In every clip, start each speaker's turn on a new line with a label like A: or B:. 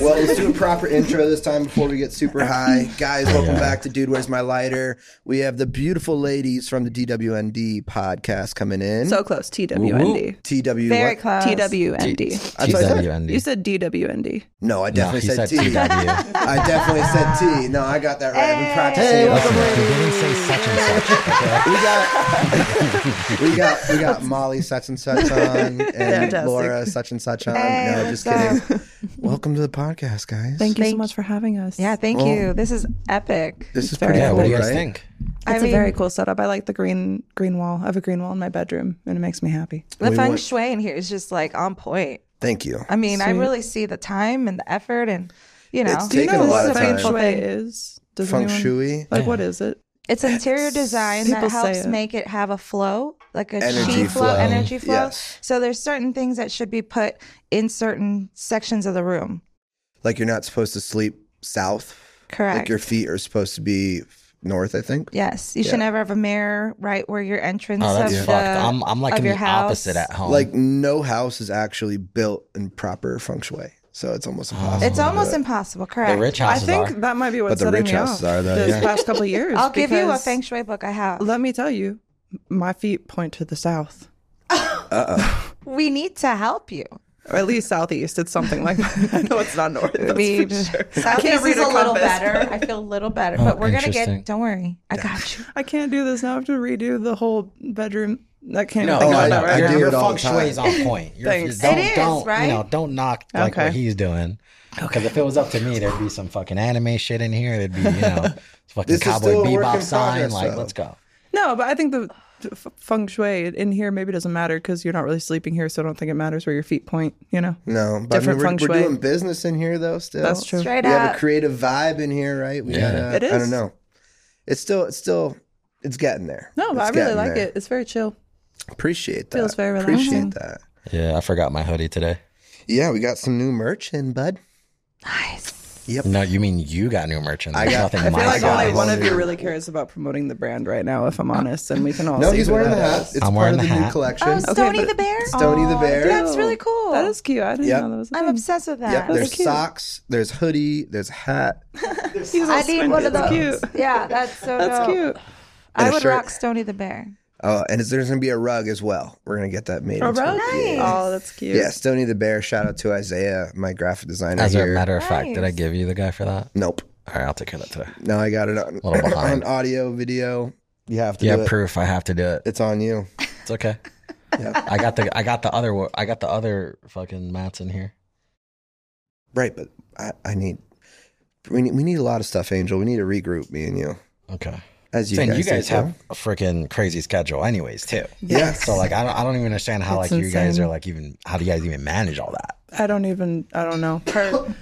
A: Well, let's do a proper intro this time before we get super high. Guys, welcome back to Dude Where's My Lighter. We have the beautiful ladies from the DWND podcast coming in.
B: So close. TWND.
A: TW
C: Very
A: what?
C: close.
B: TWND.
A: That's what I said.
B: You
D: TWND.
B: said DWND.
A: No, I
D: No,
A: definitely
D: he
A: said,
D: said
A: T. I
D: TW.
A: definitely said T. No, I got that right. I've been practicing.
C: Hey,
A: all summer.
D: Okay, he didn't
A: we got we got
D: say such and such. Okay.
A: we got Molly such and such on and
B: Fantastic.
A: Laura such and such on.
C: Hey,
A: no, just
C: what's
A: kidding. Welcome to the podcast, guys.
B: Thank you so
C: Thank-
B: much for having us.
C: Yeah, thank
A: Well-
C: you. This is epic.
A: This is
B: Very
A: pretty
D: Yeah,
A: cool,
D: what do you guys
A: right?
D: think?
C: I
B: it's
C: mean,
B: a very cool setup. I like the green green wall. I have a green wall in my bedroom, and it makes me happy.
C: the
A: We
C: feng
A: want-
C: shui in here is just like on point.
A: Thank you.
C: I mean, I
B: Sweet.
C: really see the time and the effort, and you know,
A: It's
B: Do you
A: Taking
B: know
A: a lot
B: what
A: of
B: feng
A: time.
B: shui is? Does
A: Feng
B: anyone-
A: Shui.
B: Like, what is it?
C: it's interior design
B: People
C: that
B: say
C: helps
B: it.
C: make it have a flow, like a
A: Energy
C: chi flow,
A: flow.
C: energy flow.
A: Yes.
C: So there's certain things that should be put in certain sections of the room.
A: Like you're not supposed to sleep south. Like
C: Correct.
A: your feet are supposed to be north, I think.
C: Yes, you
A: Yeah.
C: should never have a mirror right where your entrance
D: Oh,
C: of
D: that's
C: the.
D: fucked. I'm, I'm like
C: of
D: in the
C: your house.
D: opposite at home.
A: Like no house is actually built in proper feng shui. So it's
D: Oh.
A: almost impossible.
C: it's
A: to do
C: almost
A: it.
C: impossible. Correct.
D: the rich
B: I
D: houses
B: think
D: are.
B: that might be
A: But
B: what's
A: the
B: setting
A: rich
B: me
A: houses
B: off
A: are, though,
B: this
A: yeah.
B: last couple of years.
C: I'll give you a
B: because
C: feng shui book I have.
B: Let me tell you, my feet point to the south,
C: we need to help you.
B: or at least southeast. It's something like that. I know it's not north. That's
C: I mean,
B: for sure. I
C: Southeast
B: can't read
C: is a, little
B: compass.
C: better. I feel a little better,
D: Oh,
C: but we're gonna
D: interesting.
C: get. Don't worry, I got you.
B: I can't do this now. I have to redo the whole bedroom. I can't
D: No,
B: think
A: oh,
B: about
A: I-
B: that right
A: I
B: now.
A: do
D: your
A: it all
D: feng
A: the
D: shui
A: time.
D: is on point. You're,
B: Thanks.
D: Don't,
C: It is,
D: don't,
C: right?
D: You know, don't knock like what
B: Okay.
D: he's doing. Because if it was up to me, there'd be some fucking anime shit in here. There'd be, you know, fucking
A: This is
D: cowboy
A: still a work in
D: bebop sign.
A: progress,
D: Like,
A: though.
D: let's go.
B: No, but I think the f- feng shui in here maybe doesn't matter because you're not really sleeping here, so I don't think it matters where your feet point. You know,
A: No, but I mean,
B: Different
A: we're,
B: feng
A: we're
B: shui.
A: doing business in here though. Still,
B: That's true.
C: Straight
A: We have a
C: up.
A: creative vibe in here, right? We
D: Yeah.
A: gotta,
B: It
A: I don't
B: is.
A: know. It's still, it's still, it's getting there.
B: no, but
A: It's
B: I really
A: getting
B: like
A: there.
B: it. It's very chill.
A: Appreciate that.
B: Feels very
A: Appreciate
B: relaxing.
A: that.
D: Yeah, I forgot my hoodie today.
A: Yeah, we got some new merch in, bud.
C: Nice.
D: No, you mean you got new merchant.
A: I
D: There's
A: got-
D: nothing
A: I feel
B: I
D: my
B: feel
A: God, I
B: like only
D: size.
B: one
A: love
B: of you
A: it.
B: really cares about promoting the brand right now, if I'm honest, and we can all.
A: No,
B: see
A: he's
B: who
A: wearing the
B: that
A: hat.
B: is.
A: It's
D: I'm
A: part
D: wearing
A: of the
D: the
A: new
D: hat.
C: Oh,
A: collection.
C: Stony
B: but-
C: the Bear.
A: Stony the
C: Aw,
A: Bear.
C: That's really cool.
B: That is cute. I didn't
A: Yep.
B: know that was. A
C: I'm
B: thing.
C: obsessed with that.
A: Yep,
B: That's
A: there's
B: cute.
A: socks, there's hoodie, there's hat,
B: He's all
C: I need one of
B: squinty.
C: those.
B: It's cute.
C: Yeah, that's so.
B: That's
C: dope.
B: cute.
A: And
C: I
A: a
C: would
A: shirt.
C: rock Stony the Bear.
A: uh, and it's, there's gonna be a rug as well. We're gonna get that made.
B: A
A: into-
B: rug.
A: Yeah.
B: Oh, that's cute.
A: yeah, Stony the Bear. Shout out to Isaiah, my graphic designer
D: As a
A: here.
D: matter of fact, did I
C: Nice.
D: give you the guy for that?
A: Nope.
D: All right, I'll take care of that today.
A: No, I got it on,
D: little
A: on
D: behind.
A: audio, video. You have to
D: Yeah,
A: do it.
D: proof. I have to do it.
A: It's on you.
D: It's okay. I got the I got the other wo- I got the other fucking mats in here.
A: Right, but I, I need we need we need a lot of stuff, Angel. We need to regroup, me and you,
D: Okay.
A: as you
D: Saying
A: guys.
D: you guys
A: do,
D: have a freaking crazy schedule, anyways, too.
A: yeah.
D: So like I don't I don't even understand how
B: It's
D: like you guys
B: insane.
D: are like even how do you guys even manage all that?
B: I don't even. I don't know.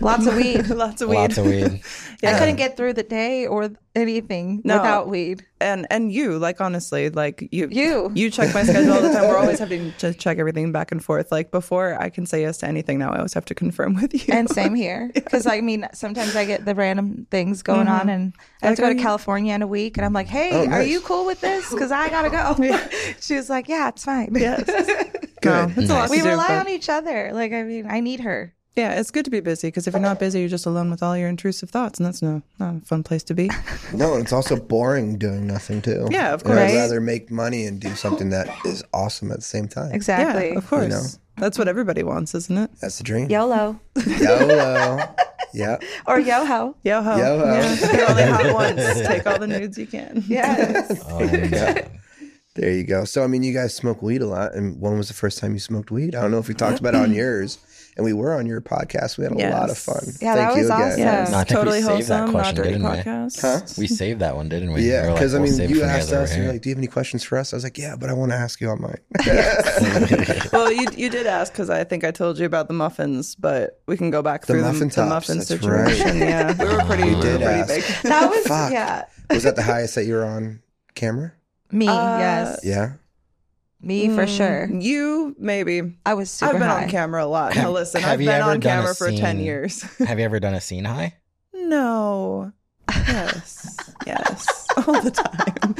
C: Lots of weed.
B: Lots of weed.
D: Lots of weed.
C: I couldn't get through the day or anything
B: No.
C: without weed.
B: and and you like honestly like you
C: You.
B: you check my schedule all the time we're always having to check everything back and forth like before i can say yes to anything now i always have to confirm with you
C: And same here, because I mean, sometimes I get the random things going
B: Mm-hmm.
C: on, and I have to go to California in a week, and I'm like, "Hey,
A: Oh,
C: are
A: nice.
C: you cool with this? Because I gotta go." she was like, "Yeah, it's fine."
B: No, it's oh, a lot
C: we
B: to do,
C: rely
B: but-
C: on each other. Like, I mean, I need her.
B: yeah it's good to be busy because if you're not busy you're just alone with all your intrusive thoughts and that's no not a fun place to be
A: No, and it's also boring doing nothing too.
B: Yeah, of
A: And
B: course.
A: I'd rather make money and do something that is awesome at the same time.
C: Exactly.
B: yeah of
A: You know.
B: course that's what everybody wants isn't it
A: That's the dream.
C: YOLO
A: YOLO. yeah.
C: or YoHo.
B: yo ho
A: Yo-ho.
B: yeah. you only hot once take all the nudes you can
C: Yeah.
D: Oh, man.
A: There you go. So I mean, you guys smoke weed a lot, and when was the first time you smoked weed? I don't know if we talked about it on yours, and we were on your podcast. We had a
B: Yes.
A: lot of fun.
C: Yeah,
A: Thank
C: that
A: you
C: was
A: again.
C: awesome.
B: yes
D: No, I think we
B: totally
D: saved that
B: wholesome not
D: question,
B: dirty
D: didn't we?
B: podcast
A: Huh?
D: we saved that one, didn't we? We
A: Yeah,
D: were like,
A: because I
D: we'll
A: mean,
D: save it
A: you
D: for guys
A: asked
D: that were
A: us, and you're
D: here.
A: like, "Do you have any questions for us?" I was like, "Yeah, but I want to ask you on mine."
B: well, you you did ask because I think I told you about the muffins, but we can go back
A: The
B: through
A: muffin
B: the, the
A: tops,
B: muffin
A: that's
B: situation. Yeah, we were pretty,
D: You
B: we were
D: did
B: pretty
A: ask.
B: big.
C: That was
A: Fuck.
C: yeah.
A: was that the highest that you were on camera?
C: Me,
B: Uh,
C: yes.
A: Yeah.
C: Me for sure.
B: Mm, You maybe.
C: I was super
B: I've been
C: high.
B: on camera a lot. Now listen,
D: have
B: I've
D: you
B: been
D: ever
B: on
D: done a
B: camera for ten
D: scene?
B: years.
D: Have you ever done a scene high?
B: No. Yes. yes. All the time.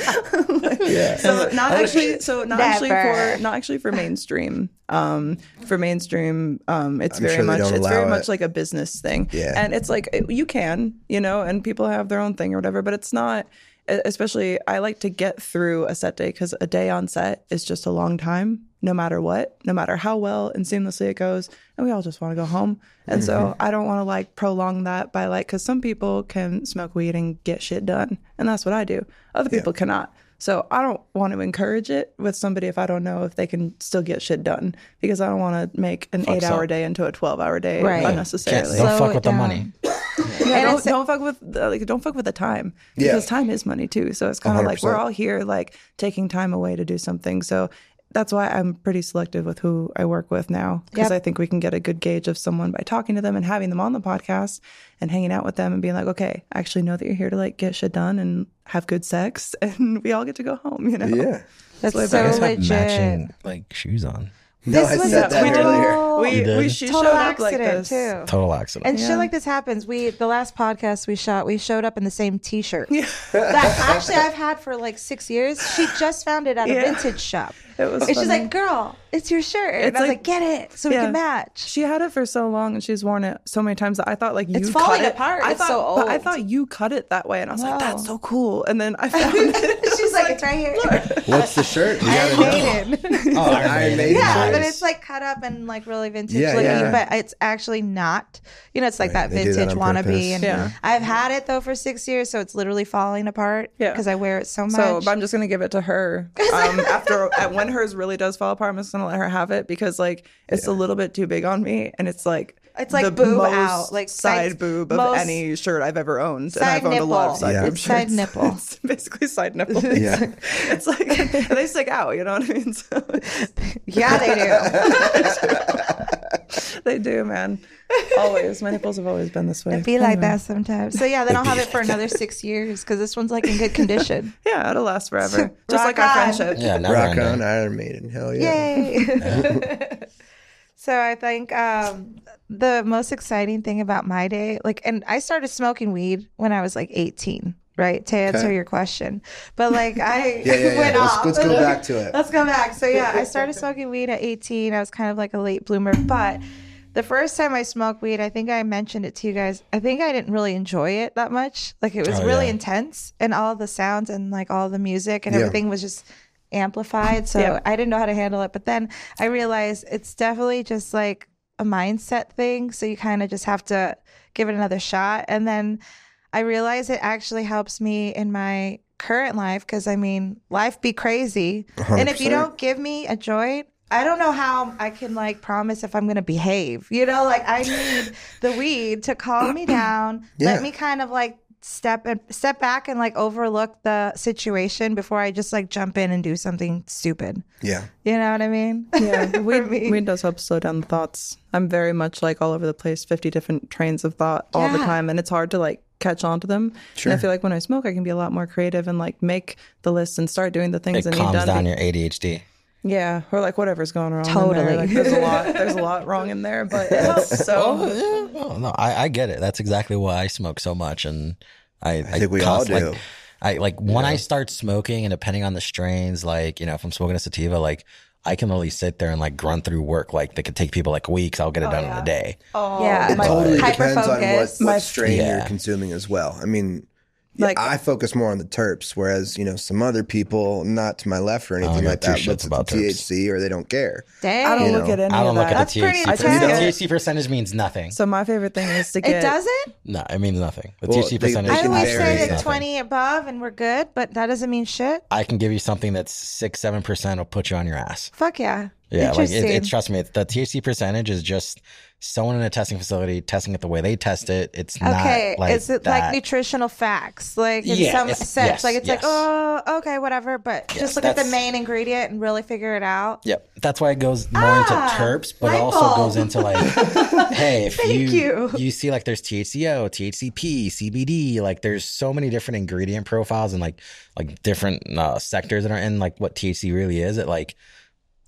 B: Like,
A: Yeah.
B: So not actually so not actually
C: Never.
B: for not actually for mainstream. Um for mainstream um it's
A: I'm
B: very
A: sure they
B: much
A: don't
B: it's very
A: allow it.
B: much like a business thing.
A: Yeah.
B: And it's like it- you can, you know, and people have their own thing or whatever, but it's not e, especially I like to get through a set day cuz a day on set is just a long time no matter what, no matter how well and seamlessly it goes, and we all just want to go home. And so I don't want to like prolong that by like, because some people can smoke weed and get shit done, and that's what I do. Other people cannot. So I don't want to encourage it with somebody if I don't know if they can still get shit done, because I don't want to make an
D: Fucks
B: eight-hour
D: up.
B: day into a twelve-hour day
C: Right.
D: Can't,
B: unnecessarily.
D: don't
C: Slow
D: fuck
C: it
D: with the
C: down.
D: money.
B: Yeah,
C: And
B: don't,
C: it's-
B: don't fuck with the, like don't fuck with the time
A: Yeah.
B: because time is money too. So it's kind of like we're
A: 100%.
B: all here like taking time away to do something. So that's why I'm pretty selective with who I work with now because
C: Yep.
B: I think we can get a good gauge of someone by talking to them and having them on the podcast and hanging out with them and being like, okay, I actually know that you're here to like get shit done and have good sex and we all get to go home. You know?
A: Yeah.
C: That's
B: Slip
C: so
B: back.
D: Guys have
C: legit.
D: matching like shoes on.
A: No,
C: This
A: I
C: was
A: said
C: a
A: that
B: we
A: earlier.
C: total-
B: We,
D: did?
B: we she
C: total
B: showed up like
C: accident
B: this.
C: too.
D: Total accident.
C: And shit like this happens. We the last podcast we shot, we showed up in the same T-shirt that actually I've had for like six years. She just found it at a
B: Yeah.
C: vintage shop,
B: It was
C: and she's
B: funny.
C: like, "Girl, it's your shirt." And
B: It's
C: I was
B: like-
C: like, "Get it, so we
B: yeah.
C: can match."
B: She had it for so long, and she's worn it so many times that I thought like you
C: It's falling
B: cut it.
C: apart.
B: I
C: It's
B: thought,
C: so
B: but I
C: old.
B: thought you cut it that way, and I was
C: No.
B: like, that's so cool. And then I found it.
C: she's like, "It's right here."
A: What's the shirt? You gotta
C: Iron
A: know.
C: Maiden.
A: Oh, Iron Maiden.
C: Yeah,
A: shirts.
C: but it's like cut up and like really vintage
A: Yeah,
C: looking,
A: yeah.
C: but it's actually not. You know, it's like
A: Right,
C: that
A: they do that
C: vintage
A: on
C: wannabe.
A: purpose.
C: And
B: Yeah.
C: I've had it though for six years, so it's literally falling apart.
B: Yeah.
C: because I wear it so much.
B: so but I'm just gonna give it to her. Um, after at- when hers really does fall apart, I'm just gonna let her have it because like it's a little bit too big on me, and it's like
C: It's like
B: the
C: boob
B: most
C: out, like
B: side
C: sides-
B: boob of
C: most-
B: any shirt I've ever owned, and
C: Side
B: I've owned a lot of
C: nipple.
B: side
A: Yeah.
B: boob
C: It's side
B: shirts.
C: nipple.
B: It's basically side nipple.
A: Yeah.
B: it's like they stick out. You know what I mean? So
C: yeah, they do.
B: they do, man. Always, my nipples have always been this way.
C: Be like that sometimes. So yeah, then I'll have it for another six years because this one's like in good condition.
B: Yeah, it'll last forever. Just like
C: Rock
B: our
C: on.
B: friendship.
D: yeah, never
A: Rock
D: ending.
A: on Iron Maiden. Hell yeah.
C: Yay! so I think um, the most exciting thing about my day, like, and I started smoking weed when I was like 18, right? To answer
A: Okay.
C: your question, but like I
A: Yeah, yeah, yeah.
C: went
A: Let's-
C: off.
A: let's go back to it.
C: Let's go back. So yeah, I started smoking weed at 18. I was kind of like a late bloomer, but. The first time I smoked weed, I think I mentioned it to you guys. I think I didn't really enjoy it that much. Like it was
D: Oh,
C: really
D: yeah.
C: intense, and all the sounds and like all the music and
A: Yeah.
C: everything was just amplified. So
B: Yeah.
C: I didn't know how to handle it. But then I realized it's definitely just like a mindset thing. So you kind of just have to give it another shot. And then I realized it actually helps me in my current life because I mean, life be crazy. And if you
A: 100%.
C: don't give me a joint, I don't know how I can like promise if I'm going to behave. You know, like I need the weed to calm me down,
A: Yeah.
C: let me kind of like step and step back and like overlook the situation before I just like jump in and do something stupid.
A: Yeah.
C: You know what I mean?
B: Yeah, weed,
C: me.
B: weed does help slow down thoughts. I'm very much like all over the place, 50 different trains of thought all the
C: Yeah.
B: time, and it's hard to like catch on to them. Sure. And I feel like when I smoke, I can be a lot more creative and like make the list and start doing the things
D: It
B: that need
D: calms
B: done.
D: down your ADHD.
B: yeah, or like whatever's going wrong. in there.
C: Totally.
B: Like, there's a lot. There's a lot wrong in there, but it helps. So
D: Oh, yeah. Oh, no, I, I get it. That's exactly why I smoke so much, and I, I
A: think we all
D: const- like-
A: do.
D: I like when I start smoking, and depending on the strains, like you know, if I'm smoking a sativa, like I can literally sit there and like grunt through work, like that could take people like weeks. I'll get it
C: Oh,
D: done in a day.
C: yeah.
A: It totally
C: Hyper
A: depends on what,
C: focus.
B: My-
A: what strain you're
D: Yeah.
A: consuming as well. I mean,
B: Like-
A: like I focus more on the terps, whereas you know some other people, not to my left or anything
D: give
A: like
D: Oh, two
A: that,
D: shits
A: looks at
D: about
A: the
D: terps.
A: THC or they don't care.
C: Dang.
B: I don't
A: You
B: look
A: know,
B: at any
D: I don't
B: of
D: look
B: that.
D: at
C: That's
D: the
C: pretty
D: THC.
C: intense.
D: The THC percentage means nothing.
B: so my favorite thing is to get.
C: it doesn't?
D: No, it means nothing. The
A: Well,
D: THC
A: they-
D: percentage.
A: they
C: I
A: can
C: always
A: vary.
C: say
D: means nothing.
C: that 20 above and we're good, but that doesn't mean shit.
D: I can give you something that's six, seven percent will put you on your ass.
C: Fuck yeah.
D: Yeah, like
C: Interesting.
D: it, it, trust me, the THC percentage is just someone in a testing facility testing it the way they test it. It's
C: Okay,
D: not like
C: is it
D: that.
C: like nutritional facts? Like in
D: Yeah,
C: some
D: it's-
C: sense,
D: yes,
C: like it's like
D: yes.
C: oh, okay, whatever. But
D: Yes,
C: just look at the
D: that's-
C: main ingredient and really figure it out.
D: Yep, that's why it goes more into terps, but
C: Ah, light
D: also
C: bulb.
D: goes into like, hey, if
C: Thank
D: you,
C: you.
D: see like there's THCO, THCP, CBD, like there's so many different ingredient profiles and like like different uh, sectors that are in like what THC really is. It like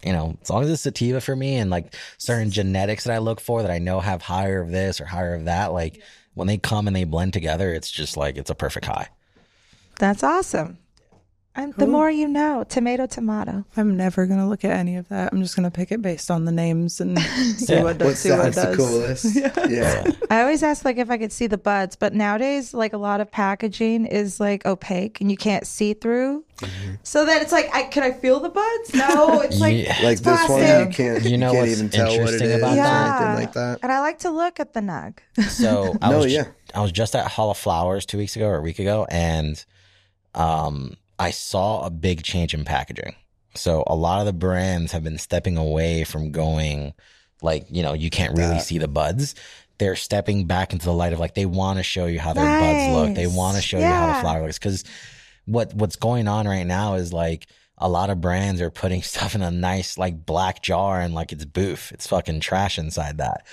D: you know, as long as it's sativa for me and like certain genetics that I look for that I know have higher of this or higher of that, like when they come and they blend together, it's just like it's a perfect high.
C: That's awesome. And the more you know, tomato, tomato.
B: I'm never gonna look at any of that. I'm just gonna pick it based on the names and see
D: Yeah.
B: what does.
A: What
B: See
A: sounds
B: what
A: the
B: does.
A: coolest? Yeah.
C: I always ask like if I could see the buds, but nowadays like a lot of packaging is like opaque and you can't see through.
D: Mm-hmm.
C: So that it's like, I can I feel the buds? No, it's like
D: Yeah.
A: Like
C: it's
A: this one,
C: plastic.
A: you can't.
D: You
A: You,
D: know
A: can't
D: what's
A: even tell what it
D: interesting
A: is
D: about
A: or
C: that?
A: anything like that.
C: And I like to look at the nug.
D: So I
A: No,
D: was ju-
A: yeah.
D: I was just at Hall of Flowers two weeks ago or a week ago, and um, I saw a big change in packaging. So a lot of the brands have been stepping away from going like you know you can't really
A: That.
D: see the buds. They're stepping back into the light of like they want to show you how their buds look. They
C: Nice.
D: want to show you how the
C: Yeah.
D: flower looks because what what's going on right now is like a lot of brands are putting stuff in a nice like black jar and like it's boof. It's fucking trash inside that.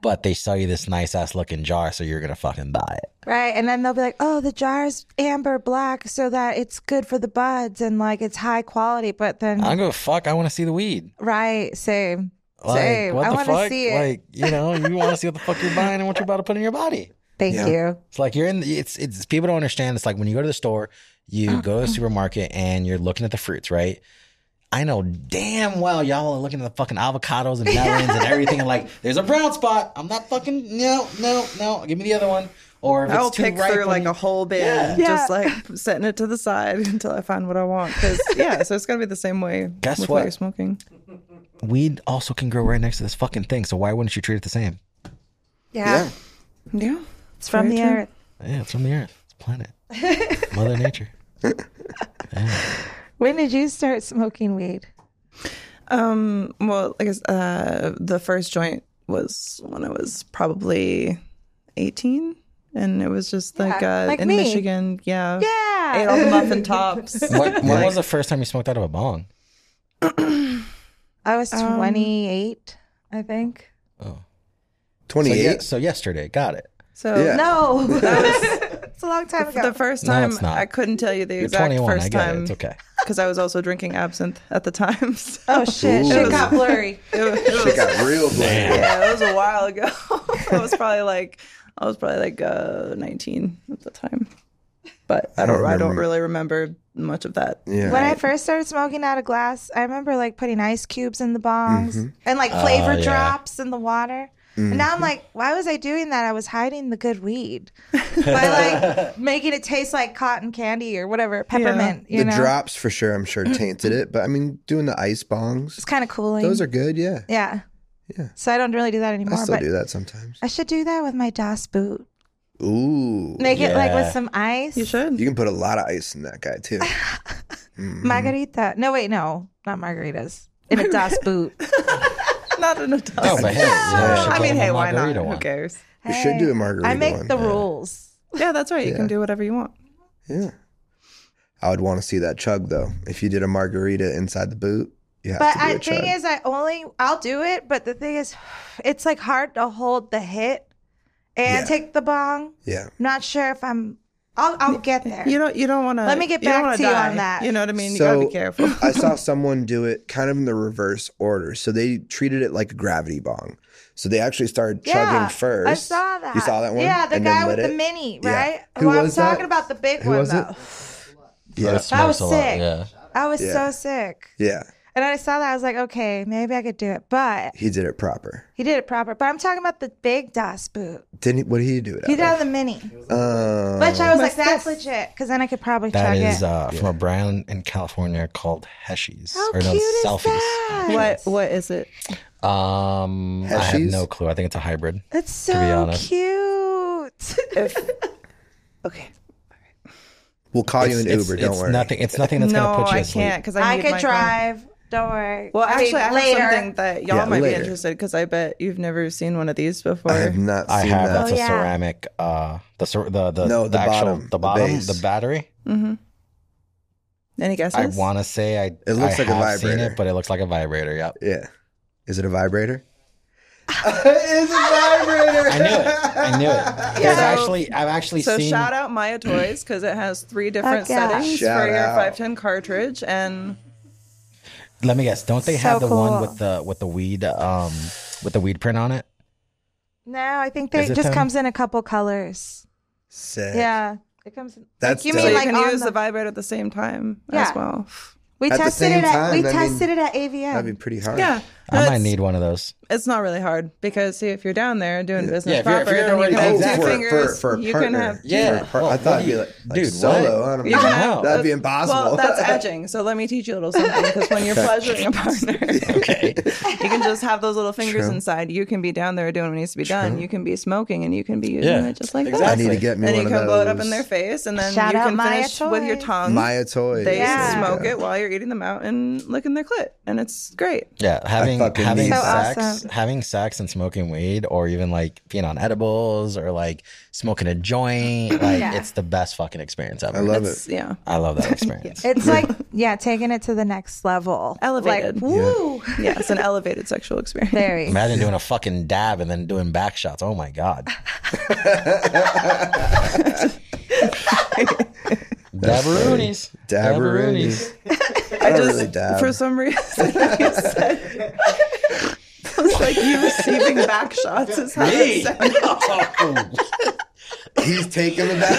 D: But they sell you this nice ass looking jar, so you're gonna fucking buy it.
C: Right. And then they'll be like, oh, the jar's amber black so that it's good for the buds and like it's high quality. But then,
D: I don't give a fuck. I want to see the weed.
C: right, same.
D: Like,
C: Same.
D: What
C: I
D: the
C: wanna
D: fuck?
C: see it.
D: Like, you know, you want to see what the fuck you're buying and what you're about to put in your body.
C: Thank
A: Yeah.
C: you.
D: It's like you're in. The, it's it's people don't understand. It's like when you go to the store,
B: Mm-hmm.
D: you go to the supermarket and you're looking at the fruits, right? I know damn well y'all are looking at the fucking avocados and melons and everything, and like, there's a brown spot. I'm not fucking no, no, no. Give me the other one. Or if
B: I'll
D: it's too
B: pick
D: ripe
B: through like
D: when-
B: a whole bin,
C: Yeah.
B: just like setting it to the side until I find what I want. 'Cause, yeah, so it's gonna be the same way.
D: Guess
B: with
D: what?
B: you're smoking.
D: weed also can grow right next to this fucking thing. So why wouldn't you treat it the same?
C: Yeah.
A: Yeah.
B: Yeah,
C: It's from
B: Very
C: the
B: true.
C: earth.
D: Yeah, it's from the earth. It's a planet. Mother Nature.
C: When did you start smoking weed?
B: Um, well, I guess uh, the first joint was when I was probably 18, and it was just like, uh,
C: like
B: in
C: me.
B: Michigan. Yeah.
C: Yeah.
B: Ate all the muffin tops.
D: What, when was the first time you smoked out of a bong?
C: I was
B: Um,
C: 28, I think.
D: So, ye-
A: Twenty-eight.
D: so yesterday, got it.
B: So
A: Yeah.
C: No, it's a long time ago.
B: the first
D: No,
B: time
D: it's not.
B: I couldn't tell you the
D: You're
B: exact
D: 21. I
B: first
D: get it.
B: time
D: It's okay.
B: because I was also drinking absinthe at the time. So
C: oh shit,
A: Ooh.
C: shit got blurry.
B: it was, it was-
A: Shit got real blurry.
B: yeah, it was a while ago. I was probably like I was probably like uh, 19 at the time, but I
A: I don't
B: don't I don't
A: remember.
B: really remember much of that.
A: Yeah.
C: When I first started smoking out of glass, I remember like putting ice cubes in the bongs
A: Mm-hmm.
C: and like flavor
D: Oh, yeah.
C: drops in the water. And now I'm like, why was I doing that? I was hiding the good weed by like making it taste like cotton candy or whatever, peppermint. You
A: the
C: know,
A: drops for sure, I'm sure tainted it, but I mean, doing the ice bongs,
C: it's kind of cooling.
A: those are good. Yeah,
C: yeah,
A: Yeah.
C: So I don't really do that anymore.
A: I still
C: but
A: do that sometimes.
C: I should do that with my Das Boot.
A: Ooh,
C: Make it like
D: Yeah.
C: with some ice.
B: You should.
A: you can put a lot of ice in that guy too. Mhm.
C: Margarita. No, wait, no, not margaritas. In a Das Boot.
B: Not an adult.
D: Oh, but hey, you know,
A: Yeah.
D: you should
B: I
D: get
B: mean,
D: him a
B: hey, why not?
D: margarita
B: Who
D: one.
B: cares?
A: We should do a
C: Hey,
A: margarita.
C: I make
A: one.
C: the rules.
B: Yeah, that's right. You
A: Yeah.
B: can do whatever you want.
A: Yeah, I would want to see that chug though. If you did a margarita inside the boot, you have
C: But
A: to do
C: I,
A: a chug.
C: thing is, I only I'll do it. But the thing is, it's like hard to hold the hit and
A: Yeah.
C: take the bong.
A: yeah,
C: I'm not sure if I'm. I'll I'll get there.
B: You don't. You don't want to.
C: Let me get back to you on that.
B: You know what I mean? you gotta
A: So,
B: be careful.
A: I saw someone do it kind of in the reverse order. So they treated it like a gravity bong. So they actually started chugging
C: yeah,
A: first.
C: I saw that.
A: You saw that one?
C: Yeah, the
A: And then
C: guy
A: lit
C: with the
A: it?
C: mini,
A: Yeah.
C: right?
A: Who
C: well,
A: was
C: I'm
A: that?
C: talking about the big
A: Who
C: one
A: was it?
C: though.
A: Yeah.
D: It smokes
C: was
D: a
C: sick.
D: Lot.
C: I was
A: Yeah.
C: so sick,
A: Yeah.
C: and I saw that. I was like, okay, maybe I could do it. But
A: He did it proper.
C: he did it proper. But I'm talking about the big DOS boot.
A: Didn't he, what did he do it
C: He
A: out
C: did it on the mini,
A: of? Uh,
C: which I was like,
B: Myself.
C: that's legit, because then I could probably
D: That
C: chug
D: is
C: it.
D: uh, from a brand in California called Heshies.
C: How
D: or no,
C: cute is
D: Selfies.
C: that?
B: what What is it?
D: Um, I have
A: Heshies?
D: no clue. I think it's a hybrid.
C: That's so
D: be honest.
C: cute.
B: Okay.
A: we'll call you
D: It's-
A: an
D: it's-
A: Uber. Don't
D: it's
A: worry.
D: Nothing, it's nothing that's
B: no,
D: going to put you
B: I
D: asleep.
B: can't because I,
C: I
B: need
C: could
B: my phone.
C: drive. Don't worry.
B: Well,
C: mean,
B: actually, I,
C: later.
B: have something that y'all
A: Yeah,
B: might
A: later.
B: be interested because I bet you've never seen one of these before.
A: I have not
D: I
A: seen
D: have.
A: that.
D: That's
C: Oh,
D: a
C: yeah.
D: ceramic. Uh, the cer- the the
A: No, the
D: actual
A: bottom,
D: the
A: the
D: bottom
A: base.
D: the battery.
B: Mm-hmm. Any
D: I
B: guesses?
D: want to say I.
A: It looks
D: I
A: like a
D: have seen
A: vibrator.
D: it, but it looks like a vibrator. Yep.
A: Yeah. Is it a vibrator? it is a vibrator.
D: I knew it. I knew it. There's
B: So-
D: actually I've actually
B: So
D: seen.
B: shout out Maya Toys because it has three different
C: Fuck yeah.
B: settings
A: Shout
B: for your
A: out.
B: 510 cartridge, and
D: Let me guess. Don't they
C: So
D: have the one
C: cool.
D: with the with the weed um with the weed print on it?
C: No, I think they
D: Is
C: it
D: it
C: just
D: them?
C: comes in a couple colors.
A: Sick.
C: Yeah, it comes. In,
A: That's
C: you
B: So
C: mean
A: dope.
B: you
C: like
B: can
C: on
B: use
C: the-
B: the vibrate at the same time
C: Yeah.
B: as well.
C: we
A: At the
C: tested
A: same
C: it. At, we
A: time, I mean-
C: tested it at AVM.
A: That'd be pretty hard.
B: Yeah.
D: I might
B: It's-
D: need one of those.
B: It's not really hard because see if you're down there doing business
D: Yeah, if you're- if
B: proper,
D: you're
B: then you
D: already-
B: can have
A: Oh,
D: Exactly.
B: two
A: for,
B: fingers.
A: for, for a
B: you
A: partner.
B: can have
D: Yeah.
A: For a part-
D: Well,
A: I
D: what
A: thought
D: do
A: it'd be
D: you-
A: like, like
D: dude,
A: solo.
D: what?
A: I don't
B: You
A: know.
B: can
A: That'd
B: have-
A: be
B: that's-
A: impossible.
B: Well, that's edging. So let me teach you a little something because when you're pleasuring a partner,
D: Okay.
B: you can just have those little fingers
A: True.
B: inside. You can be down there doing what needs to be done. You can be smoking and you can be using
D: Yeah.
B: it just like
A: I
D: Exactly.
A: need to get
B: that.
A: me
B: And
A: one
B: you
A: of those.
B: can blow it up in their face and then
C: Shout
B: you
C: out
B: can
C: Maya
B: finish with your
C: Toys.
B: tongue.
A: Maya toys.
B: they
C: Yeah.
B: smoke it while you're eating them out and licking their clit. And it's great.
D: Yeah, having
A: fucking
D: having
A: need So
D: sex,
C: awesome.
D: having sex and smoking weed, or even like being on edibles, or like smoking a joint, like
C: Yeah.
D: it's the best fucking experience ever.
A: I love it.
B: It's, yeah.
D: I love that experience.
C: It's like yeah, taking it to the next level.
B: Elevated.
C: Like, woo.
B: Yeah. It's an elevated sexual experience.
C: Very.
D: Imagine doing a fucking dab and then doing back shots. Oh my god. Dabberoonies.
A: Dabberoonies.
B: I
A: don't
B: just,
A: really dab.
B: for some reason, you said, I was like, you receiving back shots is how it sounds.
A: He's taking the back.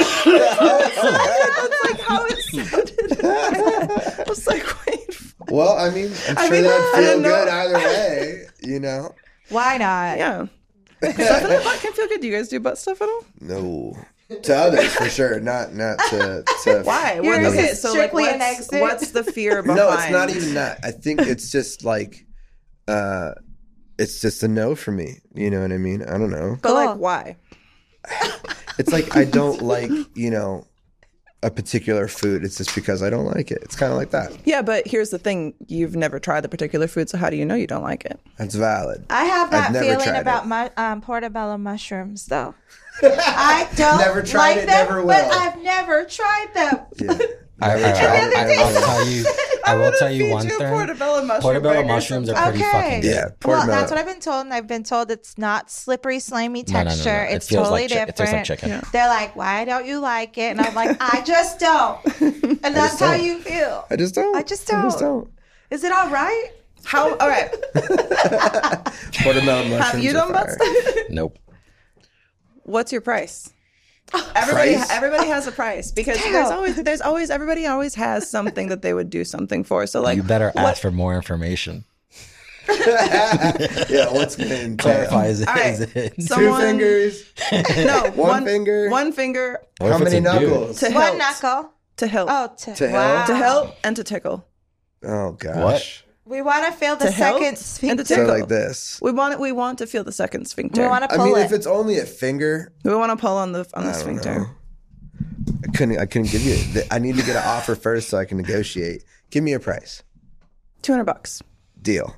B: That's like how it sounded. I was like, wait.
A: well, I mean, I'm sure
B: I mean,
A: that'd
B: I
A: feel
B: don't know.
A: good either way. You know?
C: Why not?
B: Yeah. stuff in the butt can feel good. Do you guys do butt stuff at all?
A: No. To others, for sure. Not not to. to
B: Why?
C: You're
B: What- okay,
C: just
B: so like,
C: strictly an
B: what's,
C: exit.
B: what's the fear behind?
A: No, it's
B: e-
A: not even that. I think it's just like, uh, it's just a no for me. You know what I mean? I don't know.
B: But
C: Cool.
B: like, why?
A: It's like I don't like you know a particular food. It's just because I don't like it. It's kind of like that.
B: Yeah, but here's the thing: you've never tried the particular food, so how do you know you don't like it?
A: That's valid.
C: I have
A: I've
C: that
A: never
C: feeling
A: tried
C: about
A: it.
C: mu- um, portobello mushrooms, though. I don't
A: Never tried
C: like
A: it,
C: them,
A: never
C: but
A: will.
C: I've never tried them.
A: Yeah.
D: I, I,
A: Never tried it.
D: I, I, will tell you. I will tell you one thing.
B: Portobello mushroom.
D: Portobello mushrooms are pretty
C: Okay.
D: fucking good.
A: Yeah,
C: Well,
A: portobello.
C: that's what I've been told, and I've been told it's not slippery, slimy
D: No, no, no, no.
C: texture.
D: It
C: It's
D: feels
C: totally
D: like chi-
C: different.
D: It tastes like chicken.
C: They're like, "Why don't you like it?" And I'm like, "I just don't." And that's how
A: don't.
C: you feel.
A: I just don't.
C: I just
A: I just
C: don't.
A: don't.
C: Is it all right?
B: How? Oh, uh, All right.
A: Portobello mushrooms.
B: Have you
A: are
B: done butt
A: fire.
B: stuff?
D: Nope.
B: What's your price? Everybody,
A: Price?
B: everybody has a price because there's always, there's always, everybody always has something that they would do something for. So like,
D: You better ask for more information.
A: yeah. What's going to
D: Clarify. Is it?
B: All right.
D: is it-
A: Two
B: someone,
A: fingers.
B: no, one,
A: finger.
B: one finger
D: What
A: How
D: if it's
A: many
D: a dude?
A: knuckles?
B: to help,
C: One knuckle.
B: to help,
C: Oh, to,
A: To
C: wow.
A: help?
B: to help, and to tickle,
A: Oh gosh.
C: We want to feel the
B: to help,
C: second
B: and to
C: sphincter.
A: So
B: tickle.
A: like this.
B: We want, we want to feel the second sphincter.
C: We want to
A: I
C: pull
A: mean,
C: it.
A: if it's only a finger,
B: We want to pull on the on the
A: I don't
B: sphincter.
A: know. I couldn't. I couldn't give you. The, I need to get an offer first so I can negotiate. Give me a price.
B: Two hundred bucks.
A: Deal.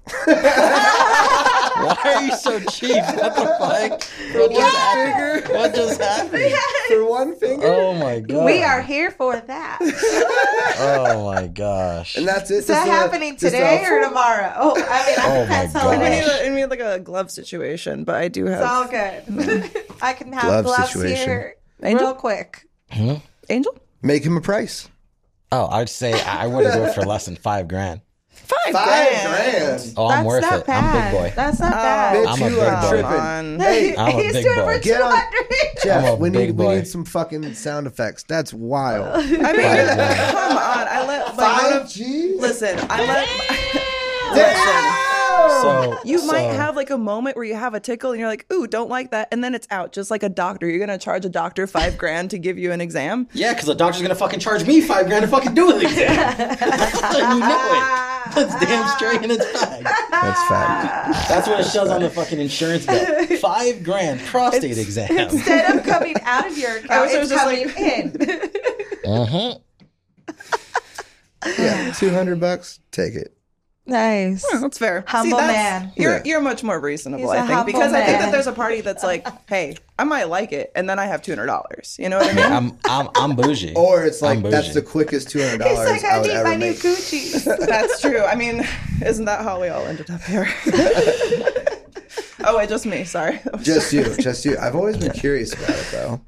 D: Why are you so cheap? What the fuck? What just happened? What just happened?
A: For one finger,
D: Oh my god.
C: we are here for that. Is
D: Oh my gosh.
A: and that's it. Is
C: that happening today or tomorrow? Oh, I mean, I
D: Oh
C: think
D: my
C: that's all
B: We
D: gosh.
C: it
B: need,
C: is.
B: a, we need like a glove situation, but I do have
C: It's all good. I can have
A: Glove
C: gloves
A: situation.
C: here
B: Angel?
C: real quick.
B: Angel.
A: Make him a price.
D: Oh, I'd say I wouldn't do it for less than five grand.
A: Five
B: Five,
A: grand.
D: Oh, I'm
C: That's
D: worth
C: not
D: it.
C: bad.
D: I'm big boy.
C: That's not
A: Bitch,
D: I'm
C: bad.
D: a
A: you
D: big
A: are
D: boy.
A: tripping.
B: Come on.
A: Hey,
D: I'm a
C: Oh. He's
D: big
C: doing
D: boy.
C: for
A: Get on-
C: 200.
D: I'm a
A: Jeff, we
D: big
A: need we
D: boy.
A: need some fucking sound effects. That's wild.
B: I mean, come on. I let like, one
A: Five
B: of-
A: G.
B: listen. I let.
D: So
B: You
D: so,
B: might have like a moment where you have a tickle and you're like, ooh, don't like that. And then it's out, just like a doctor. You're going to charge a doctor five grand to give you an exam.
D: Yeah, because the doctor's gonna fucking charge me five grand to fucking do it again. you know it. That's damn straight in its bag.
A: That's
C: Ah.
A: fact.
D: That's what it shows on the fucking insurance bill. Five grand prostate exam.
C: Instead of coming out of your account,
B: was- I
C: it's
B: was just
C: coming
B: like-
C: in.
D: Uh-huh.
A: Yeah, two hundred bucks. Take it.
C: Nice.
B: That's fair.
C: Humble
B: that's-
C: man.
B: You're
A: Yeah.
B: you're much more reasonable,
C: He's a
B: I think,
C: humble
B: because I think
C: man.
B: that there's a party that's like, hey, I might like it, and then I have two hundred dollars. You know what I mean?
D: I'm I'm I'm bougie.
A: Or it's like
D: I'm bougie.
A: that's the quickest two hundred
C: He's
A: dollars
C: like, I
A: I would
C: need
A: ever
C: my new
A: make.
C: Gucci.
B: That's true. I mean, isn't that how we all ended up here? oh wait, just me. Sorry. That was
A: Just you, just you. I've always been curious about it though.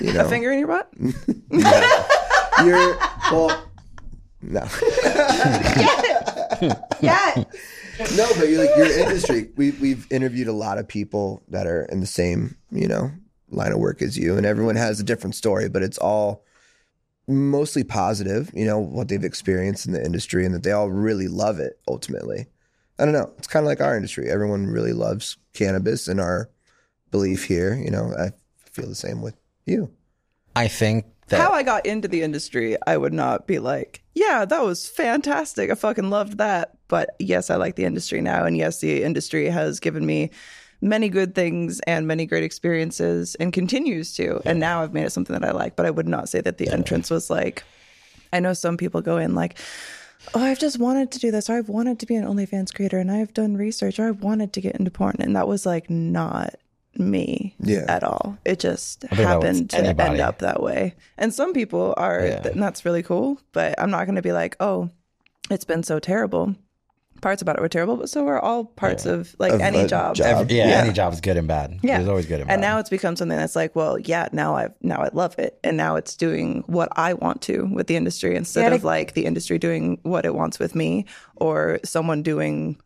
A: You know,
B: a finger in your butt.
A: you're well. No.
C: yeah.
A: No, but you're like your industry. We we've interviewed a lot of people that are in the same you know line of work as you, and everyone has a different story, but it's all mostly positive. You know what they've experienced in the industry, and that they all really love it. Ultimately, I don't know. It's kind of like our industry. Everyone really loves cannabis, and our belief here. You know, I feel the same with you.
D: I think that
B: How I got into the industry, I would not be like, yeah, that was fantastic. I fucking loved that. But yes, I like the industry now. And yes, the industry has given me many good things and many great experiences and continues to. And now I've made it something that I like. But I would not say that the entrance was like, I know some people go in like, oh, I've just wanted to do this, or I've wanted to be an OnlyFans creator, and I've done research, or I've wanted to get into porn. And that was like not me
A: Yeah.
B: at all. It just
D: think that was
B: happened to end
D: anybody.
B: up that way. And some people are,
D: Yeah.
B: and that's really cool, but I'm not going to be like, oh, it's been so terrible. Parts about it were terrible, but so were all parts of like
A: Of
B: any
A: a
B: job.
A: job.
D: every, yeah,
B: Yeah.
D: any job is good and bad.
B: Yeah.
D: There's always good and bad.
B: And now it's become something that's like, well, yeah, now I've now I love it, and now it's doing what I want to with the industry instead
C: Yeah,
B: of
C: to-
B: like the industry doing what it wants with me, or someone doing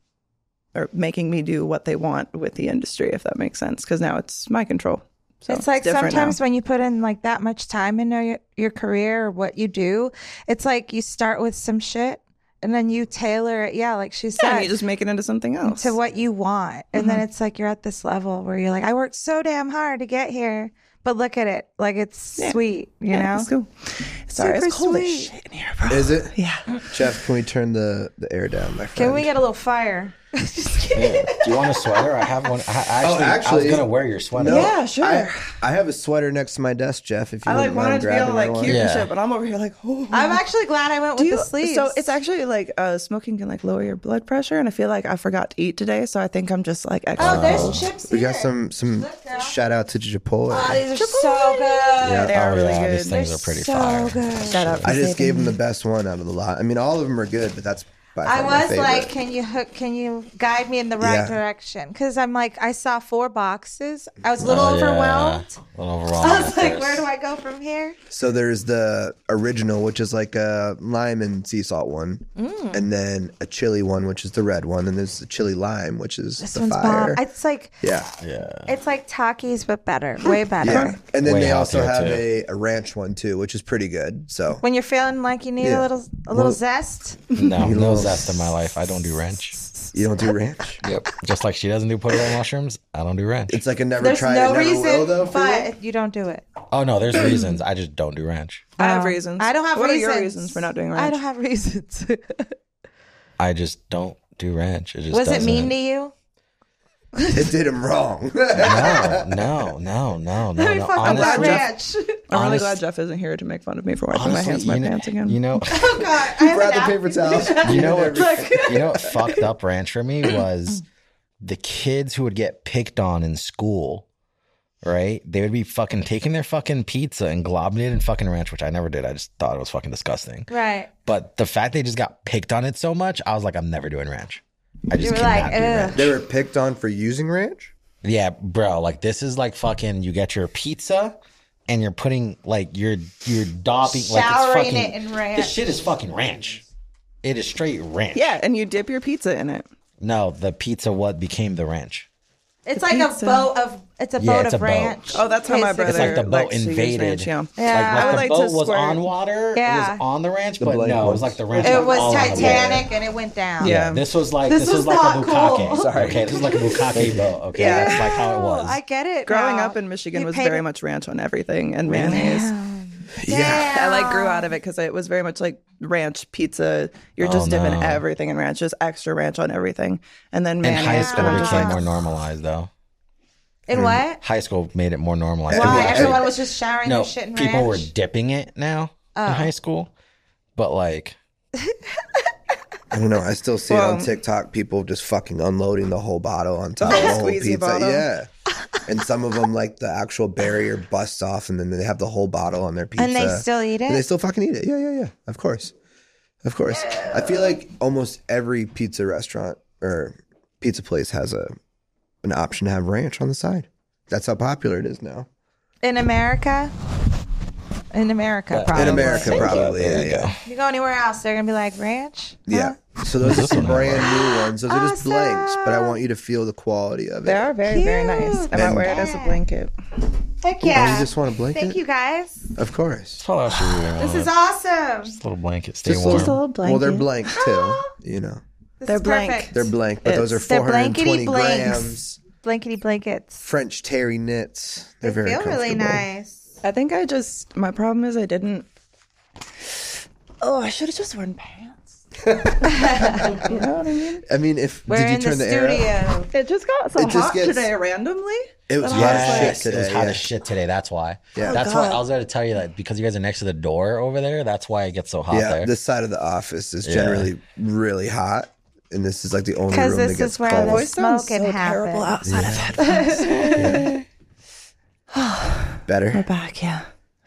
B: or making me do what they want with the industry, if that makes sense. Because now it's my control. So
C: it's like
B: different now.
C: sometimes when you put in like that much time into your, your career or what you do, it's like you start with some shit and then you tailor it. Yeah, like she
B: Yeah,
C: said,
B: and you just make it into something else.
C: to what you want. And then it's like you're at this level where you're like, I worked so damn hard to get here, but look at it. Like it's sweet, you
B: Yeah,
C: know?
B: it's cool. Sorry,
C: Super
B: it's cold as
C: sweet.
B: shit in here, bro.
A: Is it?
B: Yeah.
A: Jeff, can we turn the, the air down, my friend?
C: Can we get a little fire? Just kidding.
D: Do you want a sweater? I have one. I, I actually, I
A: Oh, actually-
D: was gonna wear your sweater.
A: No,
B: Yeah, sure.
A: I, I have a sweater next to my desk, Jeff. If you
B: I like
A: wouldn't mind
B: wanted to be all
A: grabbing
B: like
A: one.
B: cute and
D: Yeah.
B: shit, but I'm over here like, oh,
C: I'm actually glad I went with
B: you-
C: the sleeves.
B: So it's actually like uh, smoking can like lower your blood pressure, and I feel like I forgot to eat today, so I think I'm just like extra.
C: Oh, there's chips.
A: We
C: here.
A: got some some
C: Look, girl.
A: shout out to Chipotle.
C: Oh, these are so good.
B: they are
D: oh,
B: really
D: yeah,
B: good.
D: These things are pretty
C: so
D: fire.
C: good.
B: Shout out. For
A: I just
B: saving
A: gave them the best one out of the lot. I mean, all of them are good, but that's by far
C: I
A: my
C: was
A: favorite.
C: like, can you hook? Can you guide me in the right
A: Yeah.
C: direction? Because I'm like, I saw four boxes. I was a little
D: Oh, yeah.
C: overwhelmed.
D: A little overwhelmed.
C: I
D: at
C: was like,
D: first.
C: where do I go from here?
A: so there's the original, which is like a lime and sea salt one,
C: Mm.
A: and then a chili one, which is the red one, and there's the chili lime, which is
C: This
A: the
C: one's
A: fire.
C: bomb. It's like
A: yeah,
D: Yeah.
C: it's like Takis, but better, way better.
A: yeah. And then
D: Way
A: they also
D: healthier,
A: have
D: too.
A: a, a ranch one too, which is pretty good. So
C: When you're feeling like you need
A: Yeah.
C: a little, a little
A: Well-
C: zest.
D: No, no
A: little-
D: zest in my life. I don't do ranch.
A: you don't do ranch.
D: Yep. Just like she doesn't do Puerto Rican mushrooms, I don't do ranch.
A: It's like a never
C: There's
A: tried,
C: no
A: it, never will
C: reason,
A: though. For you?
C: but you don't do it.
D: Oh no, there's reasons. I just don't do ranch.
B: I have
C: Um,
B: reasons.
C: I don't have
B: what
C: reasons.
B: are your reasons for not doing ranch?
C: I don't have reasons.
D: I just don't do ranch. It just
C: Was it
D: doesn't.
C: mean to you?
A: it did him wrong.
D: No, no, no, no, no.
C: Let me
D: no.
C: fuck up that
D: Honestly,
C: ranch.
B: I'm really
D: honest-
B: glad Jeff isn't here to make fun of me for wiping my
D: honestly,
B: hands in my
D: you know-
B: pants again.
D: You know,
C: Oh God, I have
A: Grab
C: a
A: the paper towel.
D: you know what, you know what fucked up ranch for me was the kids who would get picked on in school. Right, they would be fucking taking their fucking pizza and globbing it in fucking ranch, which I never did. I just thought it was fucking disgusting.
C: napkin. Right.
D: But the fact they just got picked on it so much, I was like, I'm never doing ranch. I
C: You
D: just
C: were
D: cannot
C: like,
D: do
C: "Ugh."
D: ranch.
A: They were picked on for using ranch.
D: Yeah, bro. Like this is like fucking. You get your pizza, and you're putting like you're you're daubing like
C: Showering
D: it's fucking,
C: it in ranch.
D: This shit is fucking ranch. It is straight ranch.
B: yeah, and you dip your pizza in it.
D: No, the pizza what became the ranch.
C: It's like
B: pizza.
C: a boat of. It's a
D: Yeah,
C: boat
D: it's
C: of
D: a boat.
C: ranch.
B: Oh, that's how my
C: Basically.
D: It's like
B: brother
D: the boat
B: likes to use
D: invaded.
B: ranch, yeah.
C: Yeah.
D: Like,
C: I would
D: like the
B: like to
D: boat was
B: squirt-
D: on water. It
C: Yeah.
D: was on the ranch, but
A: blank
D: no, it
A: ones.
D: was like the ranch.
C: It
D: was all
C: was
D: on the water.
C: Titanic, and it went down.
B: Yeah.
D: Yeah, this was like
C: This
D: this,
C: was
D: was, like a
C: not cool.
D: bukkake. Okay, this is like a bukkake boat. Okay,
B: Yeah.
D: that's like how it
C: Oh,
D: was.
C: I get it.
B: Growing
C: now.
B: up in Michigan
C: You
B: was
C: paid
B: very
C: it-
B: much ranch on everything and mayonnaise. I like grew out of it because it was very much like ranch pizza. You're just
D: Oh,
B: dipping
D: no.
B: everything in ranch, just extra ranch on everything, and then
D: In
B: mayonnaise.
D: high
B: and
D: school,
B: I'm
D: it
B: just
D: became
B: like,
D: more normalized though. Mm.
C: In what?
D: High school made it more normalized.
C: Why?
D: People actually-
C: Everyone was just showering
D: no,
C: their shit in ranch. Oh.
D: people were dipping it now in high school, but like,
A: I don't know. I still see it
B: Well-
A: on TikTok. People just fucking unloading the whole bottle on top of the whole
B: Squeezy
A: pizza.
B: bottle.
A: Yeah. And some of them, like the actual barrier busts off, and then they have the whole bottle on their pizza.
C: and they still eat
A: And they
C: it.
A: still fucking eat it. Yeah, yeah, yeah. Of course, of course. I feel like almost every pizza restaurant or pizza place has a an option to have ranch on the side. That's how popular it is now.
C: In America, in America,
D: Yeah.
C: probably.
A: In America,
C: If
A: probably.
D: There
A: Yeah,
D: you
A: yeah.
C: you go anywhere else, they're gonna be like ranch.
A: Yeah. So those are
D: This
A: some
D: one.
A: brand new ones. Those are just blanks, but I
C: Awesome.
A: want you to feel the quality of it. Oh,
B: They are very, very nice.
C: Cute.
B: I might wear it as a
C: Yeah.
B: blanket.
C: Heck
A: Oh, you
C: yeah!
A: just want a blanket?
C: Thank you guys.
A: Of course.
D: That's all else you really
C: This
D: want.
C: is awesome.
D: Just a uh, little blanket. Stay
A: Just
D: warm.
B: Just a little blanket.
A: Well, they're blank too. You know,
C: This
B: They're
C: is
B: blank.
C: perfect.
A: they're blank, but those are
B: It's-
C: they're
A: 420
C: blankety blanks.
A: grams.
C: blankety blankets.
A: French terry knits. They're very
C: Feel really
A: comfortable.
C: nice.
B: I think I just my problem is I didn't. Oh, I should have just worn pants. you know what I mean?
A: I mean, if
C: We're
A: did you
C: in
A: turn
C: the,
A: the, air?
C: studio.
A: Up?
B: It just got so
A: It just
B: hot
A: gets-
B: today randomly.
A: It was
B: But I
A: hot
B: was
A: as
B: like-
A: shit
D: It was
A: today.
D: hot
A: yeah.
D: as shit today. That's why.
A: Yeah. Oh,
D: that's why
B: God.
D: I was there to tell you that because you guys are next to the door over there. That's why it gets so hot
A: Yeah,
D: there.
A: this side of the office is
D: Yeah.
A: generally really hot, and this is like the only room
C: Because
A: that
C: this
A: gets
C: is where
A: cold.
C: the
B: Voice sounds
C: smoking
B: so terrible
C: happens.
B: outside of headphones.
A: better.
B: Back, yeah.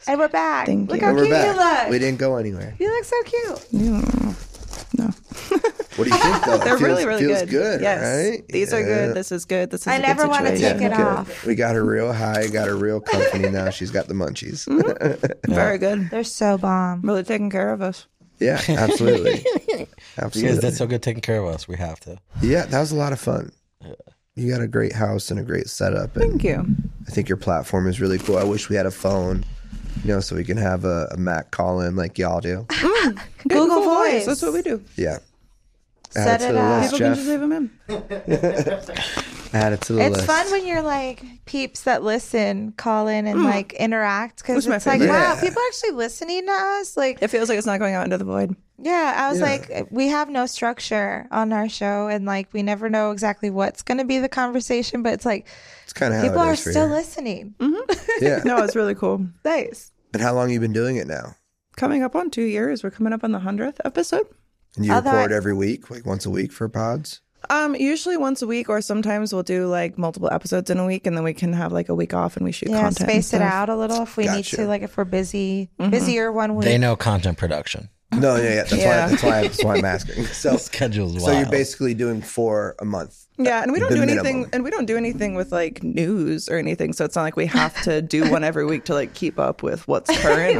C: And we're back.
B: Thank
C: look
B: you.
C: how
A: And we're
C: cute
A: back.
C: you look.
A: We didn't go anywhere.
C: you look so cute.
A: What do you think though? It
B: They're
A: feels,
B: really, really
A: feels
B: good.
A: good,
B: yes,
A: right?
B: these are good. This is good. This is.
C: I
B: a good
C: never wanna
B: situation.
C: take it
A: good.
C: off.
A: We got her real high, got her real company now. She's got the munchies.
C: Mm-hmm.
B: Very good.
C: They're so bomb.
B: Really taking care of us.
A: yeah, absolutely.
D: you guys
A: Absolutely.
D: did so good taking care of us. We have to.
A: yeah, that was a lot of fun. You got a great house and a great setup. And
B: Thank you.
A: I think your platform is really cool. I wish we had a phone, you know, so we can have a, a Mac call in like y'all do.
C: Google, Voice.
B: That's what we do.
A: Yeah. add
C: Set
A: it to
C: it
A: the
C: up.
A: list,
B: People can
A: Jeff.
B: just leave them in.
A: Add it to the
C: It's
A: list.
C: fun when you're like peeps that listen, call in, and like interact because
B: That's my
C: it's like,
B: favorite.
C: wow,
A: Yeah.
C: people are actually listening to us. Like,
B: It feels like it's not going out into the void.
C: yeah, I was
A: Yeah.
C: like, we have no structure on our show, and like, we never know exactly what's going to be the conversation, but it's like,
A: It's kind of how
C: people
A: it
C: are
A: is for
C: still
A: you.
C: listening.
A: Yeah.
B: No, it's really cool.
C: Nice.
A: And how long you been doing it now?
B: Coming up on two years, we're coming up on the hundredth episode.
A: And you
C: Although I-
A: record every week, like once a week for pods?
B: Um, usually once a week, or sometimes we'll do like multiple episodes in a week, and then we can have like a week off and we shoot
C: Yeah,
B: content. and
C: space it
B: stuff.
C: out a little if we need
A: Gotcha.
C: to, like, if we're busy, busier one week.
D: They know content production.
A: No, yeah, yeah. That's,
B: Yeah.
A: Why, that's, why, that's why I'm asking. So,
D: Schedules.
A: so you're basically doing four a month.
B: Yeah, and we don't
A: The
B: do
A: minimum.
B: anything, and we don't do anything with like news or anything. So it's not like we have to do one every week to like keep up with what's current.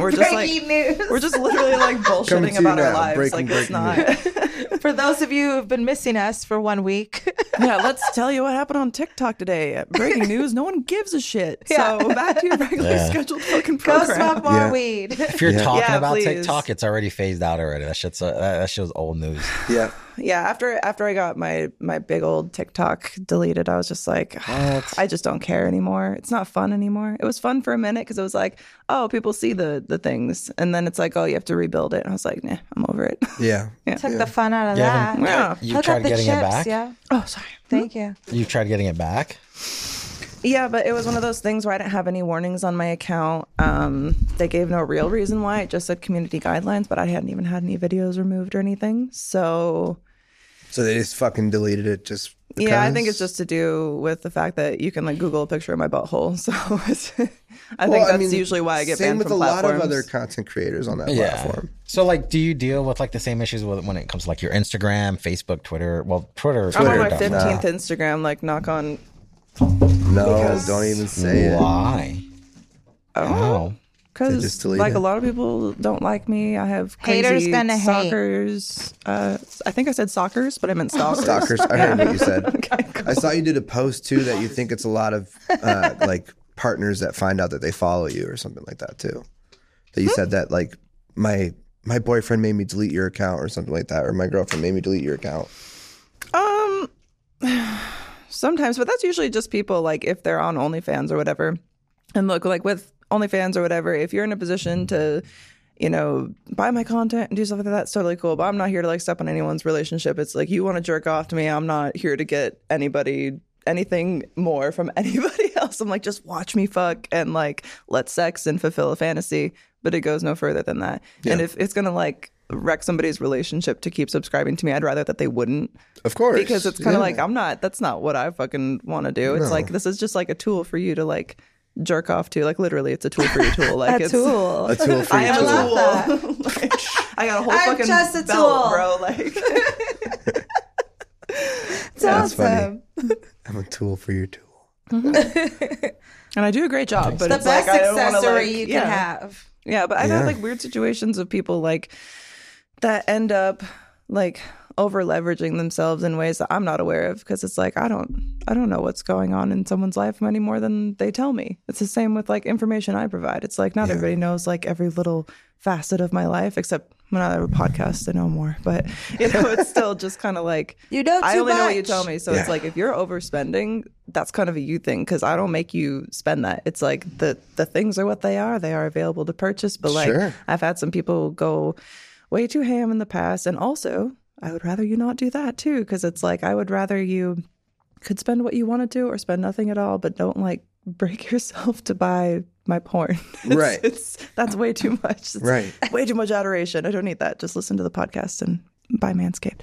B: We're just like
C: Breaking news.
B: we're just literally
A: Coming
B: like bullshitting
A: to
B: about
A: you
B: our
A: now,
B: lives.
A: breaking,
B: like it's
A: breaking
B: not.
C: For those of you who've been missing us for one week,
B: yeah, let's tell you what happened on TikTok today. Breaking news. No one gives a shit. So back to your regularly
D: Yeah.
B: scheduled fucking
C: go
B: program.
C: smoke more
A: Yeah.
C: weed.
D: if you're talking
B: Yeah,
D: about
B: please.
D: TikTok, it's already phased out already. That shit's uh, that, that shit's old news.
A: Yeah.
B: yeah after after i got my my big old tiktok deleted i was just like i just don't care anymore it's not fun anymore it was fun for a minute because it was like oh people see the the things and then it's like oh you have to rebuild it and i was like nah i'm over it
A: Yeah.
C: Took the fun out of
D: You
C: that.
D: haven't-
B: Yeah.
D: You've
C: Hook
D: tried
C: up the
D: getting
C: chips,
D: it back.
C: Yeah.
B: oh sorry
C: Thank you.
D: You've tried getting it back.
B: Yeah, but it was one of those things where I didn't have any warnings on my account. Um, they gave no real reason why. It just said community guidelines, but I hadn't even had any videos removed or anything. So
A: So they just fucking deleted it just
B: Yeah, I
A: because?
B: think it's just to do with the fact that you can like Google a picture of my butthole. So it's, I
A: Well,
B: think that's
A: mean,
B: usually why I get
A: same
B: banned
A: with
B: from
A: a
B: platforms.
A: lot of other content creators on that platform.
D: So like, do you deal with like the same issues with when it comes to like your Instagram, Facebook, Twitter? Well, Twitter.
B: I'm on my
D: Twitter don't-
B: 15th Instagram. Like knock on.
A: No, don't even say it.
D: Why?
B: Oh,
D: Oh,
A: They
B: because
A: just delete
B: like
A: it.
B: a lot of people don't like me. I have crazy
C: Haters gonna hate.
B: sockers. Uh, I think I said sockers, but I meant stalkers.
A: Stalkers. I heard what you said.
B: Okay, cool.
A: I saw you did a post too that you think it's a lot of uh, like partners that find out that they follow you or something like that too. That you said that like my my boyfriend made me delete your account or something like that, or my girlfriend made me delete your account.
B: Um, sometimes, but that's usually just people like if they're on OnlyFans or whatever. And look, like with OnlyFans or whatever, if you're in a position to, you know, buy my content and do stuff like that, that's totally cool. But I'm not here to like step on anyone's relationship. It's like you want to jerk off to me. I'm not here to get anybody anything more from anybody else. I'm like, just watch me fuck and like let's sex and fulfill a fantasy. But it goes no further than that. And if it's gonna like wreck somebody's relationship to keep subscribing to me, I'd rather that they wouldn't
A: Of course,
B: because it's kind of
A: Yeah.
B: like I'm not. That's not what I fucking want to do. It's like this is just like a tool for you to like jerk off to. Like literally, it's a tool for your tool. Like
C: A
B: it's,
C: tool.
A: a tool for
B: I
A: your
B: am
A: tool.
B: a tool. Like, I got a whole
C: I'm
B: fucking
C: just a
B: belt,
C: tool.
B: bro. Like
C: It's
A: That's funny.
C: awesome.
A: I'm a tool for your tool.
B: And I do a great job, but
C: The
B: it's
C: best
B: like, I don't wanna,
C: accessory
B: like,
C: you can
B: yeah.
C: have.
B: Yeah, but I've
A: Yeah.
B: had like weird situations of people like that end up like over leveraging themselves in ways that I'm not aware of because it's like I don't I don't know what's going on in someone's life any more than they tell me. It's the same with like information I provide. It's like not
A: Yeah.
B: everybody knows like every little facet of my life except when I have a podcast I know more. But you know, it's still just kind of like
C: You know
B: I
C: too
B: only know what you
C: much.
B: tell me. So
A: Yeah.
B: it's like if you're overspending, that's kind of a you thing because I don't make you spend that. It's like the the things are what they are. They are available to purchase. But like
A: Sure.
B: I've had some people go way too ham in the past, and also I would rather you not do that too because it's like I would rather you could spend what you want to do or spend nothing at all, but don't like break yourself to buy my porn. It's-
A: Right.
B: It's that's way too much. It's
A: Right.
B: Way too much adoration. I don't need that. Just listen to the podcast and buy Manscaped.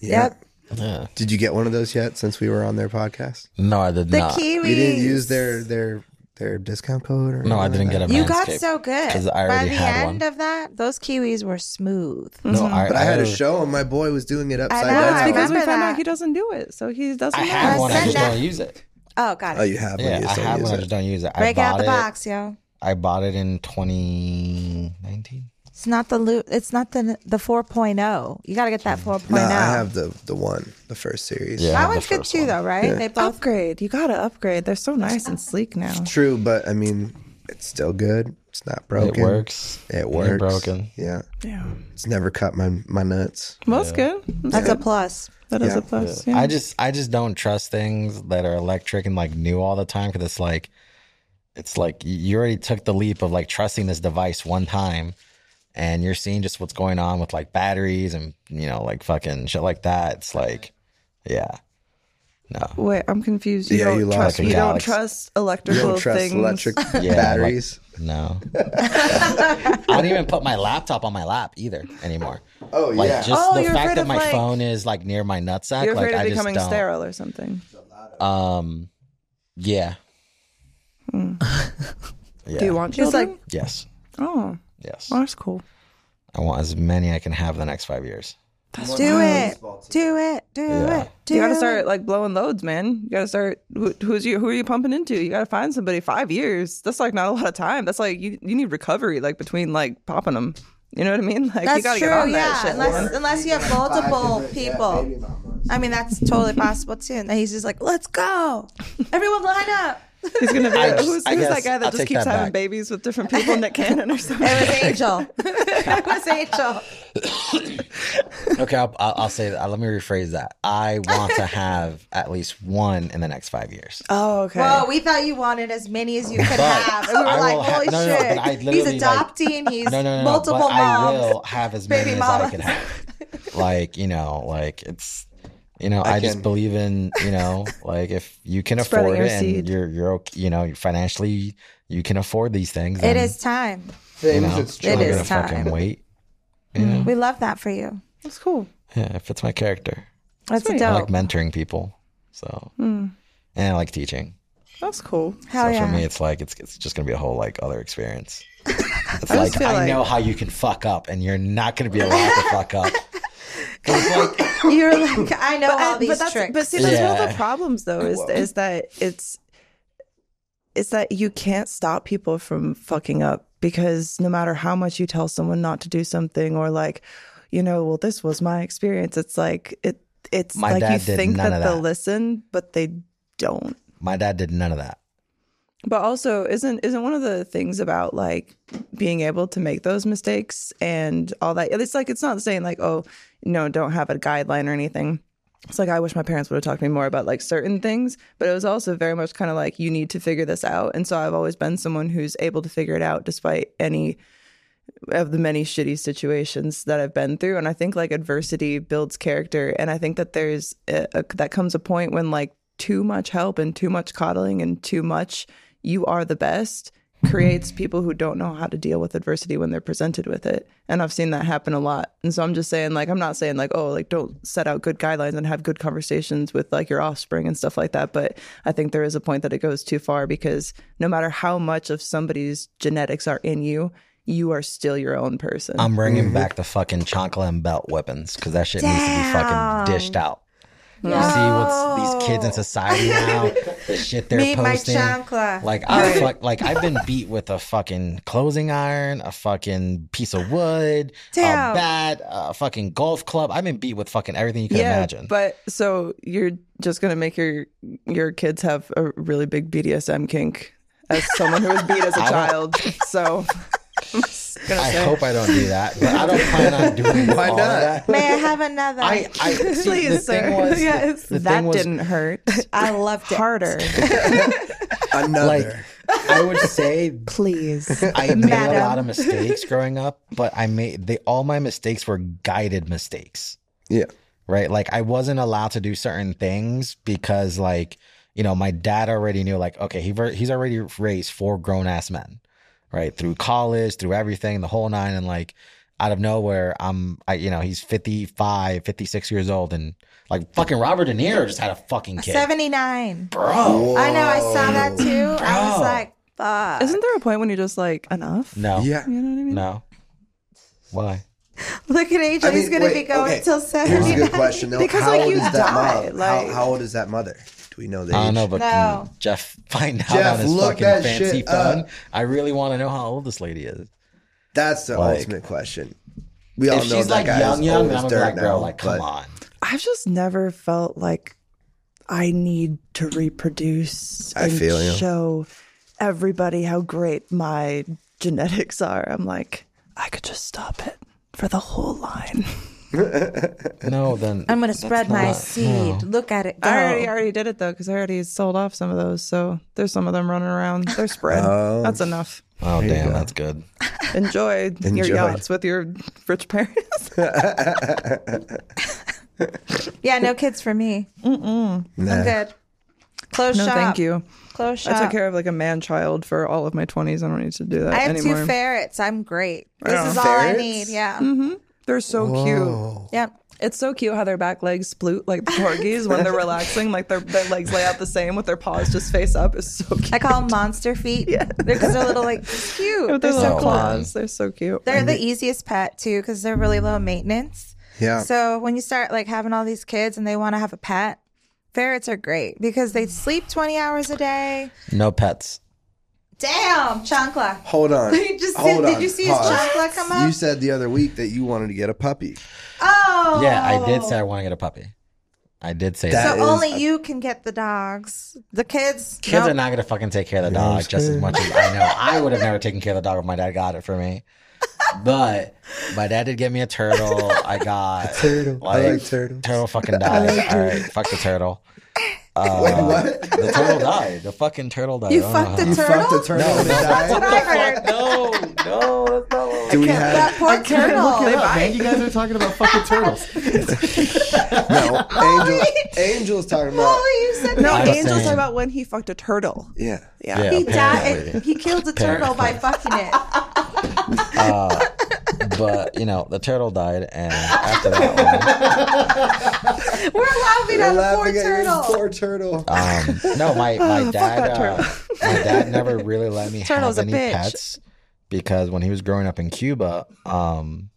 A: Yeah.
C: Yep.
D: Yeah.
A: Did you get one of those yet since we were on their podcast?
D: No, I did
C: The
D: not.
C: Kiwis.
A: You didn't use their their their discount code or
D: no, I
A: anything like
D: didn't get a.
A: that?
C: You got
D: Manscaped.
C: so good.
D: 'cause I
C: By
D: already
C: the
D: had
C: end
D: one.
C: of that, those Kiwis were smooth.
D: No, I,
A: But I had to
D: have-
A: show him my boy was doing it upside
C: know,
A: down.
C: I
B: It's because we
C: remember
B: found
C: that.
B: out he doesn't do it, so he doesn't.
D: I
B: know.
D: have one. I
C: Send
D: just
C: that-
D: don't use it.
C: Oh, got it.
A: Oh, you have one.
D: Yeah,
A: you
D: I
A: just don't
D: have
A: use
D: one. I
A: it.
D: just don't use it. I
C: Break
D: bought
C: out the
D: it.
C: box, yo.
D: I bought it in 2019.
C: It's not the loot. It's not the the 4.0. You got to get that 4.0.
A: No, I have the the one, the first series.
D: Yeah.
C: that
D: the
C: one's good
D: first
C: too,
D: one.
C: though, right? They both.
B: upgrade. You gotta upgrade. They're so nice and sleek now.
A: True, but I mean, it's still good. It's not broken.
D: It works.
A: It
D: ain't
A: works.
D: Broken.
A: Yeah.
B: Yeah,
A: It's never cut my my nuts.
B: well, that's good. That's
C: That's a
B: good.
C: plus.
B: That is
A: Yeah.
B: a plus. Yeah.
D: I just I just don't trust things that are electric and like new all the time because it's like it's like you already took the leap of like trusting this device one time and you're seeing just what's going on with like batteries and you know like fucking shit like that. It's like yeah. No.
B: Wait, I'm confused. You
A: Yeah,
B: don't
A: you lost
B: trust.
D: me.
B: You don't
D: Alex.
B: trust
A: You
B: electrical
A: don't trust
B: things.
A: electric
D: Yeah,
A: batteries.
D: like, no. I don't even put my laptop on my lap either anymore.
A: oh
D: Like
A: yeah.
D: just
C: Oh,
D: the
C: you're
D: fact
C: afraid
D: that
C: of,
D: my
C: like-
D: phone is like near my nutsack,
B: You're afraid
D: like
B: of
D: I just
B: becoming
D: don't.
B: sterile or something.
D: Um, yeah. yeah.
B: Hmm. Do you want
C: It's
B: children?
C: like
D: Yes.
B: oh,
D: Yes.
B: well, that's cool.
D: I want as many I can have the next five years.
C: do it, do it, do
D: Yeah.
C: it, do
B: You gotta
C: it.
B: start like blowing loads, man. You gotta start. Who, who's you? Who are you pumping into? You gotta find somebody. Five years. That's like not a lot of time. That's like you, you need recovery, like between like popping them. You know what I mean? Like you
C: That's
B: gotta
C: true.
B: get on
C: yeah,
B: that shit.
C: unless
B: man.
C: unless you have multiple people. I mean, that's totally possible too. And he's just like, "Let's go, everyone, line up."
B: He's gonna be
D: I
B: who's,
D: just-
B: who's
D: I
B: that
D: guess
B: guy that
D: I'll
B: just
D: take
B: keeps
D: that
B: having
D: back.
B: babies with different people, Nick Cannon or something.
C: It was Angel. it was Angel.
D: Okay, I'll, I'll, I'll say that. Let me rephrase that. I want to have at least one in the next five years.
B: Oh, okay.
C: Whoa, we thought you wanted as many as you could
D: But
C: have. And we were
D: I
C: like,
D: will ha-
C: holy
D: no, no, but I
C: shit. he's
D: literally, like-
C: adopting, he's
D: No, no, no,
C: multiple
D: no. But
C: moms.
D: I will have as
C: baby
D: many as I
C: mamas.
D: can have. Like you know, like it's you know, I,
A: can-
D: just believe in you know, like if you can
B: Spreading
D: afford
B: your
D: it and
B: seed.
D: you're you're okay, you know, financially you can afford these things.
C: It
D: then,
C: is time.
D: You
A: Things
D: know,
A: it's
D: I'm
A: true.
D: not
C: is
D: gonna
C: time.
D: fucking wait.
C: We love that for you.
B: that's cool.
D: Yeah, it fits my character.
C: That's
B: Sweet.
C: dope.
D: I like mentoring people, so and I like teaching.
B: That's cool.
C: Hmm. Hell
D: so
C: yeah.
D: for me, it's like it's it's just gonna be a whole like other experience. It's
B: I just
D: like
B: feel
D: I
B: like-
D: know how you can fuck up, and you're not gonna be allowed to fuck up. 'Cause it's like
C: You're like, I know
D: uh,
C: all
B: I-
C: these
B: but that's,
C: tricks.
B: But see, that's one of the
D: Yeah.
B: problems, though, is is that it's it's that you can't stop people from fucking up because no matter how much you tell someone not to do something or like, you know, well, this was my experience. It's like it it's
D: My
B: like you
D: dad did
B: think
D: none
B: that
D: of
B: they'll
D: that.
B: listen, but they don't.
D: my dad did none of that.
B: But also, isn't isn't one of the things about like being able to make those mistakes and all that? It's like it's not saying like, oh, no, don't have a guideline or anything. It's like I wish my parents would have talked to me more about like certain things, but it was also very much kind of like you need to figure this out. And so I've always been someone who's able to figure it out despite any of the many shitty situations that I've been through. And I think like adversity builds character. And I think that there's a, a, that comes a point when like too much help and too much coddling and too much you are the best creates people who don't know how to deal with adversity when they're presented with it. And I've seen that happen a lot. And so I'm just saying like I'm not saying like oh like don't set out good guidelines and have good conversations with like your offspring and stuff like that, but I think there is a point that it goes too far because no matter how much of somebody's genetics are in you, you are still your own person.
A: Mm-hmm.
D: I'm bringing back the fucking chonkla and belt weapons because that shit needs to be fucking dished out. See what's these kids in society now, the shit they're
C: Meet my
D: posting.
C: chancla.
D: Like I fuck, like I've been beat with a fucking clothing iron, a fucking piece of wood,
C: Damn.
D: a bat, a fucking golf club. I've been beat with fucking everything you can imagine.
B: But so you're just gonna make your your kids have a really big BDSM kink as someone who was beat as a
D: I don't-
B: child. So I'm just gonna
D: I
B: say.
D: hope I don't do that. But I don't plan on doing
A: Why
D: all
A: not?
D: Of that.
C: May I have another?
D: I, I see, the
B: Please,
D: thing
B: sir.
D: was,
C: Yes.
D: the
B: that
D: thing was,
B: didn't hurt.
C: I loved it.
B: Harder.
D: like,
A: Another.
D: I would say
C: Please.
D: I made a
C: Madam.
D: lot of mistakes growing up, but I made they all my mistakes were guided mistakes,
A: yeah.
D: right? Like I wasn't allowed to do certain things because like, you know, my dad already knew like, okay, he ver- he's already raised four grown ass men, right? Through college, through everything, the whole nine and like out of nowhere, I'm I you know, he's 55, 56 years old and like fucking Robert De Niro just had a fucking kid.
C: 79.
D: Bro.
C: I know. I saw that too. I was
D: Bro.
C: like, fuck.
B: Isn't there a point when you're just like enough?
D: No.
A: Yeah.
B: You know what I mean?
D: No. Why?
C: Look at AJ.
A: I mean,
C: He's going to be
A: wait,
C: going
A: okay.
C: till
A: Here's a
C: 79.
A: good question though.
B: Because,
A: how
B: like,
A: old
B: you
A: is that
B: die,
A: mom?
B: like-
A: how, how old is that mother? Do we know the
D: I
A: age?
D: don't know, but
C: No.
D: can Jeff find out
A: Jeff,
D: on his
A: look
D: fucking
A: that
D: fancy
A: shit
D: phone?
A: up.
D: I really want to know how old this lady is.
A: That's the
D: Like-
A: ultimate question. We all
D: if
A: know
D: she's
A: that
D: like
A: guy
D: young,
A: is
D: young,
A: old
D: then
A: as
D: I'm gonna be
A: dirt
D: like, bro,
A: now,
D: like, come
A: but
D: on.
B: I've just never felt like I need to reproduce
A: I
B: and
A: feel you.
B: show everybody how great my genetics are. I'm like, I could just stop it for the whole line.
D: No, then
C: I'm going to spread my
D: not-
C: seed. Look at it. Go.
B: I already already did it though, because I already sold off some of those. So there's some of them running around. They're spread.
A: Oh.
B: That's enough.
D: oh damn, that's good.
B: Enjoy, your
A: Enjoy.
B: yachts with your rich parents.
C: yeah, no kids for me.
A: nah.
C: I'm good. Close
B: no,
C: shop.
B: thank you.
C: Close shop.
B: I took care of like a man child for all of my 20s. I don't need to do that
C: I have
B: anymore. Mm-hmm.
C: two ferrets. I'm great.
B: Yeah.
C: This is all I
A: Ferrets?
C: need. Yeah.
B: They're so cute.
A: Oh,
C: Yep.
B: It's so cute how their back legs sploot like the corgis when they're relaxing. Like their, their legs lay out the same with their paws just face up. It's so cute.
C: I call them monster feet because they're little, like cute.
B: With
C: They're
B: their
C: so
B: little
C: cool.
B: claws. They're so cute.
C: They're the easiest pet too because they're really low maintenance.
A: Yeah.
C: So when you start like having all these kids and they want to have a pet, ferrets are great because they sleep 20 hours a day.
D: No pets.
C: Damn, chancla.
A: Hold on.
C: You just
A: Hold
C: did- did
A: on.
C: you see his
A: Pause.
C: chocolate come up?
A: You said the other week that you wanted to get a puppy.
C: Oh.
D: Yeah, I did say I want to get a puppy. I did say
A: That
D: that.
C: So
A: is-
C: only you can get the dogs. The kids.
D: Kids
C: nope.
D: are not gonna fucking take care of the dog just as much as I know. I would have never taken care of the dog if my dad got it for me. But my dad did get me a turtle. I got
A: turtle. I like turtles.
D: Turtle fucking died. All right, fuck the turtle. Uh,
A: what?
D: The turtle died. The fucking turtle died.
C: You
D: I don't know how.
C: fucked the
A: You fucked
C: turtle?
A: a turtle and it
C: That's what
A: died?
C: I heard.
D: No, no, that's not what
A: Do we
C: That
A: have
C: poor turtle.
D: You guys are talking about fucking turtles.
A: no angel? Angels talking about
C: Holy, you said
B: No,
D: I'm
B: Angel's
D: saying-
B: talking about when he fucked a turtle.
A: yeah.
B: Yeah.
C: He
D: apparently.
C: died. He killed a turtle by fucking it.
D: But you know, the turtle died, and after that
C: We're laughing at the poor
A: Laughing at your
C: turtle.
A: poor turtle.
D: one, um, no, my my dad,
B: that
D: uh, my dad never really let me
C: Turtle's a
D: have any
C: bitch.
D: pets because when he was growing up in Cuba, um,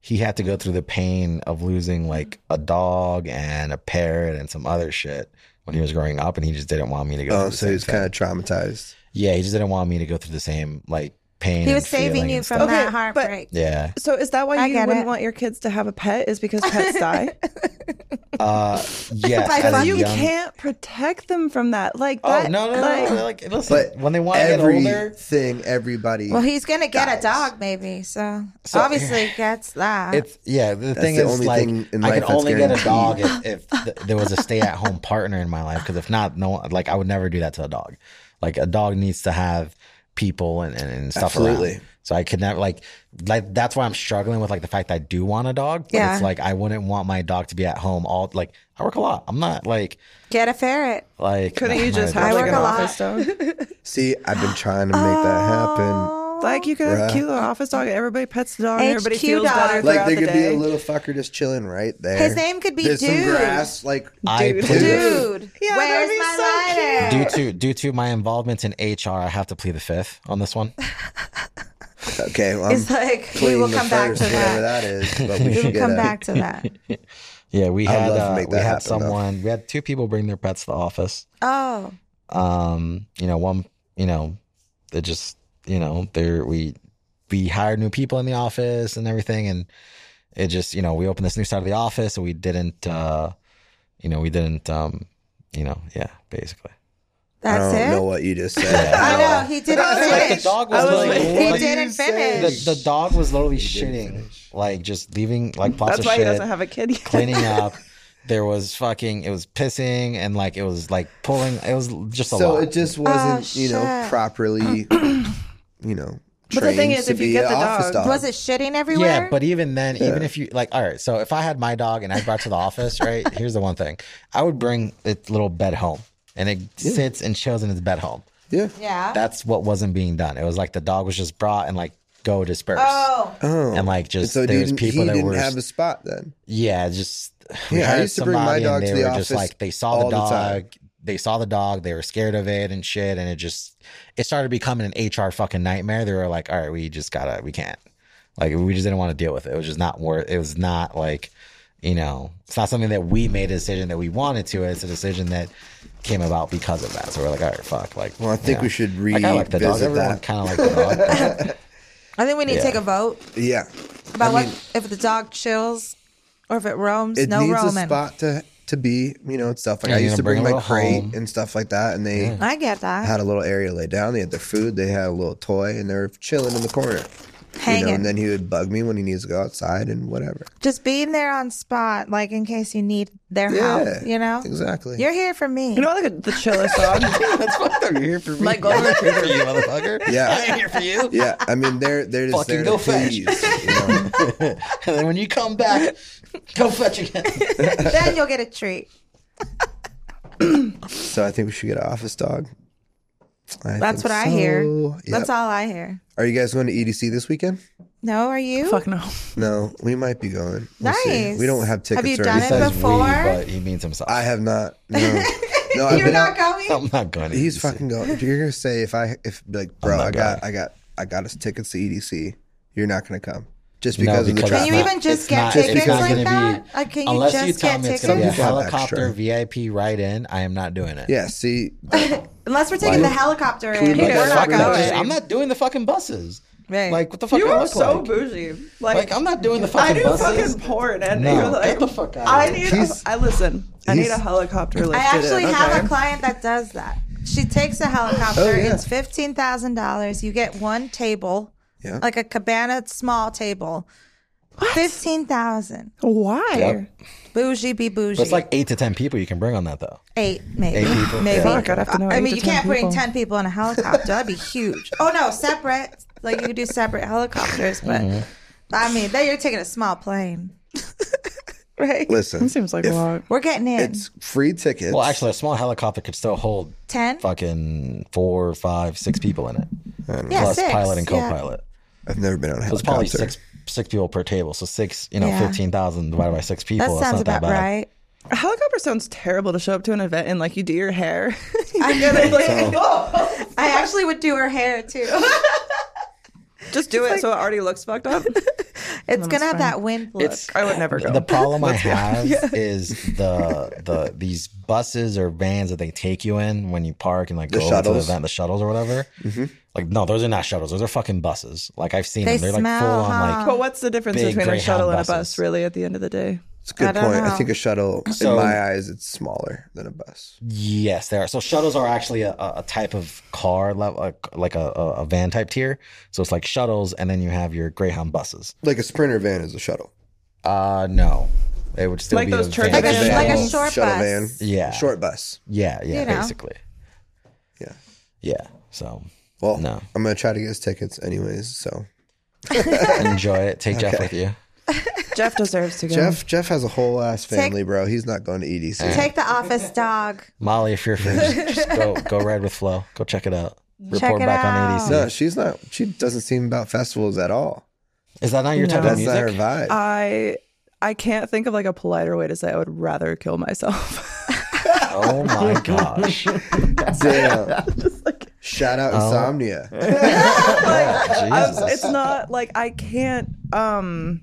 D: he had to go through the pain of losing like a dog and a parrot and some other shit when he was growing up, and he just didn't want me to go.
A: Oh,
D: through the
A: so
D: same
A: he's
D: thing.
A: kind of traumatized.
D: Yeah, he just didn't want me to go through the same like pain.
C: He
D: and
C: was saving
D: feeling
C: you
D: and
C: from
D: stuff.
B: Okay,
C: that
B: but-
C: heartbreak.
D: Yeah.
B: So is that why
C: I
B: you
C: get
B: wouldn't
C: it.
B: want your kids to have a pet? Is because pets die?
D: Uh, yes.
C: By
D: as a
C: fucking-
B: you
D: young-
B: can't protect them from that. Like
D: Oh
B: that.
D: no, no,
B: like,
D: no, no! Like, listen,
A: But
D: when they want to get older,
A: everything, everybody.
C: Well, he's gonna get a dog, maybe. So,
D: So-
C: obviously, he gets that.
D: it's yeah. The thing
A: the
D: is,
A: only
D: like,
A: thing in
D: I
A: life
D: could
A: that's
D: only get a
A: guaranteed.
D: dog if, if th- there was a stay-at-home partner in my life. Because if not, no, one- like I would never do that to a dog. Like a dog needs to have people and, and, and stuff
A: Absolutely.
D: around. So I could never like like that's why I'm struggling with like the fact that I do want a dog. But
C: Yeah.
D: it's like I wouldn't want my dog to be at home all like I work a lot. I'm not like
C: get a ferret.
D: like
B: Couldn't
D: no,
B: you
D: I'm
B: just
D: not
B: have
C: I
B: like
C: work
B: an
C: a lot.
B: office dog?
A: See, I've been trying to make that happen.
C: Oh.
B: Like you could have a
A: Bruh.
B: cute little office dog. and Everybody pets the dog. and
C: HQ
B: everybody feels
C: dog.
B: better
A: Like
B: throughout
A: there
B: the
A: could be
B: day.
A: a little fucker just chilling right there.
C: His name could be
A: There's some
C: Dude.
A: grass, like
D: I
B: Dude.
D: plead the
C: Dude,
B: Yeah, that'd
C: where's
B: be
C: my
B: so
C: lighter?
D: due to due to my involvement in HR, I have to plead the fifth on this one.
A: okay. Well, I'm
C: It's like we
A: pleading
C: will
A: the
C: come back
A: first,
C: to
A: whatever
C: that.
A: that is, but we
C: We'll
A: should get
C: come
A: a,
C: back to that.
D: Yeah, we
A: I would
D: had
A: love to
D: uh,
A: make
D: we
A: that
D: had
A: happen, though.
D: someone. We had two people bring their pets to the office.
C: Oh,
D: Um, you know, one, you know, it just, you know, there we we hired new people in the office and everything, and it just, you know, we opened this new side of the office, and we didn't, uh, you know, we didn't, um, you know, yeah, basically.
C: that's
A: I don't
C: it.
A: know what you just said.
C: I know he didn't
D: It's like the
C: finish.
D: dog
B: was
C: I
B: like,
C: he
D: what do
C: didn't
A: you say?
C: finish.
D: The, the dog was literally
A: You didn't
D: shitting,
A: finish.
D: like just leaving like pots
B: That's
D: of
B: why he
D: shit.
B: doesn't have a kid yet.
D: cleaning up. There was fucking. It was pissing and like it was like pulling. It was just a
A: so
D: lot.
A: it just wasn't,
C: Oh,
A: you know,
C: shit.
A: properly, you know.
B: But the thing
A: trained
B: is,
A: to
B: if you
A: be
B: get
A: an
B: the
A: office
B: dog-
C: Was it shitting everywhere?
D: yeah, but even then, even if you like, all right. So if I had my dog and I brought it to the office, right? Here's the one thing: I would bring its little bed home, and it sits and chills in its bed home.
A: Yeah.
C: yeah.
D: That's what wasn't being done. It was like the dog was just brought and like go disperse.
C: oh,
A: Oh.
D: And like just
A: so
D: there
A: he
D: was
A: didn't, he
D: people that
A: didn't
D: were
A: have a spot then.
D: Yeah, just we
A: Yeah, I
D: hired
A: used to bring my
D: somebody and
A: dog
D: they
A: to the
D: were just
A: office
D: like they saw
A: all
D: the
A: the time.
D: dog, they saw the dog, they were scared of it and shit, and it just it started becoming an HR fucking nightmare. They were like, all right, we just gotta, we can't, like we just didn't want to deal with it. It was just not worth. It was not like, you know, it's not something that we made a decision that we wanted to. It's a decision that came about because of that. So we're like, all right, fuck, like.
A: Well, I think
D: yeah.
A: we should
D: Like,
A: revisit
D: I like the dog. Everyone
A: that.
D: kind of like the dog. but-
C: I think we need
D: Yeah.
C: to take a vote
A: Yeah.
C: about
A: I mean,
C: what if the dog chills or if it roams.
A: it
C: no
A: needs
C: roaming.
A: a spot to to be, you know, and stuff. Like
D: Yeah,
A: I
D: you
A: used
D: gotta
A: to bring,
D: bring it
A: my
D: all
A: crate
D: home.
A: and stuff like that, and they
C: I get that.
A: had a little area to lay down. They had their food, they had a little toy, and they were chilling in the corner. You
C: Hanging.
A: know, and then he would bug me when he needs to go outside and whatever.
C: Just being there on spot, like in case you need their help. You know,
A: exactly.
C: you're here for me.
B: You know, like the chillest dog.
D: That's fucked up. You're here for me.
B: My golden
D: I'm here for you, motherfucker.
A: Yeah.
D: I ain't here for you.
A: yeah, I mean they're they're just
D: Fucking
A: there
D: go
A: to
D: fetch.
A: please. You know?
D: and then when you come back, go fetch again.
C: then you'll get a treat.
A: So I think we should get an office dog. I
C: That's
A: think
C: what I hear.
A: so. Yep.
C: That's all I hear.
A: Are you guys going to EDC this weekend?
C: No, are you?
B: Fuck no.
A: No, we might be going. We'll see.
C: Nice.
A: We don't have
C: Have
A: tickets.
C: you
A: or
C: done it
A: anything.
C: Says we, but
D: but he means himself.
A: I
D: I,
A: have not. No, no, I've
C: You're
A: been
C: not
A: out.
C: going.
D: am not going. to
A: He's
D: EDC.
A: fucking going. You're gonna say if I if like bro,
D: not
A: I got
D: going.
A: I got I got us tickets to EDC. You're not gonna come just
D: No,
A: because,
D: because
A: of the
C: Can
A: traffic.
C: you
D: It's not-
C: even just
D: it's
C: get
D: not-
A: it's
C: tickets
A: not
C: like
D: gonna be-
C: that? Like, can you
D: Unless
C: just
D: you tell
C: get
D: me it's
C: tickets?
D: going to be a
A: Some people have
D: helicopter
A: extra.
D: VIP ride in, I am not doing it.
A: yeah, see,
C: Unless we're taking the helicopter in,
A: look
D: Like,
A: Yeah,
C: we're
A: at
C: not
D: fuck
A: fucking
D: no,
A: just-
C: going.
D: dude, I'm not doing the fucking buses.
C: Right.
D: Like what the fuck?
B: You
D: I
B: are
D: look
B: so
D: like?
B: bougie. Like,
D: Like I'm not doing the
B: I
D: fucking
B: do
D: buses.
B: fucking porn, and
D: No,
B: you're like,
D: get the fuck outta
B: I
D: here.
B: need.
A: He's-
B: I listen. I need a
A: he's-
B: helicopter lift.
C: I
B: to do
C: actually
B: it,
C: have
B: okay?
C: a client that does that. She takes a helicopter.
A: Oh, yeah.
C: It's fifteen thousand dollars. You get one table,
A: yeah,
C: like a cabana small table. Fifteen thousand.
B: Why?
D: Yep.
C: Bougie be bougie.
D: But it's like eight to ten people you can bring on that though.
C: eight, maybe.
D: Eight people,
C: Maybe.
D: yeah.
B: Fuck, I'd have to know
C: I
B: eight
C: mean,
B: to
C: you
B: 10
C: can't bring
B: people.
C: ten people in a helicopter. That'd be huge. Oh no, separate. Like you could do separate helicopters, but
D: Mm-hmm.
C: I mean, there you're taking a small plane, right?
A: listen,
B: It seems like a lot.
C: We're getting in
A: it's free tickets.
D: Well, actually, a small helicopter could still hold
C: ten.
D: fucking four, five, six people in it,
C: Yeah,
D: plus
C: six.
D: pilot and
C: Yeah.
D: co-pilot.
A: I've never been on a
D: It was probably
A: helicopter.
D: six six people per table, so six, you know,
C: Yeah.
D: fifteen thousand divided by six people.
C: That
D: it's
C: sounds
D: not
C: about
D: that bad.
C: right.
B: A helicopter sounds terrible to show up to an event and like you do your hair.
C: I,
B: Oh,
C: I actually would do her hair too.
B: Just do it so it already looks fucked up.
C: It's gonna have that wind look.
D: It's
B: I would never go.
D: the problem I have is the the these buses or vans that they take you in when you park and like go over to the
A: shuttles.
D: event, the shuttles or whatever. Like no, those are not shuttles. Those are fucking buses. Like I've seen
C: They
D: them. They're like
C: smell,
D: full on
C: huh?
D: like
B: But what's the difference
D: Big
B: between a
D: Greyhound
B: shuttle and a
D: buses.
B: bus, really, at the end of the day?
A: It's a good
C: I don't
A: point.
C: know.
A: I think a shuttle,
D: So-
A: in my eyes, it's smaller than a bus.
D: Yes, they are. So shuttles are actually a, a a type of car level, a- like a, a a van type tier. So it's like shuttles, and then you have your Greyhound buses.
A: Like a sprinter van is a shuttle.
D: Uh no, it would still
B: Like
D: be
B: those
D: a
B: church
D: van.
C: Like a-
A: Van,
C: like a short
A: shuttle
C: bus.
A: van.
D: Yeah.
A: short bus.
D: yeah, yeah,
C: You know.
D: basically,
A: Yeah.
D: yeah. So
A: Well,
D: No.
A: I'm gonna try to get his tickets anyways. So
D: enjoy it. Take Jeff with you.
B: Jeff deserves to go.
A: Jeff, Jeff has a whole ass family, bro. He's not going to E EDC.
D: Eh.
C: Take the office dog.
D: Molly, if you're free, just, just go go ride with Flo. Go check it out. Report
C: it
D: back
C: out.
D: on ADC.
A: No, she's not. She doesn't seem about festivals at all.
D: Is that not your type
B: No.
D: of
A: That's not her
D: music?
A: vibe.
B: I I can't think of like a politer way to say I would rather kill myself.
D: Oh my gosh!
A: Damn. Shout
D: Oh.
A: out Insomnia.
B: Like, I'm-
D: Jesus.
B: it's not like I can't um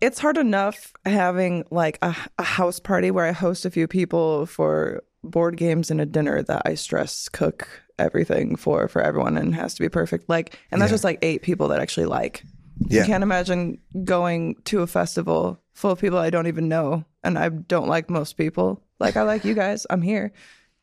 B: it's hard enough having like a, a house party where I host a few people for board games and a dinner that I stress cook everything for for everyone and has to be perfect. Like, and that's just like eight people that actually like.
A: Yeah.
B: I can't imagine going to a festival full of people I don't even know and I don't like most people. Like, I like you guys. I'm here.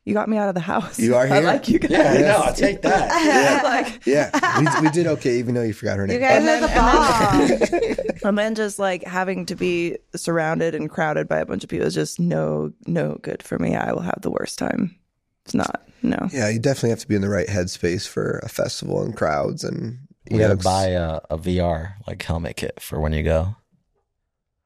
B: You got me out of the house.
A: You are
B: I
A: here.
B: like you guys.
D: Yeah, no, I'll take that.
B: like,
A: Yeah, we, we did okay, even though you forgot her name.
C: You guys
B: And
C: are
B: then-
C: the bomb.
B: And then just like having to be surrounded and crowded by a bunch of people is just no, no good for me. I will have the worst time. It's not, no.
A: yeah, you definitely have to be in the right headspace for a festival and crowds and
D: You
A: you
D: gotta
A: know,
D: buy a, a VR like helmet kit for when you go,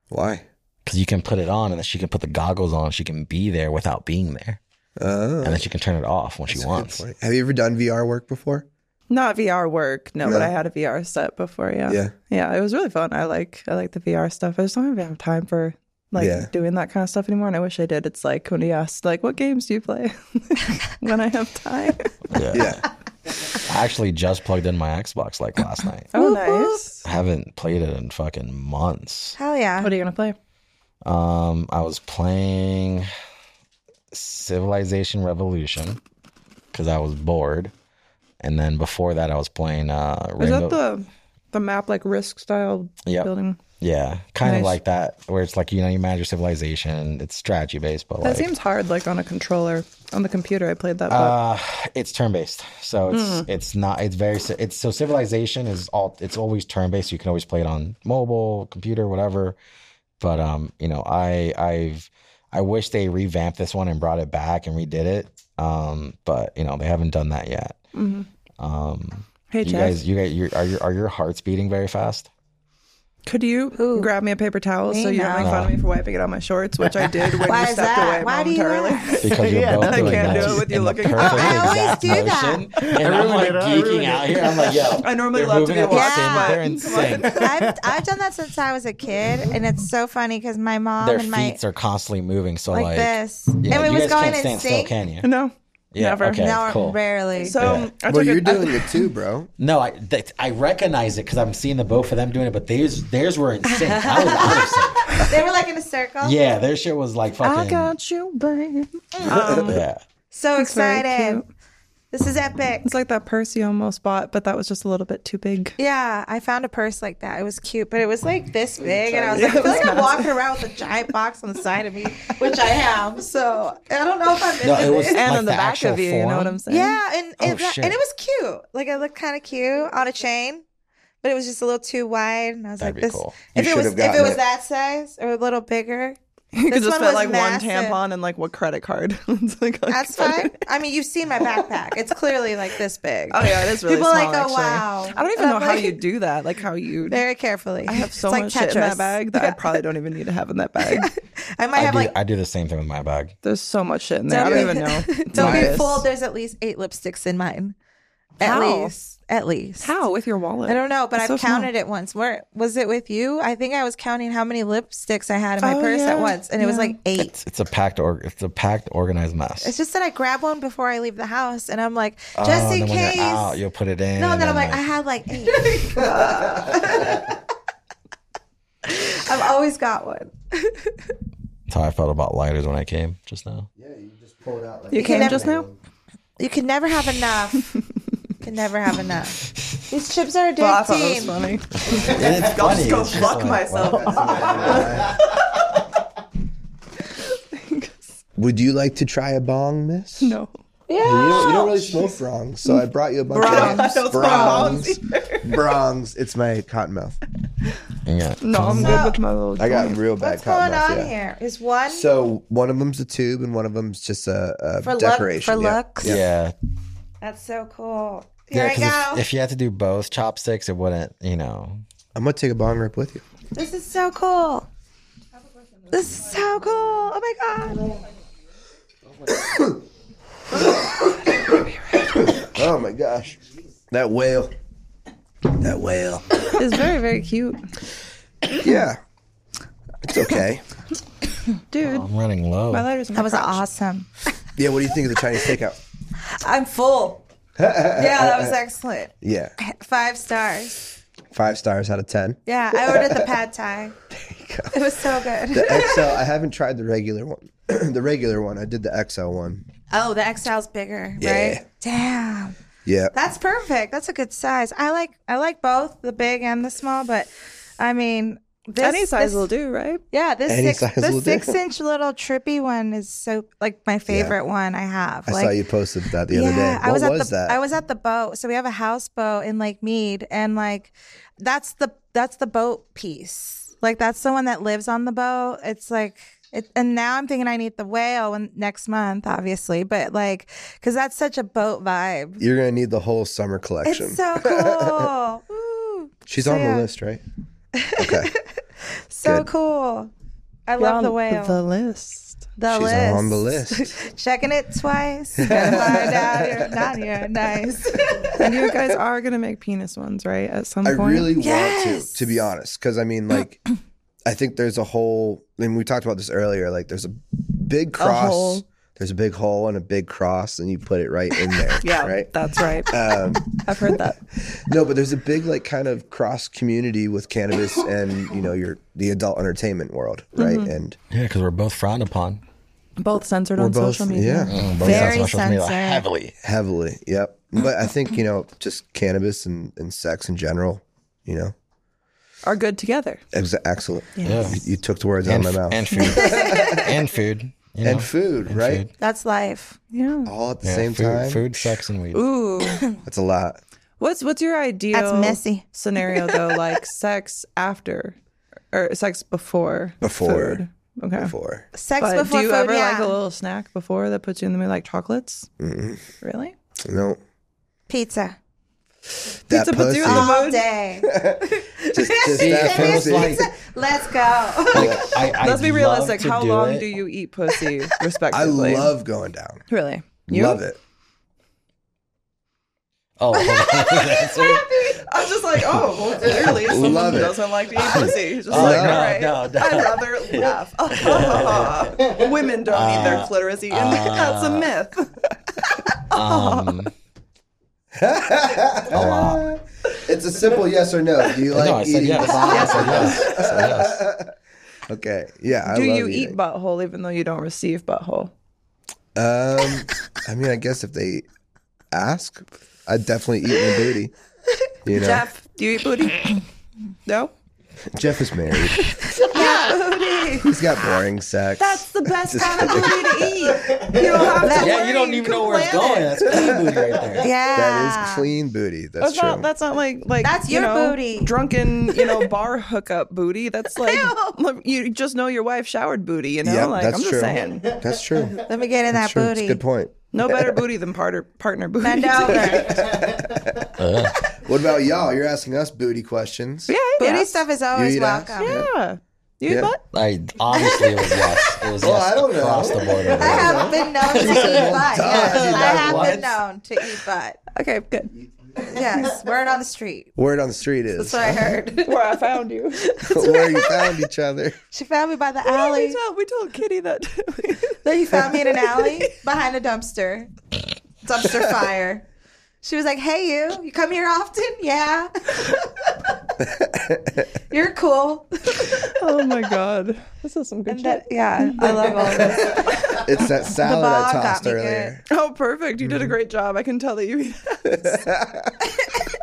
A: Why?
D: because you can put it on and then she can put the goggles on. She can be there without being there,
A: Oh,
D: and then she can turn it off when she
A: that's a good
D: wants.
A: point. Have you ever done VR work before?
B: Not VR work, no, but
A: No.
B: I had a VR set before, yeah.
A: Yeah.
B: Yeah, it was really fun. I like I like the VR stuff. I just don't have time for like
A: Yeah.
B: doing that kind of stuff anymore. And I wish I did. It's like when he asked, like, what games do you play when I have time?
A: Yeah.
D: I actually just plugged in my Xbox like last night.
B: Oh,
C: Whoop, whoop.
B: nice.
D: I haven't played it in fucking months.
C: Hell yeah.
B: What are you gonna play?
D: Um, I was playing Civilization Revolution because I was bored, and then before that, I was playing uh,
B: Is
D: Rainbow.
B: that the the map like Risk style
D: Yep.
B: building?
D: yeah, kind of
B: Nice.
D: like that, where it's like you know you manage your civilization. It's strategy based, but
B: That
D: like
B: seems hard, like on a controller on the computer. I played that. but-
D: uh, it's turn based, so it's
B: Hmm.
D: it's not it's very ci- it's so Civilization is all it's always turn based. You can always play it on mobile, computer, whatever. But um, you know, I I've I wish they revamped this one and brought it back and redid it. Um, but you know they haven't done that yet. Um,
B: hey,
D: you
B: Jeff,
D: guys, you guys, you are your are your hearts beating very fast?
B: could you
C: Who?
B: grab me a paper towel so
C: Me?
B: you don't make
D: No.
B: fun of me for wiping it on my shorts, which I did when
C: Why
B: you
C: is
B: stepped
C: that?
B: away
C: Why do you
B: momentarily.
C: laugh?
D: Because you're
E: Yeah,
D: both
E: no, I
D: doing
B: can't
D: that
B: do it with you
D: in the
B: looking-
D: perfect
C: Oh, I always
D: exact
C: do that.
D: motion, and I'm
E: ruin
D: like
E: it, I ruin
D: geeking
E: it.
D: out here. I'm like, yo,
B: I normally
D: they're
B: love
D: moving
B: to be
D: at the
B: watched,
D: same-
C: but-
D: They're in sync.
C: I've, I've done that since I was a kid, and it's so funny because my mom
D: their
C: and my
D: feet are constantly moving. So like,
C: like, this,
D: yeah,
C: and we
D: you
C: was
D: guys
C: going
D: can't
C: in
D: stand still,
C: sync.
D: can you?
B: No,
D: Yeah,
B: never.
D: okay.
C: now
D: cool.
C: rarely.
B: So
D: Yeah.
B: I took
A: Well,
B: a-
A: you're
B: I-
A: doing it too, bro.
D: No, I that, I recognize it because I'm seeing the both of them doing it, but theirs theirs were in sync. I was out of sync.
C: they were like in a circle.
D: Yeah, their shit was like
B: I,
D: fucking.
B: got you, babe.
D: yeah.
C: So
B: It's very
C: excited.
B: cute.
C: This is epic.
B: It's like that purse you almost bought, but that was just a little bit too big.
C: Yeah, I found a purse like that. It was cute, but it was like this big, and I was like, I feel like I'm walking around with a giant box on the side of me, which I am. So I don't know if I'm.
D: No,
C: into
D: it was
C: this.
B: And
D: like
B: on the, back
D: actual
B: of you, you know what
D: form.
B: I'm saying?
C: Yeah, and
D: Oh,
C: it,
D: shit.
C: and it was cute. Like it looked kind of cute on a chain, but it was just a little too wide, and I was
D: That'd
C: like,
D: be
C: "This."
D: cool.
A: You
C: If it
A: should
C: was
A: have
C: if it
A: gotten
C: was
A: it.
C: that size or a little bigger,
B: you could
C: This
B: just
C: one
B: fit
C: was
B: like
C: massive.
B: one tampon and like what credit card? It's like- like-
C: that's fine. I mean, you've seen my backpack; it's clearly like this big.
B: Oh yeah, it is really
C: People are
B: small.
C: like, "Oh,
B: actually.
C: wow."
B: I don't even
C: And
B: know
C: I'm
B: how
C: like-
B: you do that. Like how you.
C: Very carefully.
B: I have so
C: it's like
B: much
C: Tetris.
B: shit in that bag that I probably don't even need to have in that bag.
C: I might
D: I,
C: have
D: do,
C: like
D: I do the same thing with my bag.
B: There's so much shit in there. I
C: Don't
B: don't
C: be-
B: even know. It's
C: Don't be
B: obvious.
C: fooled. There's at least eight lipsticks in mine. At
B: How?
C: least. At least.
B: How with your wallet?
C: I don't know, but
B: It's
C: I've
B: so small.
C: counted it once. Where was it with you? I think I was counting how many lipsticks I had in my
B: Oh,
C: purse at
B: yeah.
C: once, and it was
B: Yeah.
C: like eight.
D: It's it's a packed or it's a packed organized mess.
C: It's just that I grab one before I leave the house, and I'm like, just
D: Oh, and
C: in
D: then when you're
C: case.
D: out, you'll put it in.
C: no,
D: and
C: then I'm like, I had like eight. I've always got one.
D: that's how I felt about lighters when I came just now.
A: Yeah, you just pull it out like
B: You
C: can
B: came
C: never-
B: just now.
C: You can never have enough. you can never have enough. These chips are addicting.
B: Well, I thought it was funny.
D: And it's
B: I'll
D: funny.
B: just go
D: it's just
B: fuck
D: like,
B: myself.
A: Would you like to try a bong, miss?
B: no.
A: You don't, you don't really smoke brongs, so I brought you a bunch
B: Brongs.
A: of brongs. Brongs. It's my cotton mouth.
D: Yeah.
B: No, I'm good with my little.
A: I got
B: joint.
A: real bad
C: What's
A: cotton
C: going
A: mouth.
C: on
A: yeah.
C: here? Is one
A: So one of them's a tube, and one of them's just a, a
C: for luck? For
A: decoration. yeah.
C: looks?
D: Yeah.
C: That's so cool. Here
D: Yeah. 'cause
C: I
D: if,
C: go.
D: if you had to do both chopsticks, it wouldn't. You know.
A: I'm gonna take a bong rip with you.
C: this is so cool. This is so cool. Oh my god.
A: Oh my gosh, that whale, that whale.
B: It's very very cute,
A: yeah, it's okay.
B: dude.
D: I'm running low.
B: My lighter's in my
C: That was
B: crotch.
C: awesome.
A: Yeah, what do you think of the Chinese takeout?
C: I'm full. yeah, that was excellent.
A: Yeah,
C: Five stars.
A: five stars out of ten.
C: Yeah, I ordered the pad thai.
A: go.
C: It was so good.
A: The XL, I haven't tried the regular one. the regular one, I did the XL one.
C: oh, the XL's bigger,
A: Yeah.
C: right? Damn.
A: Yeah.
C: That's perfect. That's a good size. I like I like both the big and the small, but I mean this,
B: Any size
C: this-
B: will do, right?
C: Yeah, this
A: Any
C: six,
A: size will do.
C: the six inch little trippy one is so like my favorite one I have.
A: I
C: like,
A: saw you posted that the other day. What
C: I was,
A: was,
C: at the
A: that?
C: I was at the boat. So we have a houseboat in Lake Mead, and like that's the that's the boat piece. Like that's the one that lives on the boat. It's like. It, and now I'm thinking I need the whale when, next month, obviously, but like, because that's such a boat vibe.
A: You're gonna need the whole summer collection.
C: It's so cool. Ooh,
A: She's
C: so
A: on
C: yeah.
A: the list, right? Okay.
C: so
A: Good.
C: cool. I
B: You're
C: love
B: on
C: the whale.
B: The list.
C: The
A: She's
C: list.
A: on the list.
C: Checking it twice. Gotta find out you're not here. Nice.
B: And you guys are gonna make penis ones, right? At some
A: I
B: point.
A: really want
C: Yes.
A: to, to be honest, because I mean, like, I think there's a whole. I mean, we talked about this earlier. Like, there's a big cross.
B: hole.
A: There's a big hole and a big cross, and you put it right in there.
B: yeah,
A: Right.
B: that's right.
A: Um,
B: I've heard that.
A: no, but there's a big like kind of cross community with cannabis and you know your the adult entertainment world, right? And
D: Yeah, because we're both frowned upon. Mm,
B: Both censored
A: we're
B: on
A: both
B: social
A: yeah
B: media.
D: Both on
C: Very
D: social media
C: censored.
D: heavily.
A: heavily, yep. But I think you know just cannabis and, and sex in general, you know,
B: Are good together.
A: ex- excellent.
D: Yeah.
A: You took the words
D: And,
A: out of my
D: f-
A: mouth.
D: and food. and food. You know?
A: And food, right?
D: food.
C: That's life.
B: Yeah.
A: All at the
D: Yeah,
A: same
D: food,
A: time.
D: Food, sex, and weed.
B: Ooh.
A: That's a lot.
B: What's what's your ideal
C: messy.
B: scenario though? Like sex after or sex before
A: Before.
B: food? Okay.
A: for.
C: Sex
B: But
C: before
B: do you
C: food.
B: ever
C: yeah.
B: like a little snack before that puts you in the mood, like chocolates?
A: Mm-hmm.
B: Really?
A: No.
C: Pizza
A: That
B: Pizza puts you in
A: pussy.
B: the
C: all
B: mood?
C: day.
A: Just, just
D: See,
A: that
D: it feels
A: pussy.
D: like-
C: Let's go.
D: Like, I, I
B: Let's be
D: love
B: realistic.
D: to
B: How
D: do
B: long
D: it.
B: do you eat pussy,
A: I
B: respectively?
A: love going down.
B: Really? You?
A: Love it.
D: Oh, hold on.
B: I was just like, oh, well, clearly someone
A: Love it. Uh,
B: doesn't like to eat pussy. Just
D: Oh,
B: like,
D: no,
B: all right,
D: no, no.
B: I'd rather laugh. Women don't eat
A: Uh,
B: their clitoris eaten. That's a myth. Oh.
D: um, a lot.
A: It's a simple yes or no. Do you like
D: no, I said
A: eating?
D: yes. I said yes. I said yes.
A: Okay. Yeah.
B: Do
A: I love
B: you
A: eating.
B: eat butthole even though you don't receive butthole?
A: Um, I mean, I guess if they ask, I'd definitely eat my booty. You know, Jeff,
B: Jeff, do you eat booty? no?
A: is married. He's got boring sex.
C: That's the best kind of booty to eat.
B: You don't have to.
D: Yeah, you don't even know where it's going. That's clean booty right there.
C: Yeah.
A: That is clean booty. That's,
B: That's
A: true.
B: not, that's not like like
C: That's
B: you
C: your
B: know,
C: booty.
B: drunken you know bar hookup booty. That's like you just know your wife showered booty. You know,
A: Yep,
B: like
A: that's
B: I'm
A: true.
B: just saying,
A: That's true.
C: Let me get in that
A: Sure, it's a
C: booty.
A: good point.
B: no better booty than partner partner booty.
C: Bend over.
D: Uh,
A: What about y'all? You're asking us booty questions.
B: Yeah, I
C: booty
B: guess.
C: stuff is
A: You
C: always
A: eat ass?
C: welcome.
B: Yeah. You
A: Yeah.
B: butt?
D: I obviously it was yes. It was
A: Well,
D: yes
A: I don't know.
D: across the board.
C: I have been known to eat butt. Yes,
A: Duh, you
C: I have
D: know what?
C: been known to eat butt.
B: Okay, good.
C: Yes, word on the street.
A: Word on the street is
C: That's what I heard.
B: Where I found you.
A: where you found each other.
C: She found me by the
B: we,
C: alley.
B: told, we told Kitty that.
C: Then you found me in an alley behind a dumpster. Dumpster fire. She was like, "Hey, you, you come here often? Yeah, you're cool."
B: oh my god, this is some good shit.
C: That- yeah, I love all this.
A: It's that salad I
C: ball got
A: tossed
C: me
A: earlier.
B: Oh, perfect! You did a
A: Mm-hmm.
B: great job. I can tell that you.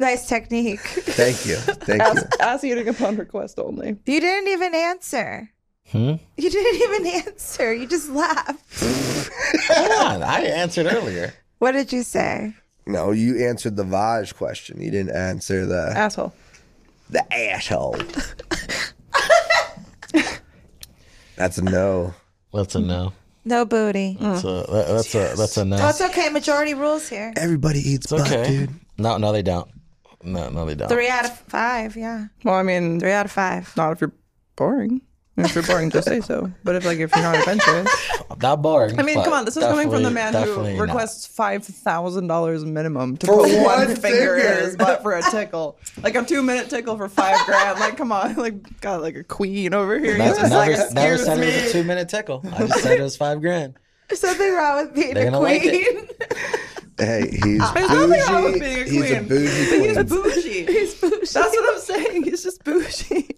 C: Nice technique.
A: Thank you. Thank you.
B: ask, ask eating upon request only.
C: You didn't even answer.
D: Hmm?
C: You didn't even answer. You just laughed.
D: Hold on, I answered earlier.
C: What did you say?
A: No, you answered the Vaj question. You didn't answer the
B: Asshole.
A: the asshole. That's a no.
D: That's a no.
C: No booty.
D: That's a that- that's a that's a no.
C: Oh, it's okay. Majority rules here.
A: Everybody eats
D: It's
A: butt, dude.
D: No, no, they don't. No, no, they don't.
C: Three out of five. Yeah,
B: Well, I mean,
C: three out of five.
B: not if you're boring. And If you're boring, just say so. But if like if you're not adventurous,
D: Not boring.
B: I mean, come on. This is coming from the man who requests five thousand dollars minimum to put
A: one
B: one, finger in
A: finger.
B: his butt for a tickle, like a two minute tickle for five grand. Like, come on, like got like a queen over here. He's
D: That's
B: just
D: never,
B: like,
D: never
B: excuse
D: said
B: me.
D: it was a two minute tickle. I just said it was five grand.
C: There's something wrong with being
D: They're
C: a
D: gonna like
C: queen.
A: Hey, he's
B: nothing wrong with being
A: bougie.
B: a
A: He's a
B: queen.
A: bougie
B: He's
A: queen.
B: bougie. He's bougie. That's what I'm saying. He's just bougie.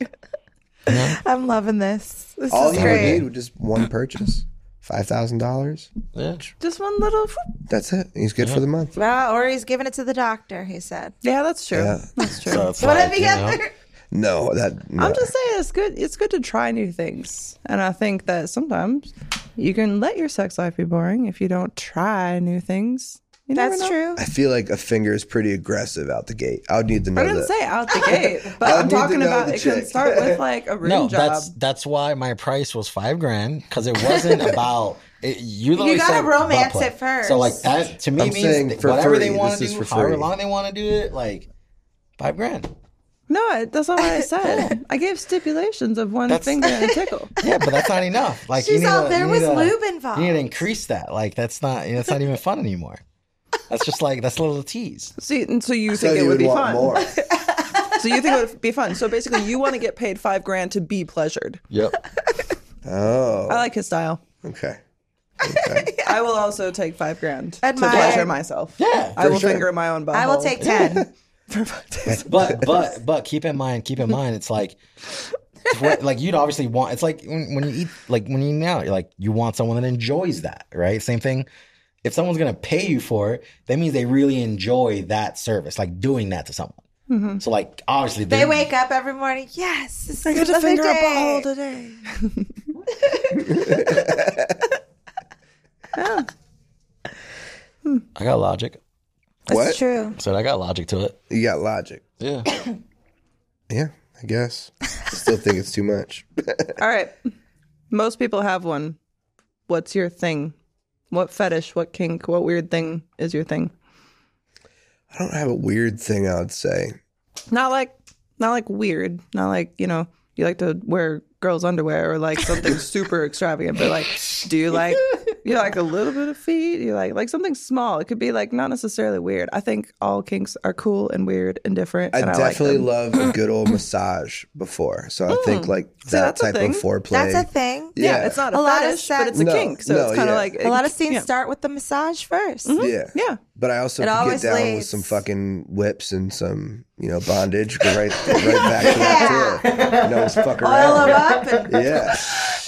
C: I'm loving this. This
A: All
C: is
A: he would
C: great.
A: need would just one purchase, five thousand dollars.
D: Yeah.
B: Just one little.
A: That's it. He's good for the month.
C: Well, or he's giving it to the doctor. He said.
B: Yeah, that's true.
A: Yeah.
B: That's true.
D: So it's
C: One
D: like,
C: or the
D: you know,
C: other.
A: No, that. No.
B: I'm just saying it's good. It's good to try new things, and I think that sometimes you can let your sex life be boring if you don't try new things. You never
C: That's
B: know.
C: true.
A: I feel like a finger is pretty aggressive out the gate. I would need to know
B: I didn't
A: that.
B: say out the gate, but
A: I
B: I'm
A: need to
B: talking
A: know
B: about
A: the
B: it can
A: chick.
B: start with like a room
D: No,
B: job.
D: that's that's why my price was five grand because it wasn't about it, you. literally
C: gotta
D: said butt
C: romance
D: play.
C: it first.
D: So like that to me
A: I'm saying
D: means
A: for
D: whatever they
A: free,
D: want
A: this
D: to
A: is
D: do,
A: for
D: however
A: free.
D: long they want to do it, like five grand.
B: no, that's not what I said. I gave stipulations of one
D: That's-
B: finger and a tickle.
D: Yeah, but that's not enough. Like you
C: She's
D: need
C: all
D: to-
C: there
D: you
C: was
D: need to-
C: lube involved.
D: You need to increase that. Like that's not that's not even fun anymore. That's just like that's a little tease.
B: See, and so you
A: So
B: think it
A: you
B: would be
A: want
B: fun.
A: more.
B: So you think it would be fun. So basically, you want to get paid five grand to be pleasured.
D: Yep.
B: I
A: Oh,
B: like his style.
A: okay. okay.
B: I will also take five grand
C: Admire.
B: to pleasure myself.
D: Yeah.
B: I will
A: sure.
B: finger my own butthole.
C: I will take ten.
B: for five days.
D: but but but keep in mind, keep in mind, it's like it's what, like you'd obviously want. It's like when, when you eat, like when you eat out, you're like you want someone that enjoys that, right? Same thing. If someone's gonna pay you for it, that means they really enjoy that service, like doing that to someone. So like obviously
C: Mm-hmm. They wake up every morning. Yes, this
B: I
C: is
B: got to
C: another
B: finger a
C: day.
B: butthole today.
D: I got logic.
C: That's
A: What?
C: true.
D: So I got logic to it.
A: You got logic.
D: Yeah.
A: Yeah, I guess. I still think it's too much.
B: All right. Most people have one. What's your thing? What fetish? What kink? What weird thing is your thing?
A: I don't have a weird thing. I would say.
B: Not like, not like weird. Not like you know you like to wear girls' underwear or like something super extravagant. But like, do you like you like a little bit of feet? You like like something small. It could be like not necessarily weird. I think all kinks are cool and weird and different.
A: I
B: and
A: definitely
B: I like
A: love a good old massage before. So I think like that
B: that's a
A: type of
B: thing.
A: foreplay.
C: That's a thing.
B: them. yeah. It's not a,
C: A lot of
B: fetish, but
C: sex-
B: it's a
A: No,
B: kink. So
A: no,
B: it's kind of
A: yeah.
B: like
C: A lot of scenes
B: yeah.
C: start with the massage 1st
A: Yeah.
B: Yeah.
A: But I also
C: It
A: could
C: always
A: get down with
C: leads.
A: some fucking whips and some, you know, bondage. Go right, go right back to that too. You know, just fuck
C: Oil
A: around.
C: them up and
A: Yeah.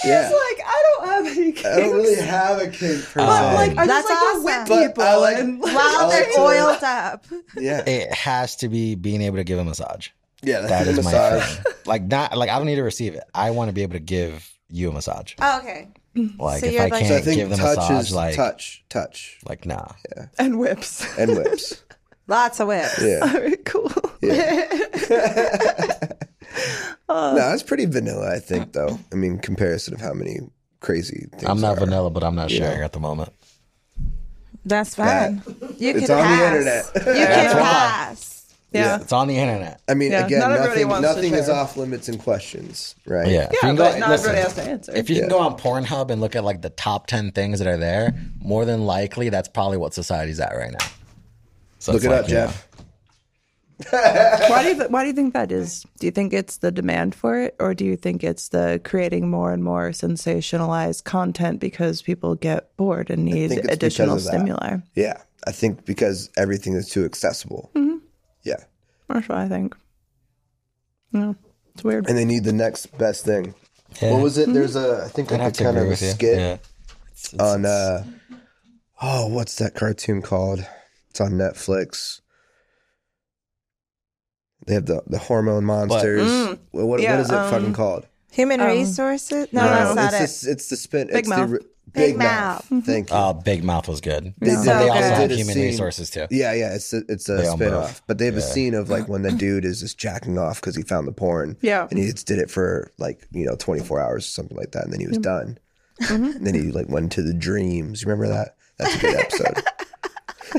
A: Yeah.
B: like I don't have any kinks.
A: I don't really have a kink per
D: But,
A: se.
D: like,
B: I
C: That's
B: just like
C: awesome.
B: to whip
A: But
B: people.
A: I like-
B: and,
C: while
A: like
C: they're
A: to-
C: oiled up.
A: yeah.
D: It has to be being able to give a massage.
A: Yeah. That's
D: That
A: a
D: is my
A: massage.
D: thing. Like not like I don't need to receive it. I want to be able to give you a massage.
C: Oh, okay.
D: Like
C: So
D: if
C: you're
D: I
C: like-
D: can't
A: So I think
D: give them
A: touch
D: a massage,
A: is
D: like
A: touch, touch,
D: like nah.
B: and whips.
A: and whips.
C: Lots of whips.
A: Yeah.
B: All right, cool.
A: No, that's pretty vanilla, I think, though. I mean, comparison of how many crazy things.
D: I'm not
A: are.
D: vanilla, but I'm not sharing at the moment.
C: That's
A: That-
C: fine. You
A: It's
C: can
A: on the
C: pass.
A: internet.
C: You
D: That's
C: can
D: why.
C: pass.
B: Yeah.
D: It's on the internet.
A: I mean,
B: Yeah,
A: again,
B: not everybody
A: nothing,
B: wants to
A: nothing is
B: share.
A: off limits in questions, right?
D: Yeah.
B: Yeah, but not everybody has to answer.
D: If you can go on Pornhub and look at like the top ten things that are there, more than likely that's probably what society's at right now. So
A: Look it
D: it's like,
A: up,
D: you know,
A: Jeff.
B: why do you th- why do you think that is? Do you think it's the demand for it, or do you think it's the creating more and more sensationalized content because people get bored and need
A: think it's
B: additional
A: because of that.
B: stimuli?
A: Yeah, I think because everything is too accessible.
B: Mm-hmm.
A: Yeah,
B: That's what I think. Yeah, it's weird.
A: and they need the next best thing.
D: Yeah.
A: What
B: Mm-hmm.
A: was it? There's a I think
D: I'd have
A: like a
D: to
A: kind of
D: agree
A: a
D: with you.
A: skit
D: Yeah.
A: on uh oh what's that cartoon called? It's on Netflix. They have the the hormone monsters. What, what,
B: Yeah,
A: what is it
B: um,
A: fucking called?
C: Human
D: Um,
C: resources? No, that's not
A: it's
C: it.
A: The, it's the spin. it's The,
B: Mouth.
A: ri- big,
C: Mouth.
A: mouth. Thank you.
D: Oh, Big Mouth was good.
A: They did-
D: But they
C: So
D: also
C: good.
D: have
A: did a
D: human
A: scene-
D: resources too.
A: Yeah, yeah, it's a, it's a
D: They own both.
A: spin-off. But they have a scene of like when the dude is just jacking off because he found the porn.
B: Yeah.
A: And he just did it for like, you know, 24 hours or something like that. And then
B: Mm-hmm.
A: he was done. And then he like went into the dreams. You remember that? That's a good episode.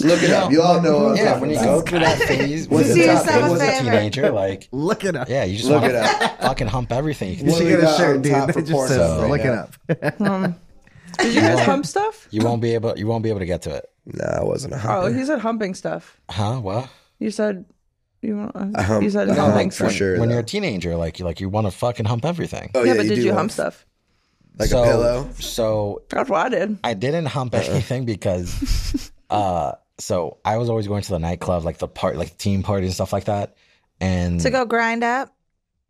A: Look it up. You all know what I'm
D: Yeah,
A: talking
D: when you
A: about.
D: go through that phase, when
A: Do
D: you
A: yourself a
D: was a
C: favor.
D: teenager, like
E: Look it up.
D: yeah, you just
A: Look
D: want
A: it
D: to fucking hump everything. You can
E: You
A: What
E: should
A: do
E: get
A: we
E: a
A: got on
E: shirt, dude.
A: top
E: It
A: for
E: just
A: porn
E: says,
A: stuff right
E: look
A: now?
E: it up.
B: Did you guys hump stuff?
D: You won't be able. You won't be able to get to it.
A: No, I wasn't a
B: Oh,
A: humper.
B: he said humping stuff.
D: Huh? Well,
B: You said you want. uh,
A: I hump-
B: you said
A: I hump
B: humping
A: for
B: stuff.
A: sure.
D: when
A: though.
D: you're a teenager, like you like you want to fucking hump everything.
A: oh,
B: Yeah, but
A: you
B: did
A: do
B: you
A: want-
B: hump stuff?
A: Like
D: so,
A: a pillow? Uh-huh.
D: So
B: That's what I did.
D: I didn't hump anything because, uh, so I was always going to the nightclub, like the part, like team party and stuff like that. And
C: to go grind up.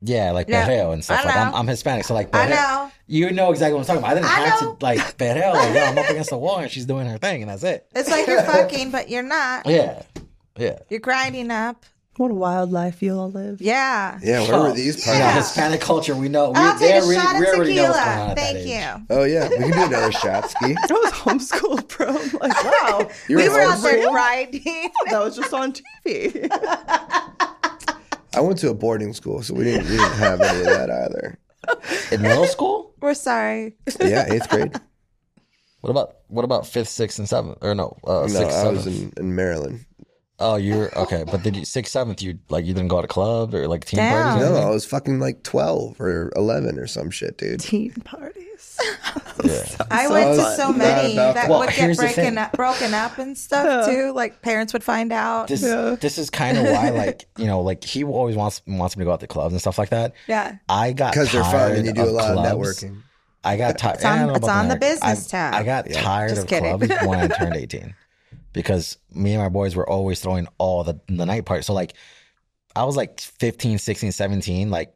D: Yeah, like
C: Yeah.
D: perreo and stuff.
C: I
D: Like I'm,
C: know.
D: I'm Hispanic, so like
C: I
D: perreo-
C: know.
D: You know exactly what I'm talking about. I didn't
C: I
D: have
C: know.
D: to like perreo. Like, yo, I'm up against the wall and she's doing her thing, and that's it.
C: It's like you're fucking, but you're not.
D: Yeah, yeah.
C: You're grinding up.
B: What a wild life you all live.
C: Yeah.
A: Yeah, where were these
D: You
A: parties?
D: know,
C: Yeah.
D: Hispanic culture, we know. We,
C: I'll
D: they
C: take a
D: already-
C: shot
D: we
C: of
D: already know what's going on
C: tequila.
D: at that
C: Thank
D: age.
C: you.
A: Oh yeah, we can do another shot ski.
B: I was homeschooled, bro. I'm like, wow.
A: You
C: We
A: were
C: were out there
A: homeschooled?
C: grinding.
B: that was just on TV.
A: I went to a boarding school, so we didn't, we didn't have any of that either.
D: In middle school,
C: We're sorry.
A: Yeah, eighth grade.
D: what about what about fifth, sixth, and seventh? Or no, uh,
A: No,
D: sixth,
A: I
D: seventh.
A: was in, in Maryland.
D: oh, you're okay. But did you sixth, seventh? You like you didn't go to club or like team
C: Damn.
A: No,
D: parties? or
B: Uh-huh.
D: anything?
A: I was fucking like twelve or eleven or some shit, dude.
B: Teen parties.
D: Yeah.
C: I went to
A: fun.
C: so
A: Not
C: many
A: about
C: that
A: that.
D: Well,
C: would get
D: here's the
C: breaking
D: thing.
C: up, broken up and stuff
B: Yeah.
C: too. Like parents would find out.
D: This
B: Yeah.
D: this is kind of why like you know like he always wants wants me to go out to clubs and stuff like that.
C: yeah.
D: I got
A: Because they're fun
D: tired
A: and you do a
D: of
A: lot of
D: clubs.
A: networking.
D: I got tired. Eh,
C: It's on-
D: I don't know
C: it's
D: about
C: on the
D: networking.
C: business
D: I-
C: tab.
D: I got tired
C: Just
D: of
C: kidding.
D: clubs when I turned 18 because me and my boys were always throwing all the, the night parties. So, like, I was like 15, 16, 17. Like,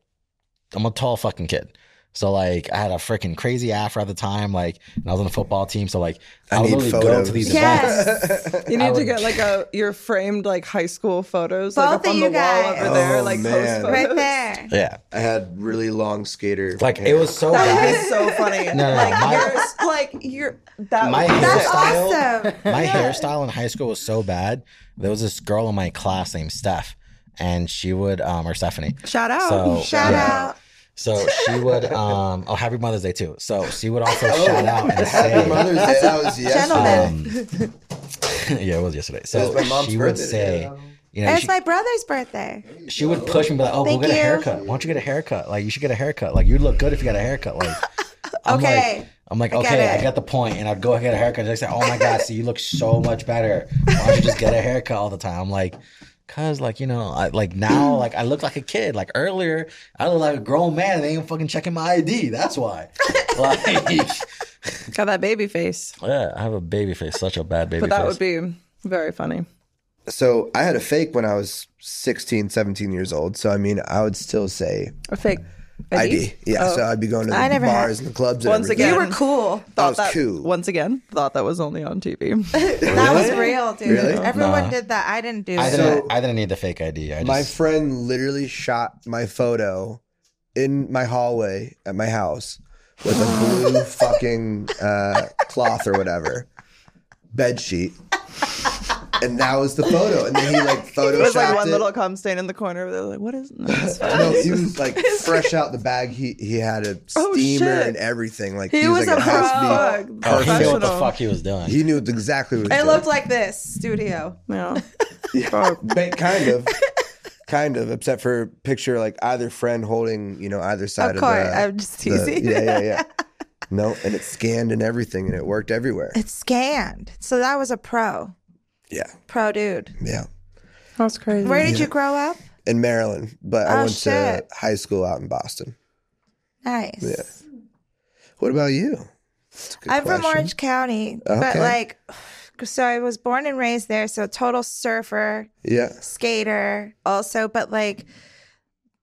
D: I'm a tall fucking kid. So, like, I had a freaking crazy afro at the time. Like, and I was on the football team. So, like, I,
A: I
D: would
A: need
D: literally go
A: photos.
D: to these events.
C: Yes.
B: You
D: I
B: need to
D: would-
B: get like a your framed like high school photos like
C: Both
B: up
C: of
B: on
C: you
B: the wall
C: guys.
B: over there,
A: Oh,
B: like
A: man.
B: post photos.
C: Right there.
D: Yeah.
A: I had really long skater.
D: Like, it was
A: Oh,
D: so
B: That would be
D: bad.
B: so funny.
D: no, no,
B: like
D: my-
B: yours, like your that
D: My
B: would be
D: hair-
C: That's
B: sick.
D: Hairstyle.
C: awesome.
D: My hairstyle in high school was so bad. There was this girl in my class named Steph, and she would, um, or Stephanie.
B: Shout out.
D: So,
C: Shout
D: yeah.
C: out.
D: So she would, um, oh, happy Mother's Day too. So she would also shout out and
A: Oh, Happy
D: say,
A: Mother's Day. That was yesterday.
C: Gentlemen.
D: um, yeah, it was yesterday.
A: It
D: So
A: was my mom's
D: she would
A: birthday.
D: say, you know,
C: It's
D: she,
C: my brother's birthday.
D: she would push me, be like, oh, go
C: Thank
D: get a
C: you.
D: haircut. Why don't you get a haircut? Like, you should get a haircut. Like, you'd look good if you got a haircut. Like, I'm
C: Okay.
D: Like, I'm like,
C: I get
D: okay,
C: it.
D: I got the point, and I'd go get a haircut. They say, "Oh my god, see, you look so much better. Why don't you just get a haircut all the time?" I'm like, cause like you know, I, like now, like I look like a kid. Like earlier, I look like a grown man, and they ain't fucking checking my ID. That's why. Like,
B: Got that baby face.
D: yeah, I have a baby face, such a bad baby
B: But that
D: face.
B: would be very funny.
A: So I had a fake when I was 16, 17 years old. So I mean, I would still say
B: A fake
A: ID.
B: ID.
A: Yeah.
B: Oh.
A: So I'd be going to
C: I
A: the
C: never
A: bars and the clubs.
B: Once
A: and everything.
B: again,
C: You were cool.
A: I was
B: that,
A: cool.
B: Once again, thought that was only on TV.
C: That was real, dude.
A: Really?
C: Everyone did that. I didn't do
D: I
C: it.
D: didn't,
A: So-
D: I didn't need the fake ID. I
A: my
D: just,
A: friend literally shot my photo in my hallway at my house with a blue fucking uh, cloth or whatever bed sheet. And that was the photo. And then he like photoshopped
B: There's like one
A: it.
B: little cum stain in the corner. They're like, what is this?
A: No, he was like fresh out the bag. He he had a
B: Oh,
A: steamer
B: shit.
A: and everything. Like
C: He
A: he,
C: was
A: was, like
C: a
A: it has to be-
C: pro.
B: Fuck,
D: oh, he knew what the
B: professional.
D: fuck he was doing.
A: He knew exactly what he
C: It
A: was
C: looked like this studio.
B: Yeah.
A: doing. Ba- kind of, kind of, except for picture like either friend holding you know either side
C: Of course.
A: the.
C: I'm just
A: the-
C: teasing.
A: yeah, yeah, yeah. No, and it's scanned and everything, and it worked everywhere.
C: It's scanned. So that was a pro.
A: Yeah,
C: Pro dude.
A: yeah.
B: That's crazy.
C: Where did you grow up?
A: In Maryland, but I
C: Oh,
A: went to
C: shit.
A: high school out in Boston.
C: Nice.
A: What about you? That's a good
C: I'm from
A: question.
C: Orange County, but
A: Okay.
C: like, so I was born and raised there. So total surfer,
A: Yeah.
C: skater, also, but like,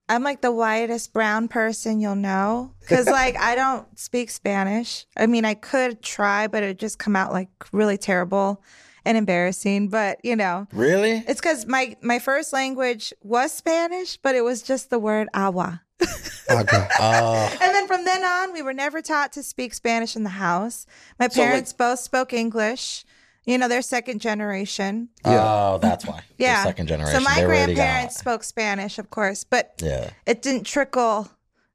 C: I'm like the whitest brown person you'll know because like I don't speak Spanish. I mean, I could try, but it just come out like really terrible and embarrassing. But you know,
D: really?
C: it's because my my first language was Spanish, but it was just the word agua.
A: Okay.
D: Uh,
C: And then from then on, we were never taught to speak Spanish in the house. My parents both spoke English. You know, they're second generation.
D: Oh, that's why. They're
C: Yeah.
D: Second generation.
C: So my
D: They already got-
C: grandparents spoke Spanish, of course, but
D: Yeah.
C: it didn't trickle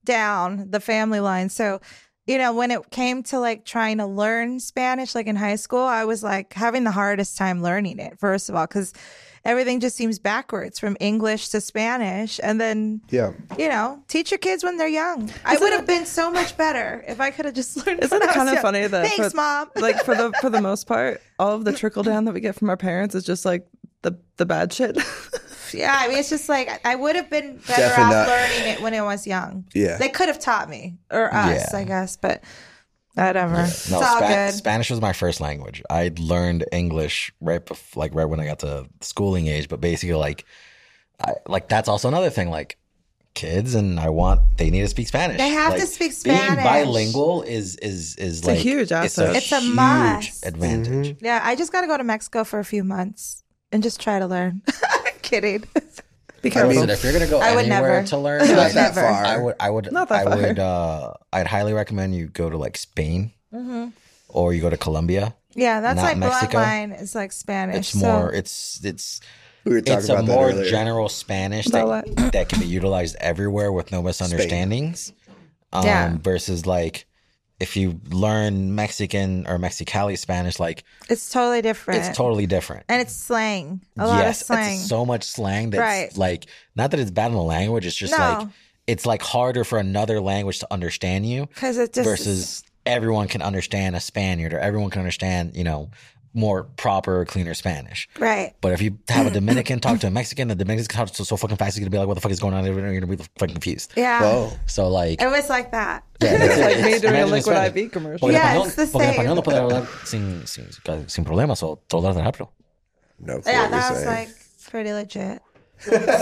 C: down the family line. So, you know, when it came to like trying to learn Spanish, like in high school, I was like having the hardest time learning it, first of all, because everything just seems backwards from English to Spanish. And then
A: Yeah.
C: you know, teach your kids when they're young. I would have been so much better if I could have just learned.
B: Isn't
C: when
B: it
C: I was
B: kind of
C: young.
B: funny that
C: Thanks,
B: for,
C: mom.
B: like for the for the most part, all of the trickle down that we get from our parents is just like the the bad shit.
C: yeah, I mean, it's just like I would have been better off
A: Definitely not.
C: learning it when I was young.
A: Yeah.
C: they could have taught me or us,
D: Yeah.
C: I guess, but whatever. It's
D: No,
C: all
D: Spa-
C: good.
D: Spanish was my first language. I learned English right bef- like right when I got to schooling age, but basically like I like that's also another thing like kids and I want they need to speak Spanish.
C: They have
D: Like,
C: to speak
D: being
C: Spanish.
D: bilingual is is is
B: a
D: like
B: huge asset.
C: It's a
D: huge
C: must.
D: advantage.
A: Mm-hmm.
C: Yeah, I just got to go to Mexico for a few months and just try to learn. Kidding.
B: Be
A: I mean,
B: careful.
D: Listen, if you're gonna go
C: I would
D: anywhere
C: never.
D: to learn,
C: I would
A: Not
D: I,
A: that
C: never.
A: far.
D: I would I would
B: Not that
D: I
B: far.
D: would uh I'd highly recommend you go to like Spain
C: hmm
D: or you go to Colombia.
C: Yeah, that's
D: Not
C: like
D: Mexico.
C: bloodline. It's like Spanish.
D: It's
C: so-
D: more it's it's
A: We were talking
D: it's a
A: about that
D: more
A: earlier.
D: general Spanish
B: About
D: that, that can be utilized everywhere with no misunderstandings. Um,
C: Yeah.
D: Versus like if you learn Mexican or Mexicali Spanish, like
C: It's totally different.
D: it's totally different.
C: and it's slang. A lot of slang.
D: it's so much slang that's
C: Right.
D: like not that it's bad in the language. It's just like
C: no,
D: it's like harder for another language to understand you
C: because it just
D: versus everyone can understand a Spaniard or everyone can understand you know more proper cleaner Spanish.
C: right.
D: But if you have a Dominican talk to a Mexican, the Dominican's gonna talk so, so fucking fast, he's gonna be like, "What the fuck is going on?" And you're gonna be fucking confused.
C: Yeah,
A: Whoa.
D: So like,
C: it was like that.
D: yeah,
B: It's like me doing a
D: imagine
B: liquid
D: Spanish.
B: IV commercial.
D: Porque
C: Yeah,
D: español-
C: it's the
D: porque
C: same.
D: español no puede hablar sin, sin, sin problemas o todo lo demás rápido.
A: No clue
C: Yeah,
A: what you're
C: that was
A: saying.
C: like pretty legit.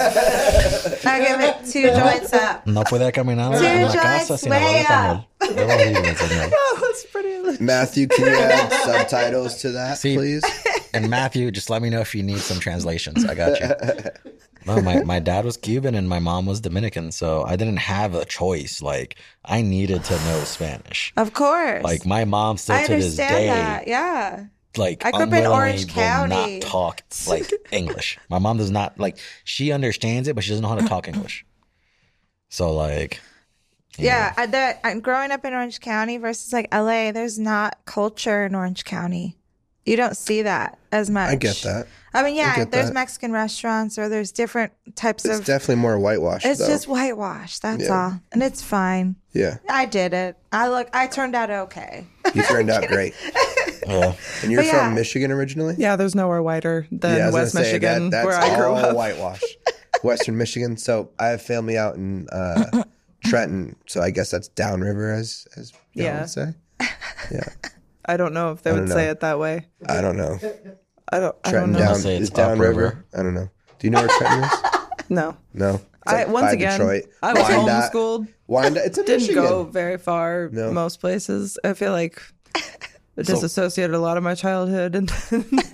C: I give it two joints up.
D: No puede caminar
C: Two
D: en la casa
C: joints
D: sin hablar
C: way
D: español. Es horrible, señor.
B: That's pretty.
A: Matthew, can you add subtitles to that,
D: See-
A: please?
D: And Matthew, just let me know if you need some translations. I got you. No, my, my dad was Cuban and my mom was Dominican, so I didn't have a choice. Like I needed to know Spanish.
C: Of course.
D: Like my mom still
C: I
D: to this
C: understand
D: day
C: that. Yeah.
D: like
C: I grew up in
D: unwillingly
C: Orange
D: will
C: County.
D: not talk like English. My mom does not like she understands it, but she doesn't know how to talk English. So like
C: Yeah, I, the, I'm growing up in Orange County versus like LA. There's not culture in Orange County. You don't see that as much.
A: I get that.
C: I mean, yeah,
A: get
C: there's
A: that.
C: Mexican restaurants or there's different types
A: It's
C: of.
A: definitely more whitewashed,
C: It's
A: though.
C: just whitewash. That's
A: Yeah.
C: all, and it's fine.
A: yeah,
C: I did it. I look. I turned out okay.
A: you turned out great.
D: yeah.
A: And you're
C: But
A: from
C: yeah.
A: Michigan originally?
B: Yeah, there's nowhere whiter than
A: I was
B: West
A: gonna say, that-
B: Michigan,
A: that's
B: where I grew
A: all
B: up.
A: whitewash. Western Michigan. So I have family out in uh, Trenton. So I guess that's downriver, as as you
B: Yeah.
A: would say. Yeah,
B: I don't know if they
A: don't
B: would say
A: know.
B: it that way.
A: I don't know.
B: I don't. I don't
A: Trenton
B: know.
A: down
D: say it's
A: is downriver.
D: upriver.
A: I don't know. Do you know where Trenton is?
B: No.
A: No. It's
B: I,
A: like
B: once
A: by
B: again,
A: Detroit.
B: I was
A: Wyandotte-
B: homeschooled.
A: Wyandotte- It's in
B: Didn't
A: Michigan.
B: go very far.
A: No.
B: Most places, I feel like. I disassociated a lot of my childhood, and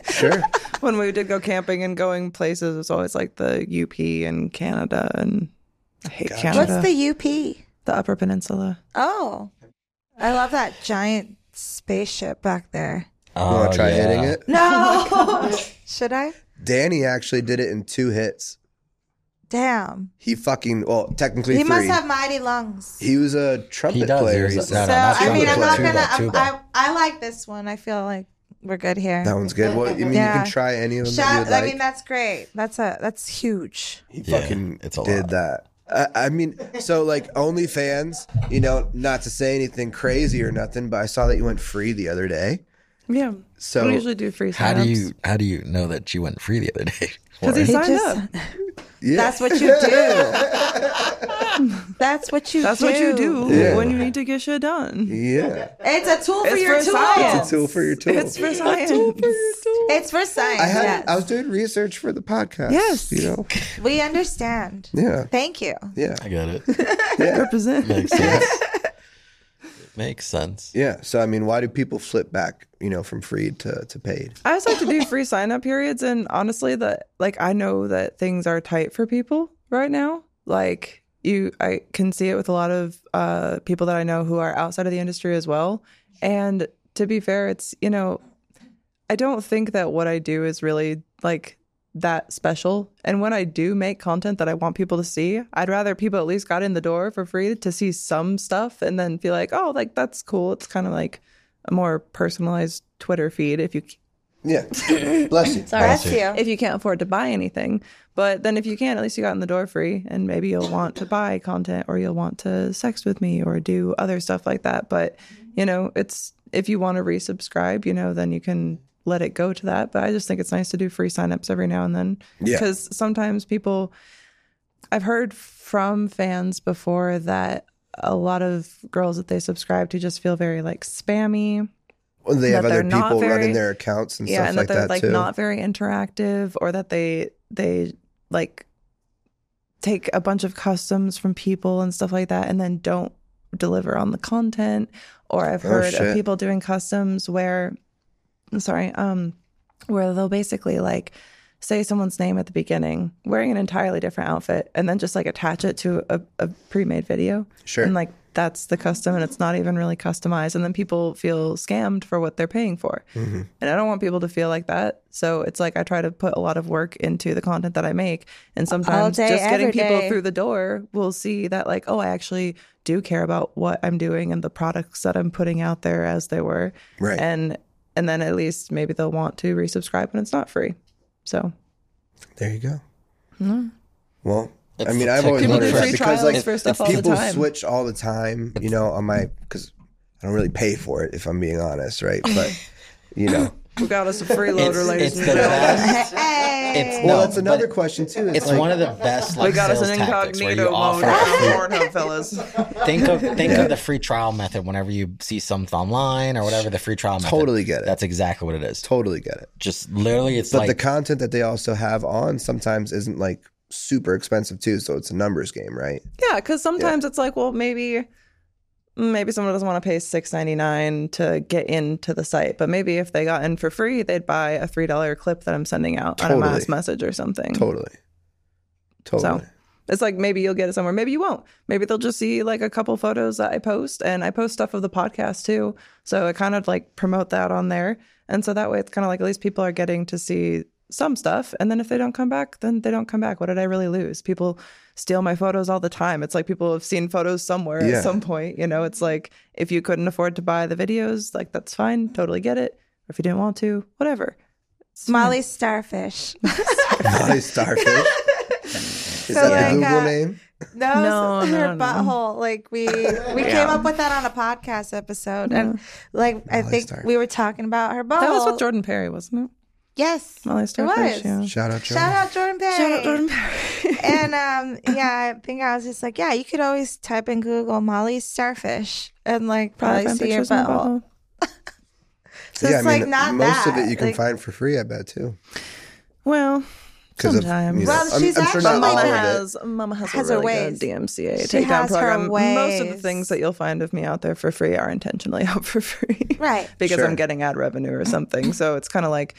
A: Sure.
B: when we did go camping and going places, it was always like the UP and Canada, and I hate Canada.
C: What's the UP?
B: the Upper Peninsula?
C: Oh, I love that giant spaceship back there.
A: You want to try
D: Oh, yeah.
A: hitting it?
C: No,
A: Oh
C: should I?
A: Danny actually did it in two hits.
C: Damn,
A: He fucking well, technically
C: he
A: three.
C: must have mighty lungs.
A: he was a trumpet
D: He does.
A: player.
D: There's a-
A: He's a-
D: no,
C: so
D: no, not
C: I mean,
A: trumpet
C: I'm not
A: player.
C: gonna.
D: Tuba,
C: I, I, I like this one. I feel like we're good here.
A: that one's good. Well, I mean, you
C: Yeah.
A: can try any of them that
C: Shot,
A: you like.
C: I mean, that's great. That's a that's huge.
A: he
D: Yeah,
A: fucking
D: it's a
A: did
D: lot.
A: that. I, I mean, so like OnlyFans, you know, not to say anything crazy or nothing, but I saw that you went free the other day.
B: Yeah.
A: So-
B: we usually do free.
D: How do you how do you know that you went free the other day?
B: Because he
D: Lauren?
B: signed
C: just-
B: up.
A: Yeah,
C: That's what you do. that's what you.
B: That's
C: do.
B: what you do
A: Yeah.
B: when you need to get shit done.
A: yeah.
C: It's a tool for
B: It's
C: your
B: for
C: tool.
B: science.
A: Tool for your tool.
B: It's for science.
C: It's for science.
A: I had
C: yes.
A: I was doing research for the podcast.
B: Yes.
A: you know,
C: we understand.
A: yeah,
C: Thank you.
A: yeah,
D: I got it.
B: Represent.
D: Makes sense. Makes sense.
A: yeah. So I mean, why do people flip back, you know, from free to to paid?
B: I just like to do free sign up periods, and honestly, that like I know that things are tight for people right now. Like you, I can see it with a lot of uh, people that I know who are outside of the industry as well. And to be fair, it's you know, I don't think that what I do is really like that special. And when I do make content that I want people to see, I'd rather people at least got in the door for free to see some stuff and then feel like, oh, like that's cool. It's kind of like a more personalized Twitter feed if you
A: Yeah, bless you.
C: Bless you.
B: if you can't afford to buy anything. But then if you can, at least you got in the door free and maybe you'll want to buy content or you'll want to sex with me or do other stuff like that. But, you know, it's if you want to resubscribe, you know, then you can let it go to that. But I just think it's nice to do free signups every now and then.
A: Yeah.
B: Because sometimes people I've heard from fans before that a lot of girls that they subscribe to just feel very like spammy
A: Well, they have
B: that they're
A: other
B: not
A: people
B: very-
A: running their accounts and
B: yeah,
A: stuff
B: and
A: like
B: that they're
A: that
B: like
A: too.
B: not very interactive, or that they they like take a bunch of customs from people and stuff like that and then don't deliver on the content or I've
A: Oh,
B: heard
A: shit.
B: of people doing customs where I'm sorry, um where they'll basically like say someone's name at the beginning wearing an entirely different outfit and then just like attach it to a, a pre-made video
A: Sure.
B: and like that's the custom and it's not even really customized and then people feel scammed for what they're paying for
A: Mm-hmm.
B: and i don't want people to feel like that so it's like i try to put a lot of work into the content that i make and sometimes
C: day,
B: just getting
C: every
B: people
C: day.
B: through the door will see that like oh i actually do care about what i'm doing and the products that i'm putting out there as they were
A: Right.
B: and and then at least maybe they'll want to resubscribe when it's not free so
A: There you go. Well, I
D: It's
A: mean,
D: the
A: I've always
D: People
A: wondered
D: do
A: that
D: free
A: because
B: trials
A: like
B: for stuff all the
A: people
B: time.
A: switch all the time, you know, on my because I don't really pay for it if I'm being honest, right? But you know,
B: we got us a freeloader
D: It's,
B: ladies
D: it's the
B: and gentlemen.
D: best.
C: Hey.
D: It's,
A: well,
D: no,
A: that's another
D: but
A: question too. It's,
D: It's
A: like,
D: one of the best
B: we
D: like
B: got us
D: sales
B: an
D: tactics where you
B: incognito mode
D: offer
B: on
D: a free
B: Pornhub, fellas.
D: think of think of the free trial method whenever you see something online or whatever the free trial method.
A: Totally get it.
D: That's exactly what it is.
A: totally get it.
D: Just literally, it's
A: But
D: like
A: the content that they also have on sometimes isn't like super expensive too, so it's a numbers game, right?
B: Yeah, because sometimes it's like, well, maybe maybe someone doesn't want to pay six ninety nine to get into the site, but maybe if they got in for free, they'd buy a three dollar clip that I'm sending out on a
A: Totally.
B: mass message or something.
A: Totally. Totally.
B: It's like maybe you'll get it somewhere, maybe you won't. Maybe they'll just see like a couple photos that I post, and I post stuff of the podcast too, so I kind of like promote that on there, and so that way it's kind of like at least people are getting to see some stuff, and then if they don't come back, then they don't come back. What did I really lose? People steal my photos all the time. It's like people have seen photos somewhere
A: Yeah.
B: at some point. You know, it's like if you couldn't afford to buy the videos, like that's fine, totally get it. Or if you didn't want to, whatever.
C: Molly Starfish.
A: Molly Starfish. Is
C: So,
A: that
C: like,
A: the Google
C: uh,
A: name?
C: No,
B: No,
C: so-
B: no,
C: her
B: no.
C: butthole. Like we we came up with that on a podcast episode, and like I
A: Molly
C: think
A: Stark.
C: we were talking about her butthole.
B: That was with Jordan Perry, wasn't
C: Yes,
B: it? Molly Starfish.
C: was.
B: Yeah.
A: Shout out, Jordan.
C: Shout out Jordan Perry.
B: Perry.
C: and um, yeah, I think I was just like, yeah, you could always type in Google Molly Starfish and like probably,
B: find
C: see your
B: pictures in my
C: butthole.
B: butthole.
C: So it's like not
A: most
C: that.
A: of it you can
C: Like,
A: find for free, I bet too.
B: Well,
A: 'Cause of,
B: Sometimes.
A: you know,
C: Well,
A: I'm,
C: she's
A: I'm sure not
C: actually-
A: all
B: Mama
A: of
C: Mama
A: it.
B: has Mama has,
C: has
B: a
C: her
B: really
C: ways.
B: good DMCA
C: She
B: takedown
C: has her
B: program. Most of the
C: ways.
B: things that you'll find of me out there for free are intentionally out for free.
C: Right.
B: because
A: Sure.
B: I'm getting ad revenue or something. So it's kind of like,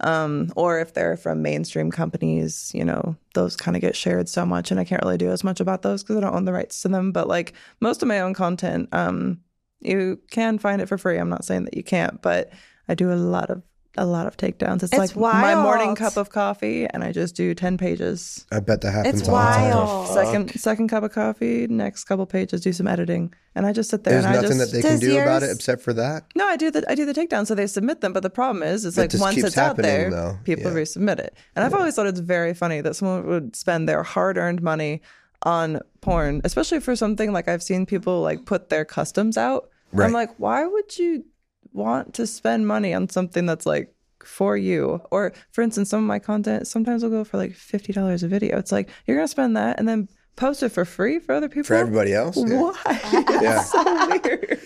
B: um, or if they're from mainstream companies, you know, those kind of get shared so much, and I can't really do as much about those because I don't own the rights to them. But like most of my own content, um, you can find it for free. I'm not saying that you can't, but I do a lot of a lot of takedowns. It's,
C: It's
B: like my morning
C: wild.
B: cup of coffee, and I just do ten pages.
A: I bet that happens
C: it's
A: all the time.
C: wild.
B: Second second cup of coffee, next couple pages, do some editing, and I just sit there
A: There's
B: and I
A: nothing
B: just
A: that they
C: Does
A: can do about it
C: yours-
A: except for that.
B: no, I do the I do the takedown, so they submit them. But the problem is, it's
A: It
B: like
A: just
B: once
A: keeps
B: it's out
A: happening,
B: there,
A: though.
B: people
A: Yeah.
B: resubmit it. And I've always thought it's very funny that someone would spend their hard earned money on porn, especially for something like I've seen people like put their customs out.
A: Right.
B: I'm like, why would you want to spend money on something that's like for you? Or for instance, some of my content sometimes will go for like fifty dollars a video. It's like you're gonna spend that and then post it for free for other people.
A: For everybody else. Yeah.
B: Why? It's so weird.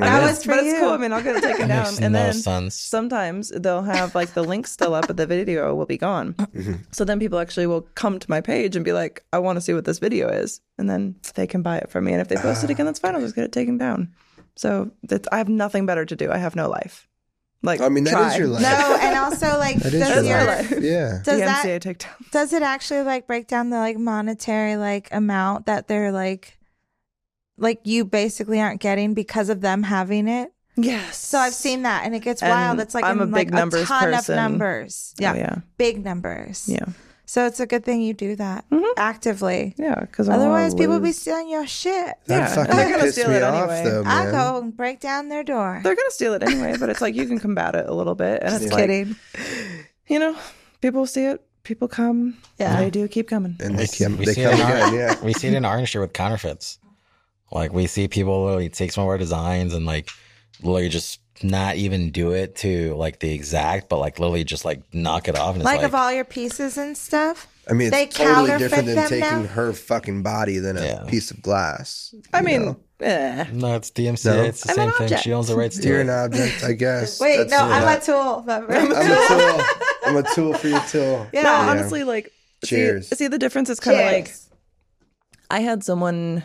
C: That was for
B: but
C: you.
B: it's cool. I mean, I'll get it taken
D: That
B: down,
D: makes
B: and
D: no
B: then
D: sense.
B: sometimes they'll have like the link still up, but the video will be gone.
A: Mm-hmm.
B: So then people actually will come to my page and be like, "I want to see what this video is," and then they can buy it from me. And if they post it again, that's fine. I'll just get it taken down. So that's, I have nothing better to do. I have no life. Like
A: I mean, that is
B: try.
A: your life.
C: No, and also like
A: That is
C: does
A: your
C: your
B: life.
A: Yeah.
C: does that
B: DMCA takedown.
C: Does it actually like break down the like monetary like amount that they're like like you basically aren't getting because of them having it?
B: Yes.
C: So I've seen that and it gets
B: And
C: wild. It's like
B: I'm a
C: in, like,
B: big numbers
C: ton
B: person.
C: of numbers.
B: Oh,
C: Yeah.
B: yeah.
C: Big numbers.
B: Yeah. Mm-hmm.
C: So it's a good thing you do that actively.
B: Yeah. Because
C: Otherwise people will be stealing your shit.
A: That
B: Yeah, they're
A: fucking
B: gonna
A: pissed
B: steal
A: me
B: it
A: off
B: anyway.
A: though,
C: I
A: man.
C: go and break down their door.
B: They're gonna steal it anyway, but it's like you can combat it a little bit, and it's like,
C: kidding.
B: you know, people see it, people come,
C: Yeah.
B: they do keep coming.
A: And they
D: We-
A: come
D: we
A: they
D: see
A: come
D: it in our-
A: again, yeah.
D: we see it in our industry with counterfeits. Like we see people literally take some of our designs and like literally just not even do it to like the exact, but like literally just like knock it off. And it's
C: like
D: like,
C: of all your pieces and stuff.
A: I mean, it's
C: They
A: totally
C: counterfeit
A: different than
C: them
A: taking
C: now?
A: her fucking body than a
D: Yeah.
A: piece of glass.
B: I
A: you
B: mean,
A: know?
B: eh.
D: no, it's DMCA.
A: No.
D: It's the
B: I'm
D: same
B: an
D: thing. She
B: object.
D: owns the rights to
A: you're
D: it.
A: an object, I guess.
C: Wait,
A: That's
C: no,
A: it.
C: I'm a tool. Remember?
A: I'm a tool. I'm a tool for your tool.
C: Yeah.
B: No,
C: Yeah.
B: honestly, like, see-
A: Cheers.
B: See, the difference is kind of like
C: Cheers.
B: I had someone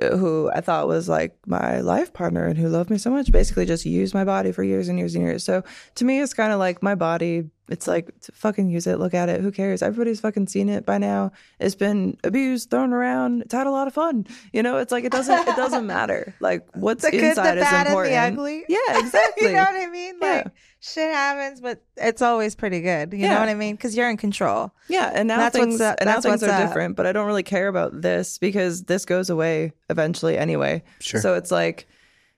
B: uh, who I thought was like my life partner and who loved me so much basically just used my body for years and years and years. So to me, it's kind of like my body, it's like t- fucking use it, look at it, who cares? Everybody's fucking seen it by now. It's been abused, thrown around. It's had a lot of fun. You know, it's like it doesn't it doesn't matter. Like what's
C: the good, the
B: inside
C: bad,
B: is
C: and
B: important.
C: the ugly.
B: Yeah, exactly.
C: you know what I mean?
B: Yeah.
C: Like shit happens, but it's always pretty good. You
B: Yeah. Mm-hmm.
C: know what I mean? Because you're in control.
B: Yeah, and now
C: That's what's
B: things
C: up-
B: and now
C: that's
B: things
C: what's
B: are
C: up.
B: different, but I don't really care about this because this goes away eventually anyway.
A: Sure.
B: So it's like,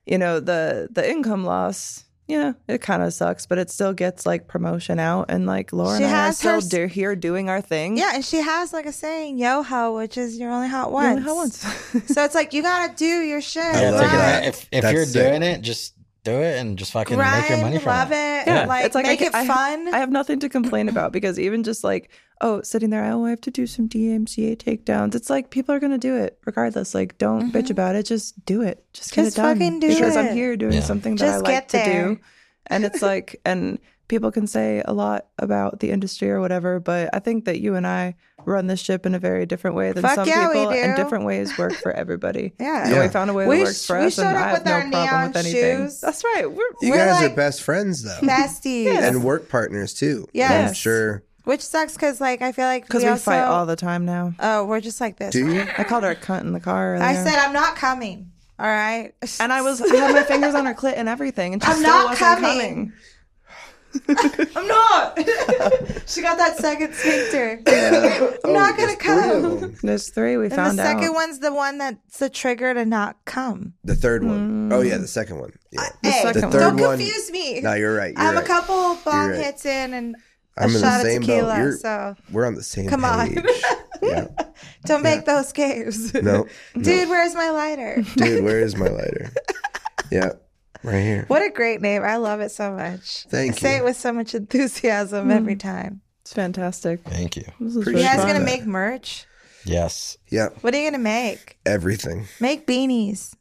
B: you know, the the income loss, you know, it kind of sucks, but it still gets like promotion out and like Laura
C: She
B: and I are
C: has her
B: still
C: s-
B: do- here doing our thing.
C: Yeah, and she has like a saying, "Yo ho," which is "You're only hot
B: You
C: once."
B: know, how once.
C: So it's like you gotta do your shit.
A: I
D: Yeah,
A: love
D: it's like,
A: that.
D: If, if
A: That's
D: you're
A: sick.
D: doing it, just do it and just fucking
C: Grind,
D: make your money from
C: love
D: it.
C: it.
D: Yeah.
C: Like,
B: It's like I
C: make
B: ca-
C: it
B: I ha-
C: fun.
B: I have nothing to complain about because even just like, oh, sitting there, oh, I have to do some DMCA takedowns. It's like people are gonna do it regardless. Like, don't bitch about it. Just do it. Just get
C: Mm-hmm. Just
B: it done.
C: fucking do
B: because
C: it.
B: I'm here doing
D: Yeah.
B: something that I
C: Just
B: like
C: get
B: to
C: there.
B: do. And it's like, and people can say a lot about the industry or whatever, but I think that you and I run this ship in a very different way than
C: Fuck
B: some
C: yeah, we
B: people, and
C: do.
B: different ways work for everybody.
C: Yeah.
B: And
A: Yeah.
B: we found a way
C: We
B: that works
C: sh-
B: for
C: we
B: us, and
C: showed up
B: I have
C: with
B: no
C: our
B: problem with
C: neon
B: anything.
C: shoes.
B: That's right. We're
A: You
C: We're
A: guys
C: like-
A: are best friends though,
C: Besties.
A: and work partners too. Yeah, I'm
C: Yes.
A: sure.
C: Which sucks because like I feel like
B: because we,
C: also,
B: fight all the time now.
C: Oh, we're just like this.
A: Do you?
B: I called her a cunt in the car.
C: I
B: earlier.
C: said I'm not coming. All right.
B: and I was I had my fingers on her clit and everything, and she
C: I'm
B: still
C: not
B: wasn't
C: coming.
B: coming.
C: I'm not. she got that second sphincter. I'm
A: Oh,
C: not gonna come.
B: There's three we
C: And
B: found
C: the second
B: out.
C: one's the one that's the trigger to not come.
A: The third one. Oh yeah, the second one. Yeah.
C: hey,
B: second
A: the 3rd
B: one.
C: don't
A: one.
C: confuse me.
A: No, you're right. You're
C: I'm
A: right.
C: a couple bomb
A: right.
C: hits in and a
A: I'm in the
C: shot
A: same
C: of tequila.
A: boat. You're,
C: So
A: we're on the same
C: Come on.
A: page. yeah.
C: don't make those games.
A: No,
C: Dude, where's my lighter?
A: dude, where is my lighter? Yeah, right here.
C: What a great name. I love it so much.
A: Thank
C: I Say
A: you.
C: it with so much enthusiasm every time.
B: It's fantastic.
D: Thank you.
B: This is
A: Pretty
B: really
C: You
A: Appreciate
C: guys
B: fun.
C: gonna
A: that.
C: make merch?
D: Yes.
A: Yeah,
C: What are you gonna make?
A: everything,
C: Make beanies.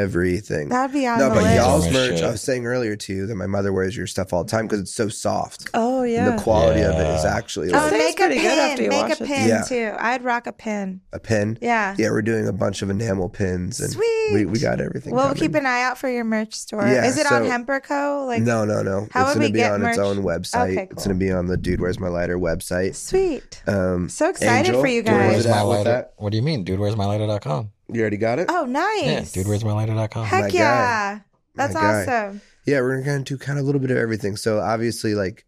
A: everything.
C: That'd be on
A: No,
C: the
A: but
C: list.
A: y'all's
D: Oh,
A: merch.
D: shit.
A: I was saying earlier to you that my mother wears your stuff all the time because it's so soft.
B: Oh yeah.
A: And the quality of it is
D: Yeah.
A: actually
C: Oh,
A: like
B: Tastes
C: make a
B: pretty good after
C: pin.
B: you
C: Make
B: wash
C: a
B: it.
C: pin
A: Yeah.
C: too. I'd rock a pin.
A: a pin.
C: Yeah.
A: Yeah, we're doing a bunch of enamel pins, and
C: Sweet.
A: we we got everything.
C: We'll
A: coming.
C: keep an eye out for your merch store.
A: Yeah,
C: Is it on
A: so-
C: Hemperco? Like
A: No, no, no.
C: How
A: it's
C: would
A: gonna
C: we
A: be
C: get
A: on its
C: merch?
A: own website.
C: Okay,
A: It's
C: cool.
A: gonna be on the Dude Where's My Lighter website.
C: sweet.
A: Um,
C: So excited
A: Angel,
C: for you
A: do wanna
C: guys.
A: visit out with
D: lighter?
A: that?
D: What do you mean, dude? Where's my lighter.com?
A: You already got it.
C: Oh,
D: Yeah,
C: nice.
D: dude, where's my lighter.com?
A: My
C: Heck
A: guy.
C: yeah. That's
A: guy.
C: awesome.
A: Yeah, we're gonna do kind of a little bit of everything. So obviously, like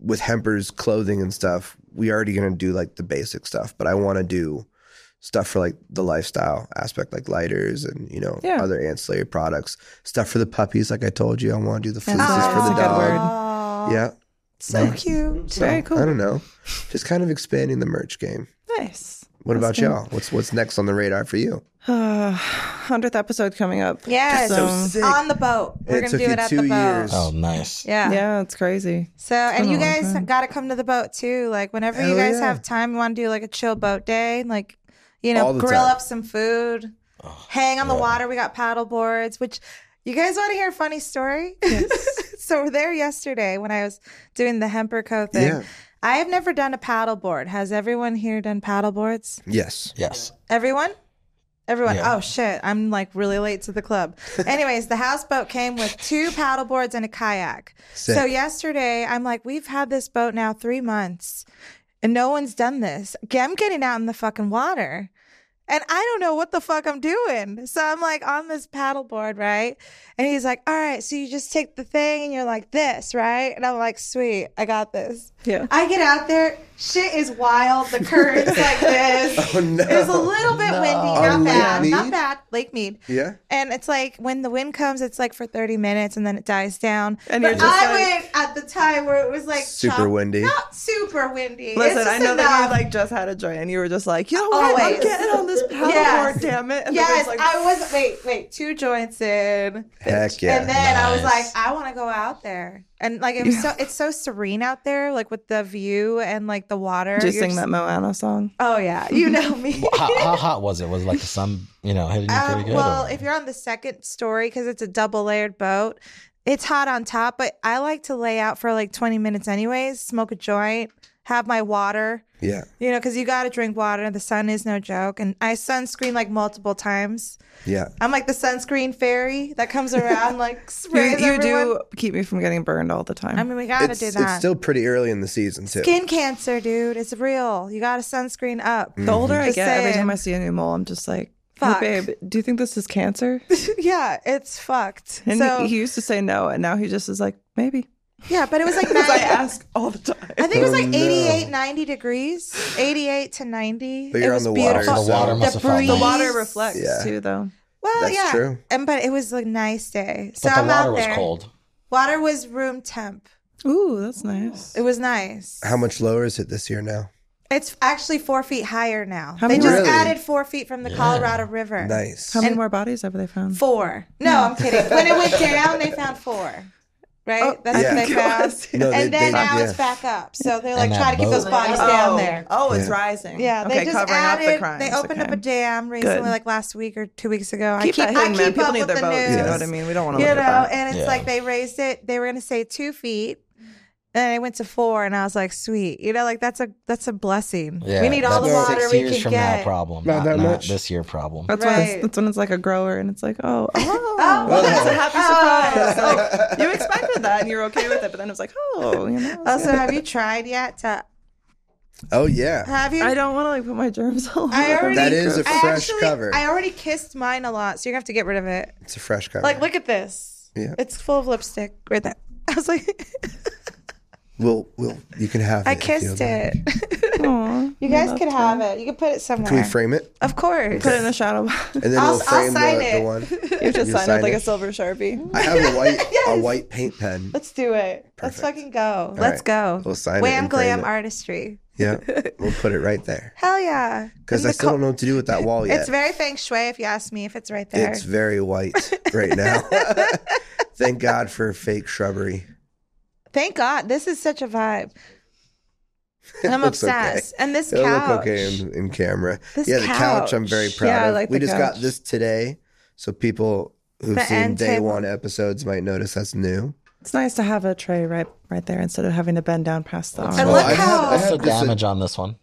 A: with Hemper's clothing and stuff, we already gonna do like the basic stuff, but I want to do stuff for like the lifestyle aspect, like lighters and you know
B: Yeah.
A: other ancillary products, stuff for the puppies. Like I told you, I want to do the fleeces
B: That's
A: for the
B: a good word.
A: dog.
C: Aw,
A: Yeah,
C: So cute.
B: Very
A: I
B: cool.
A: don't know, just kind of expanding the merch game.
B: Nice.
A: What
B: That's
A: about
B: good.
A: y'all? What's what's next on the radar for you?
B: Hundredth episode coming up.
C: Yes.
B: So
A: sick.
C: on the boat. We're
A: It took
C: going to do
A: you
C: it at
A: two
C: the boat.
A: years.
D: Oh, nice.
C: Yeah.
B: Yeah, it's crazy.
C: So, and
B: been
C: you
B: a long
C: guys
B: time.
C: got to come to the boat too. Like, whenever
A: Hell
C: you guys
A: yeah.
C: have time, you want to do like a chill boat day, like, you
A: All
C: know,
A: the
C: grill
A: time.
C: up some food, hang on the water. We got paddle boards, which you guys want to hear a funny story? so, we're there yesterday when I was doing the Hemper Co thing.
A: Yeah.
C: I have never done a paddle board. Has everyone here done paddle boards?
A: Yes.
D: Yes.
C: Everyone? Everyone.
D: Yeah.
C: Oh shit. I'm like really late to the club. Anyways, the houseboat came with two paddle boards and a kayak.
A: Sick.
C: So yesterday I'm like, we've had this boat now three months and no one's done this. G- I'm getting out in the fucking water. And I don't know what the fuck I'm doing. So I'm like on this paddleboard, right? And he's like, all right, so you just take the thing and you're like this, right? And I'm like, sweet, I got this.
B: Yeah.
C: I get out there, shit is wild. The current's like this.
A: Oh no.
C: It was a little bit windy, not
A: On Lake
C: bad, not
A: Mead?
C: bad. Lake Mead.
A: Yeah.
C: And it's like when the wind comes, it's like for 30 minutes and then it dies down.
B: And you're
C: But
B: just
C: I
B: like-
C: went at the time where it was like
A: Super
C: chop-
A: windy.
C: Not super windy.
B: Listen,
C: It's
B: I
C: just
B: know that you
C: enough.
B: like just had a joint, and you were just like, you know what? I'm
C: Always.
B: getting on this paddleboard,
C: Yes.
B: damn it. And the
C: Yes,
B: wind's like,
C: I was wait, wait, two joints in.
A: Heck yeah.
C: and then I was like,
D: Nice.
C: I want to go out there. And like it was so it's so serene out there, like with the view and like the water.
B: Did you
C: You're
B: sing
C: just-
B: that Moana song?
C: Oh yeah. You know me.
D: how, how hot was it? Was it like the sun, you know, hitting you pretty
C: Um,
D: good?
C: well,
D: or-
C: if you're on the second story, because it's a double layered boat, it's hot on top, but I like to lay out for like 20 minutes anyways, smoke a joint, have my water,
A: Yeah.
C: You know, because you got to drink water. The sun is no joke. And I sunscreen like multiple times.
A: Yeah.
C: I'm like the sunscreen fairy that comes around like
B: You,
C: sprays
B: you
C: everyone.
B: do keep me from getting burned all the time.
C: I mean, we gotta
A: it's,
C: do
A: it's
C: that.
A: still pretty early in the season too.
C: Skin cancer, dude. It's real. You got to sunscreen up.
B: the older I
C: Just
B: get, every
C: saying.
B: time I see a new mole, I'm just like,
C: Fuck.
B: hey, babe, do you think this is cancer?
C: yeah, it's fucked.
B: And
C: so
B: he used to say no, and now he just is like, maybe.
C: yeah, but it was like 90,
B: Because
C: I,
B: I ask all the time.
C: think it was
A: Oh,
C: like
A: no.
C: 88, 90 degrees, 88 to 90.
A: But you're
C: it
A: on
C: was
A: the water,
C: beautiful.
A: so- The water
D: must have felt
C: breeze.
D: nice. The
B: Water reflects
A: Yeah.
B: too, though.
C: Well,
A: That's
C: yeah,
A: true.
C: and but it was a nice day, so
D: But
C: I'm
D: the water
C: out
D: was
C: there.
D: cold.
C: Water was room temp.
B: Ooh, that's nice.
C: It was nice.
A: How much lower is it this year now?
C: It's actually four feet higher now.
B: How
C: they
B: many-
C: just
A: Really?
C: added four feet from the Colorado River.
A: Nice.
B: How many more bodies have they found?
C: Four. No, I'm kidding. When it went down, they found four. Right?
B: Oh,
C: That's
A: Oh, Yeah.
C: what they found.
A: No, they-
C: and then
A: they-
C: now
A: yeah.
C: it's back up. So they're like
D: And
C: trying to
D: that
C: keep those
D: boat.
C: bodies down there.
B: Oh, it's
A: Yeah.
B: rising.
C: Yeah, they
B: okay,
C: just
B: covering
C: added.
B: up the crimes.
C: They opened
B: okay.
C: up a dam recently,
B: Good.
C: like last week or two weeks ago.
B: Keep
C: I
B: that
C: keep,
B: hidden,
C: I
B: man.
C: keep
B: People
C: up
B: need
C: with
B: their
C: the
B: boats.
C: news.
B: You know what I mean? We don't want to
C: You
B: look
C: know,
B: at that.
C: and it's
D: Yeah.
C: like they raised it. They were gonna say two feet, and it went to four, and I was like, sweet. You know, like that's a that's a blessing.
D: Yeah,
C: we need all the
D: that's
C: water
D: six
C: we
D: years
C: can
D: from
C: get.
D: now problem.
A: Not
D: Not,
A: that
D: not
A: much.
D: this year problem.
B: That's, when it's,
C: Right.
B: that's when it's like a grower and it's like, oh, oh,
C: Oh.
B: that's a happy surprise.
C: Oh.
B: Like, you expected that and you're okay with it, but then it was like, oh, you know.
C: Also, have you tried yet? To
A: Oh yeah.
C: have you?
B: I don't want to like put my germs all over.
C: I
B: the
C: already.
A: That is a
C: I
A: fresh
C: actually-
A: cover.
C: I already kissed mine a lot, so you're gonna have to get rid of it.
A: It's a fresh cover.
C: Like, look at this.
A: Yeah.
C: It's full of lipstick right there. I was like,
A: we'll we'll you can have it.
C: I
A: if you
C: kissed
A: feel bad.
C: it.
B: Aw,
C: you
B: I
C: guys
B: love
C: could
B: to.
C: have it. You could put it somewhere.
A: Can we frame it?
C: of course.
B: Put it in a shadow box.
A: And then
C: I'll-
A: we'll frame
C: I'll sign
A: the,
C: it.
A: the one.
B: You just
A: You'll
B: sign with like
A: it.
B: a silver sharpie.
A: I have a white a
C: Yes.
A: white paint pen.
C: Let's do it. Let's
A: Perfect.
C: fucking go. Let's
A: right.
C: go.
A: We'll sign it
C: Wham
A: and frame
C: glam
A: it.
C: artistry.
A: Yeah. We'll put it right there.
C: Hell yeah.
A: Because I
C: And the
A: still
C: co-
A: don't know what to do with that wall yet.
C: It's very feng shui if you ask me if it's right there.
A: It's very white right now. Thank God for fake shrubbery.
C: Thank God. This is such a vibe. I'm
A: looks
C: obsessed. And this
A: It'll
C: couch.
A: look okay in, in camera.
C: This
A: yeah, the couch. I'm
C: couch.
A: very proud
B: Yeah, I
A: of.
B: like
A: we
B: the
A: just
B: couch.
A: got this today, so people who've
C: The
A: seen
C: end
A: day
C: table.
A: one episodes might notice that's new.
B: It's nice to have a tray right right there instead of having to bend down past the arm.
C: And
D: Well,
C: look
A: I have-
C: how
A: I have
D: What's the
A: just a-
D: damage on this one?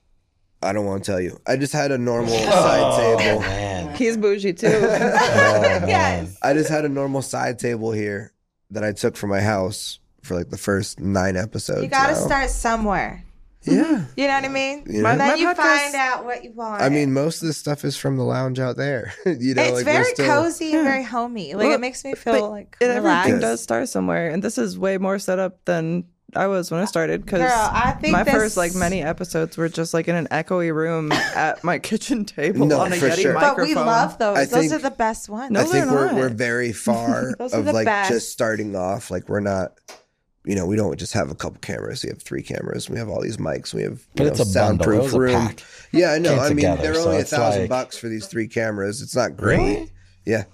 A: I don't want to tell you. I just had a normal
D: Oh.
A: side table.
D: Man.
B: He's bougie too.
C: yes.
A: I just had a normal side table here that I took from my house for like the first nine episodes.
C: You gotta
A: now.
C: start somewhere.
A: Yeah.
C: You know what I mean?
A: Yeah. My-
C: And then
B: my
C: you
B: podcast-
C: find out what you want.
A: I mean, most of this stuff is from the lounge out there. you know,
C: it's
A: like we're
C: very
A: still-
C: cozy
B: Yeah.
C: and very homey. Like
B: Well,
C: it makes me feel like
B: It, everything
C: relaxed.
A: Yes.
B: does start somewhere, and this is way more set up than I was when I started. Because
C: Girl, I think
B: my
C: this-
B: first like many episodes were just like in an echoey room at my kitchen table
A: No,
B: on a
A: for
B: Yeti
A: sure.
C: But
B: microphone.
C: we love those.
A: I
C: those
A: think-
C: are the best ones.
B: No,
A: I think
B: they're
A: we're
B: not.
A: we're very far
C: Those are
A: of
C: the
A: like
C: best.
A: just starting off. Like we're not, you know, we don't just have a couple cameras. We have three cameras. We have all these mics. We have you
D: But
A: know,
D: it's a bundle. It
A: soundproof
D: was a
A: room.
D: pack.
A: Yeah, I know.
D: Came
A: I mean,
D: together,
A: they're
D: so
A: only a
D: it's
A: thousand
D: like-
A: bucks for these three cameras. It's not great.
D: Really?
A: Yeah.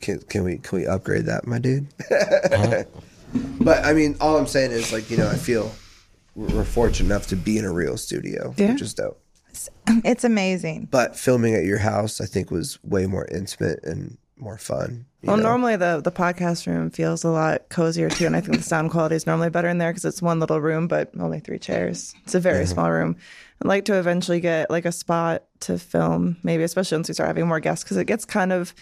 A: Can can we can we upgrade that, my dude?
D: Uh-huh.
A: But I mean, all I'm saying is like you know, I feel we're we're fortunate enough to be in a real studio,
B: Yeah.
A: which is dope.
C: It's amazing.
A: But filming at your house, I think, was way more intimate and more fun. you
B: Well,
A: know?
B: normally the the podcast room feels a lot cozier too, and I think the sound quality is normally better in there because it's one little room but only three chairs. It's a
A: Mm-hmm.
B: very small room. I'd like to eventually get like a spot to film, maybe especially once we start having more guests, because it gets kind of.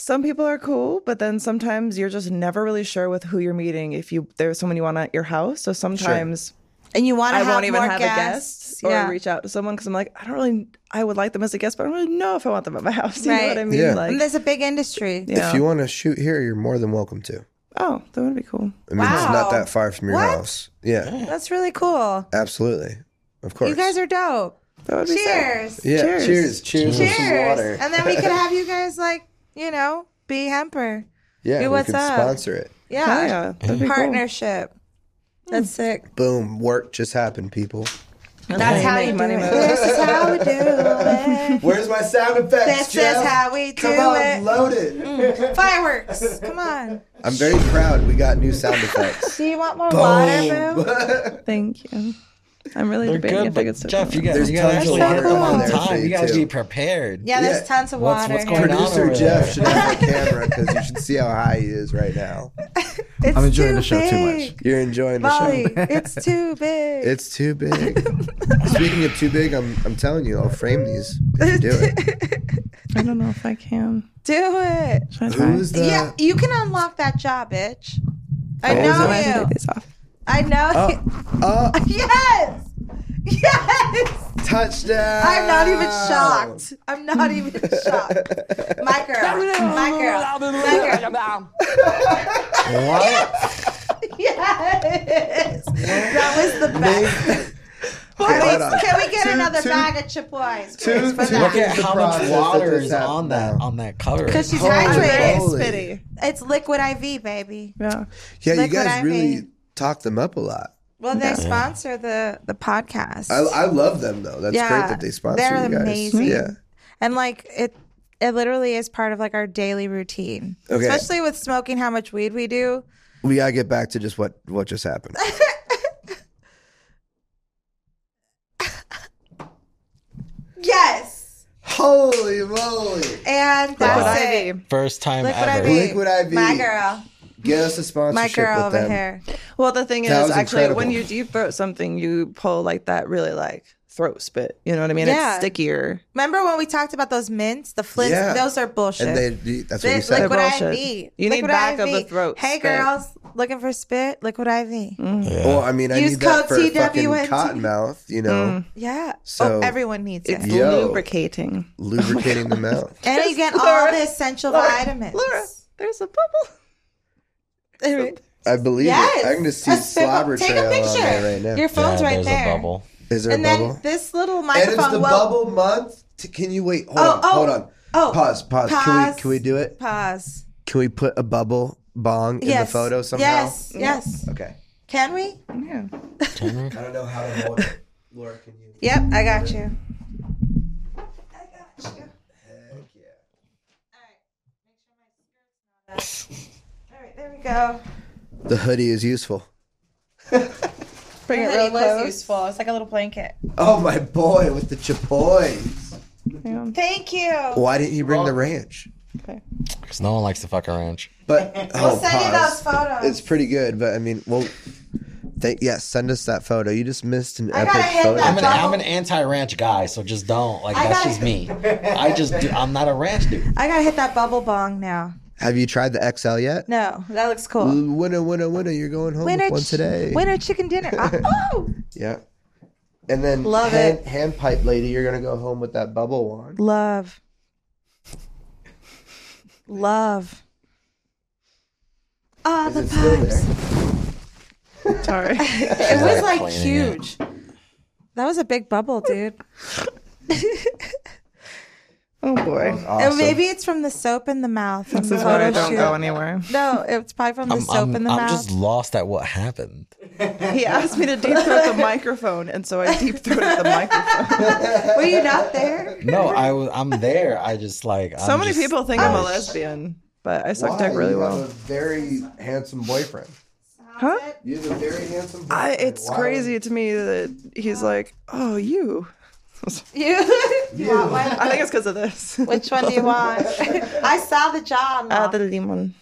B: Some people are cool, but then sometimes you're just never really sure with who you're meeting. If you there's someone you want at your house, so sometimes
C: And you want
B: I
C: to have
B: won't even
C: more
B: have
C: guests.
B: a guest or reach out to someone because I'm like, I don't really, I would like them as a guest, but I don't really know if I want them at my house. You know
C: Right.
B: what I mean?
A: Yeah.
B: Like,
C: and there's a big industry.
B: yeah.
A: If you want to shoot here, you're more than welcome to.
B: oh, that would be cool.
A: I mean, it's not
C: Wow.
A: that far from your
C: What?
A: house. Yeah,
C: That's really cool.
A: absolutely. Of course.
C: You guys are dope.
B: That would be sick.
C: Cheers.
A: Yeah.
B: Cheers.
A: Cheers. Cheers. for
C: Cheers.
A: some water.
C: And then we could have you guys like, you know, be hemper.
A: yeah,
C: do
A: we
C: what's
A: could
C: up.
A: sponsor it.
B: Oh,
C: Yeah.
B: yeah, that'd be cool.
C: Partnership. That's sick.
A: Boom! Work just happened, people.
C: That's how
B: make
C: you
B: money
C: do it.
B: moves.
C: This is how we do it.
A: Where's my sound effects,
C: This is how we do it. Mm.
A: load it.
C: Fireworks. Come on.
A: I'm very proud. We got new sound effects.
C: Do you want more water, boo?
B: Thank you. I'm really
D: They're
B: debating
D: good,
B: if I
D: but
B: could still
D: Jeff, you
B: come.
D: guys,
A: There's
D: you guys
A: tons of
D: actually
C: water
D: hit them
C: on
D: on
A: there,
D: time. You
A: too.
D: guys be prepared.
C: Yeah, there's
A: Yeah.
C: tons of
D: What's-
C: water.
D: what's going on?
A: Producer
D: over
A: Jeff
D: there.
A: should have a camera because you should see how high he is right now.
C: It's
E: I'm enjoying the show
C: big.
E: too much.
A: You're enjoying the
C: Molly,
A: show.
C: it's too big.
A: It's too big. Speaking of too big, I'm I'm telling you, I'll frame these. If you do it.
B: I don't know if I can.
C: Do it.
B: Should I try?
A: Who's the?
C: yeah, you can unlock that job, bitch. I
A: Oh, is
B: Oh, I have
C: know
B: to
C: you.
B: take these off.
C: I know you.
A: Oh,
C: Yes. Yes.
A: touchdown!
C: I'm not even
A: Oh.
C: shocked. I'm not even shocked. My girl. My girl. My girl.
D: What?
C: Yes. That was the best.
A: hold
C: Can
A: on.
C: we, can we get
A: Two-
C: another
A: two-
C: bag of chiploys?
A: two-
C: please, for
A: two-
D: Look
C: that?
D: at
A: The
D: how
A: process
D: much
A: that
D: water
A: just
D: is
A: happened
D: on that
A: now.
D: on that cover.
C: Because she's
A: Holy
C: hydrated.
A: moly.
B: Spitty.
C: It's liquid IV, baby.
B: Yeah.
A: Yeah, you
C: Look what
A: guys
C: I
A: really
C: made.
A: talked them up a lot.
C: Well, they sponsor the the podcast.
A: I, I love them though. That's
C: Yeah,
A: great that they sponsor
C: they're
A: you guys.
C: amazing.
A: Yeah.
C: and like it it literally is part of like our daily routine
A: Okay.
C: especially with smoking how much weed we do
A: We gotta get back to just what what just happened.
C: yes
A: Holy moly!
C: and
D: Liquid
C: that's it
B: Ivy.
D: First time
C: Liquid
D: ever.
C: IV.
A: Liquid IV.
C: my girl
A: Get us a
C: my
A: sponsorship
C: girl
A: with
C: over
A: them.
C: here
B: Well, the thing is,
A: That was
B: actually, when
A: incredible.
B: you deep throat something, you pull like that really like throat spit. You know what I mean?
C: Yeah.
B: It's stickier.
C: remember when we talked about those mints the flints
A: Yeah.
C: those are bullshit
A: And they, that's what
C: They-
A: you said.
C: liquid
B: They're bullshit.
C: IV.
B: You need
C: liquid
B: back of
C: IV.
B: the throat
C: Hey
B: spit. Mm-hmm.
C: girls, looking for spit? Liquid IV.
A: Well, I mean, I
C: Use
A: need that
C: code
A: for fucking
C: TWNT.
A: cotton mouth, you
C: Mm.
A: know,
C: Yeah.
A: So-
C: oh, everyone needs it.
B: It's
A: Yo.
B: lubricating.
A: lubricating the mouth.
C: And you get all
B: Laura,
C: the essential
B: Laura,
C: vitamins.
B: Laura, there's a bubble.
A: I believe
C: Yes.
A: it. I can just see
C: A spitball.
A: slobber
C: Take a
A: trail on
C: picture.
A: there right now.
C: Your phone's
D: yeah,
C: right
D: there's
C: there.
D: a bubble.
A: Is there
C: And
A: a bubble?
C: then this little
A: and it's
C: microphone.
A: the
C: well,
A: bubble month. T- Can you wait? Hold
C: Oh,
A: on.
C: oh,
A: hold on.
C: oh.
A: pause, pause. Can
C: Pause.
A: we can we do it?
C: Pause.
A: Can we put a bubble bong in the photo somehow?
C: Yes. Yes.
A: Okay.
C: Can we?
A: I don't know how to hold it. Laura, can you?
C: Yep. I got you. I got you.
A: Heck yeah.
C: All right. There we go.
A: The hoodie is useful.
B: Bring
C: That
B: it real
C: was
B: close.
C: useful. It's like a little blanket.
A: Oh my boy, with the chapoys.
C: Thank you.
A: Why didn't you bring the ranch?
D: Because no one likes to fuck a ranch.
A: But
C: We'll
A: oh,
C: send you those
A: pause.
C: photos.
A: It's pretty good, but I mean, well, thank yeah. Send us that photo. You just missed an
C: I
A: epic
C: gotta hit
A: photo.
C: that
D: I'm an,
C: Bubble.
D: I'm an anti-ranch guy, so just don't. Like that's
C: gotta-
D: just me. I just do, I'm not a ranch dude.
C: I gotta hit that bubble bong now.
A: Have you tried the XL yet?
C: No, that looks cool.
A: Winner, Winner, winner, winner! You're going home
C: Winner
A: with one
C: ch-
A: today.
C: Winner chicken dinner. Ah, oh,
A: Yeah. And then
C: Love
A: hand,
C: it.
A: hand pipe lady, you're gonna go home with that bubble wand.
C: love, love. Ah, the
A: It's still there.
B: Sorry.
C: It was
D: like,
C: like
D: cleaning it.
C: huge. That was a big bubble, dude.
B: oh boy.
C: And maybe it's from the soap in the mouth. From
B: This
C: the
B: is where I
C: photo
B: don't
C: shoot.
B: go anywhere.
C: No, it's probably from the
D: I'm,
C: soap
D: I'm-
C: in the
D: I'm
C: mouth.
D: just lost at what happened.
B: He asked me to deep throat the microphone, and so I deep throated the microphone.
C: Were you not there?
D: No, I was. I'm there. I just like
B: So
D: I'm
B: many
D: just-
B: people think I'm a
D: Oh,
B: lesbian, but I suck dick really
A: you
B: well.
A: have a very handsome boyfriend.
B: Huh?
A: You have a very handsome. Boyfriend.
B: I, it's
A: Why would-
B: crazy to me that he's like, "Oh, you."
C: You.
A: You.
B: I think it's because of this.
C: Which one do you want? I saw the John.
B: Ah, the lemon.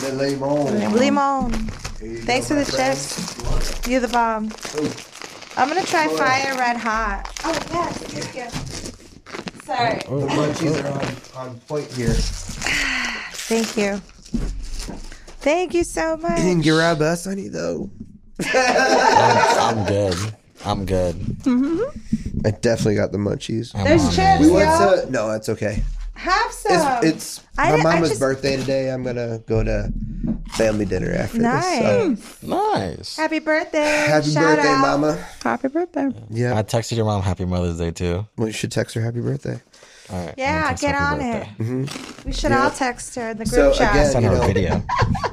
A: The limon.
C: Limon.
A: Here you
C: Thanks
A: go,
C: for
A: my
C: the
A: friend.
C: chips. You're the bomb.
A: Oh.
C: I'm gonna try fire red hot. Oh yes, thank you. Sorry.
A: The munchies are on, on point here.
C: Thank you. Thank you so much.
A: can grab us any though.
D: I'm good. I'm good.
A: I definitely got the munchies.
D: I'm
C: There's
D: on
C: chips,
A: We
C: y'all.
A: went to no, that's okay.
C: Have some.
A: It's, it's
C: I
A: my
C: did- I
A: mama's
C: just-
A: birthday today. I'm gonna go to family dinner after this. So.
C: nice.
D: it. Nice.
C: Happy birthday.
A: Happy
C: Shout
A: birthday,
C: out.
A: mama.
B: Happy birthday.
A: Yeah,
D: I texted your mom Happy Mother's Day too.
A: well, you should text her happy birthday.
D: All right. I'm gonna
C: Yeah,
D: text
C: get
D: Happy
C: on it.
D: Birthday.
C: We should all text her in the
A: So,
C: group chat.
A: again-
D: Send her
A: You
D: a
A: know-
D: video.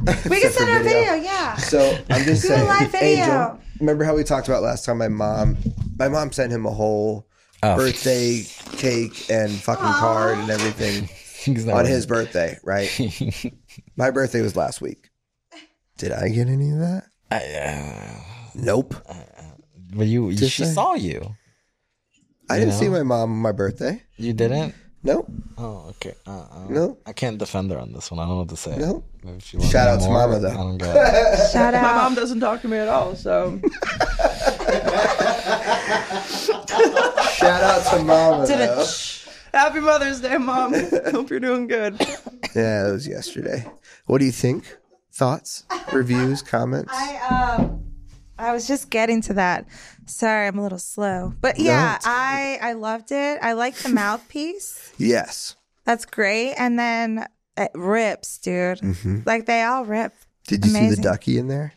C: we can
A: Except
C: send
A: for
C: her a
A: video.
C: video. Yeah.
A: So I'm just
C: a
A: saying,
C: live video.
A: Angel. Remember how we talked about last time? My mom, my mom sent him a whole
D: Oh.
A: birthday cake and fucking card and everything
D: He's not
A: on
D: ready.
A: his birthday. Right? my birthday was last week. Did I get any of that?
D: I, uh,
A: Nope.
D: but you,
A: Just
D: she
A: saying.
D: saw you.
A: I didn't
D: know?
A: see my mom on my birthday.
D: You didn't.
A: No,
D: Oh, okay. Uh, uh,
A: No.
D: I can't defend her on this one. I don't know what to say.
A: No.
D: If you want
A: Shout out to
D: more,
A: Mama, though.
D: I don't get it.
C: Shout
B: My
C: out.
B: mom doesn't talk to me at all, so
A: shout out to Mama.
C: Did
A: though.
C: a
B: happy Mother's Day, mom. Hope you're doing good.
A: Yeah, that was yesterday. What do you think? Thoughts, reviews, comments?
C: I um I was just getting to that. Sorry, I'm a little slow. But yeah,
A: it's
C: I I loved it. I like the mouthpiece.
A: yes.
C: That's great. And then it rips, dude. Like they all rip.
A: Mm-hmm. Did you see the
C: Amazing.
A: ducky in there?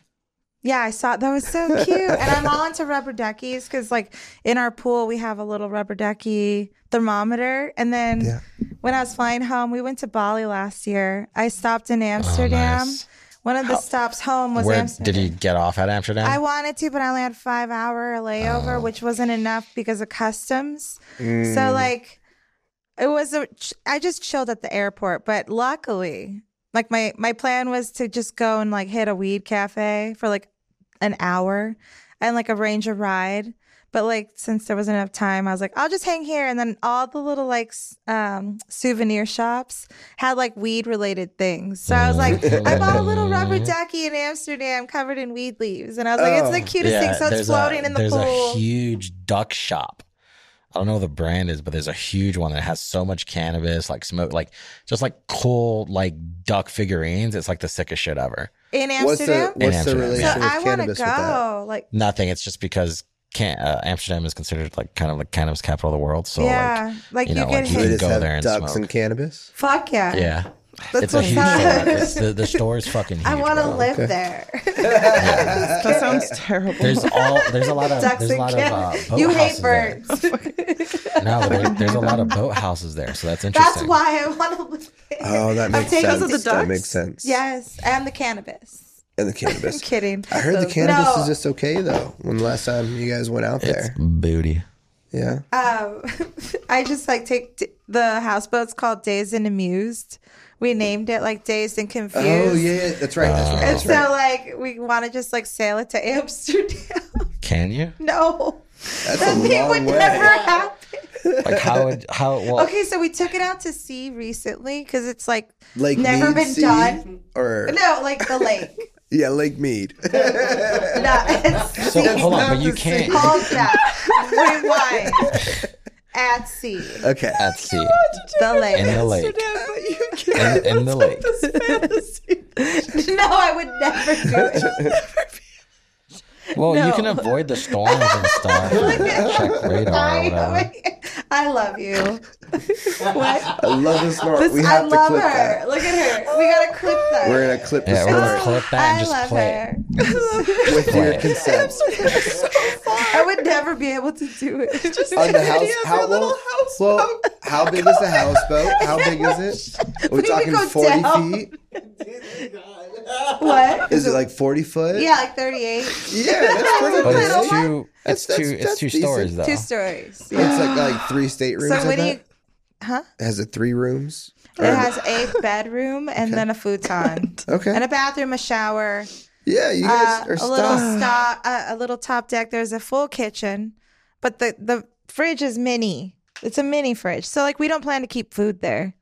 C: Yeah, I saw it. that was so cute. and I'm all into rubber duckies because like in our pool we have a little rubber ducky thermometer. And then
A: Yeah.
C: when I was flying home, we went to Bali last year. I stopped
A: Oh,
C: in Amsterdam.
D: nice.
C: One of the stops home was
D: Where
C: Amsterdam.
D: did you get off at Amsterdam?
C: I wanted to, but I only had five hour layover, which wasn't enough because of customs. So like, it was a. I just chilled at the airport, but luckily, like my my plan was to just go and like hit a weed cafe for like an hour, and like arrange a ride. But like, since there wasn't enough time, I was like, I'll just hang here. And then all the little like s- um, souvenir shops had like weed related things. So I was like, I bought a little rubber ducky in Amsterdam covered in weed leaves, and I was like, it's
A: Oh.
C: the cutest thing. So it's
D: there's
C: floating
D: a,
C: in the
D: there's a
C: pool.
D: huge duck shop. I don't know what the brand is, but there's a huge one that has so much cannabis, like smoke, like just like cool, like duck figurines. It's like the sickest shit ever.
C: in
A: What's the
C: Amsterdam.
A: what's the
D: Amsterdam, yeah.
A: relation
C: so
A: with
C: I want to
A: cannabis with that?
C: go. Like,
D: Nothing. It's just because can, uh, Amsterdam is considered like kind of like cannabis capital of the world. So
C: yeah, like,
D: you
C: you,
D: know,
C: get
D: like,
A: Do
D: you
C: hit.
A: they
D: can
A: just
D: go
A: have
D: there and
A: ducks
D: smoke.
A: and cannabis?
C: Fuck yeah.
D: like, yeah,
C: That's
D: it's a
C: what's
D: huge
C: up.
D: store. It's the, the store is fucking huge.
C: I want to
D: bro.
C: live there.
B: That sounds terrible.
D: There's all there's a lot of
C: Ducks
D: there's a
C: and
D: lot of uh,
C: cats.
D: boat
C: You
D: houses
C: hate
D: there.
C: birds.
D: No, but there, there's a lot of boat houses there, so that's interesting.
C: That's why I want to live there.
A: Oh, that makes
C: taking
A: sense.
C: the
A: that
B: ducks?
A: makes sense.
C: Yes, and the cannabis.
A: And the cannabis.
C: I'm kidding.
A: I heard the cannabis
C: No.
A: is just okay though. When the last time you guys went out there,
D: Booty.
A: yeah.
C: Um, I just like take t- the houseboat's called Dazed and Amused. We named it like Dazed and Confused.
A: Oh yeah, that's right. That's right.
C: And
A: That's
C: so
A: right.
C: like we want to just like sail it to Amsterdam.
D: Can you?
C: no,
A: That's
C: that
A: a
C: thing would
A: long way. Oh.
C: never happen.
D: Like how would how well
C: Okay, so we took it out to sea recently because it's like,
A: Like
C: never
A: Mead
C: been
A: Sea
C: done.
A: Or
C: No, like the lake.
A: yeah, Lake Mead.
C: no, it's
D: So hold on,
A: not
D: but you
A: the
D: can't.
A: same.
C: Hold that. Rewind. At sea,
A: okay.
D: At sea,
C: the lake.
D: in the lake, in, in the lake.
C: No, I would never do it.
D: Well, you can avoid the storms and stuff. Check radar or whatever.
C: I love you. what?
A: I love this snort.
C: This,
A: we
C: I
A: have to
C: love her.
A: clip that.
C: Look at her. We gotta clip that.
A: We're gonna clip
D: Yeah,
A: the
D: we're gonna
A: snort
D: clip that and
C: I
D: just
C: love
D: play.
C: her.
A: clip with
D: play
A: your
D: it.
A: consent
C: I would never be able to do it. Just
A: on the house. How well, well, how big is the houseboat? How big is it? We're
C: We need to
A: talking
C: go
A: forty
C: down.
A: feet.
C: what?
A: Is it like forty foot?
C: Yeah, like 38.
A: yeah. That's pretty
D: But
A: good.
D: it's two.
A: That's- that's-
D: It's two. It's
A: that's
D: two
A: decent.
D: stories though.
C: Two stories.
A: It's like like three staterooms.
C: So
A: I
C: when you
A: bet.
C: huh?
A: Has it three rooms?
C: It has a bedroom and then a futon.
A: Okay.
C: And a bathroom, a shower,
A: yeah, you
C: uh,
A: guys are
C: a little
A: stuck.
C: sta- uh, a, a little top deck. There's a full kitchen, but the the fridge is mini. It's a mini fridge, so like we don't plan to keep food there.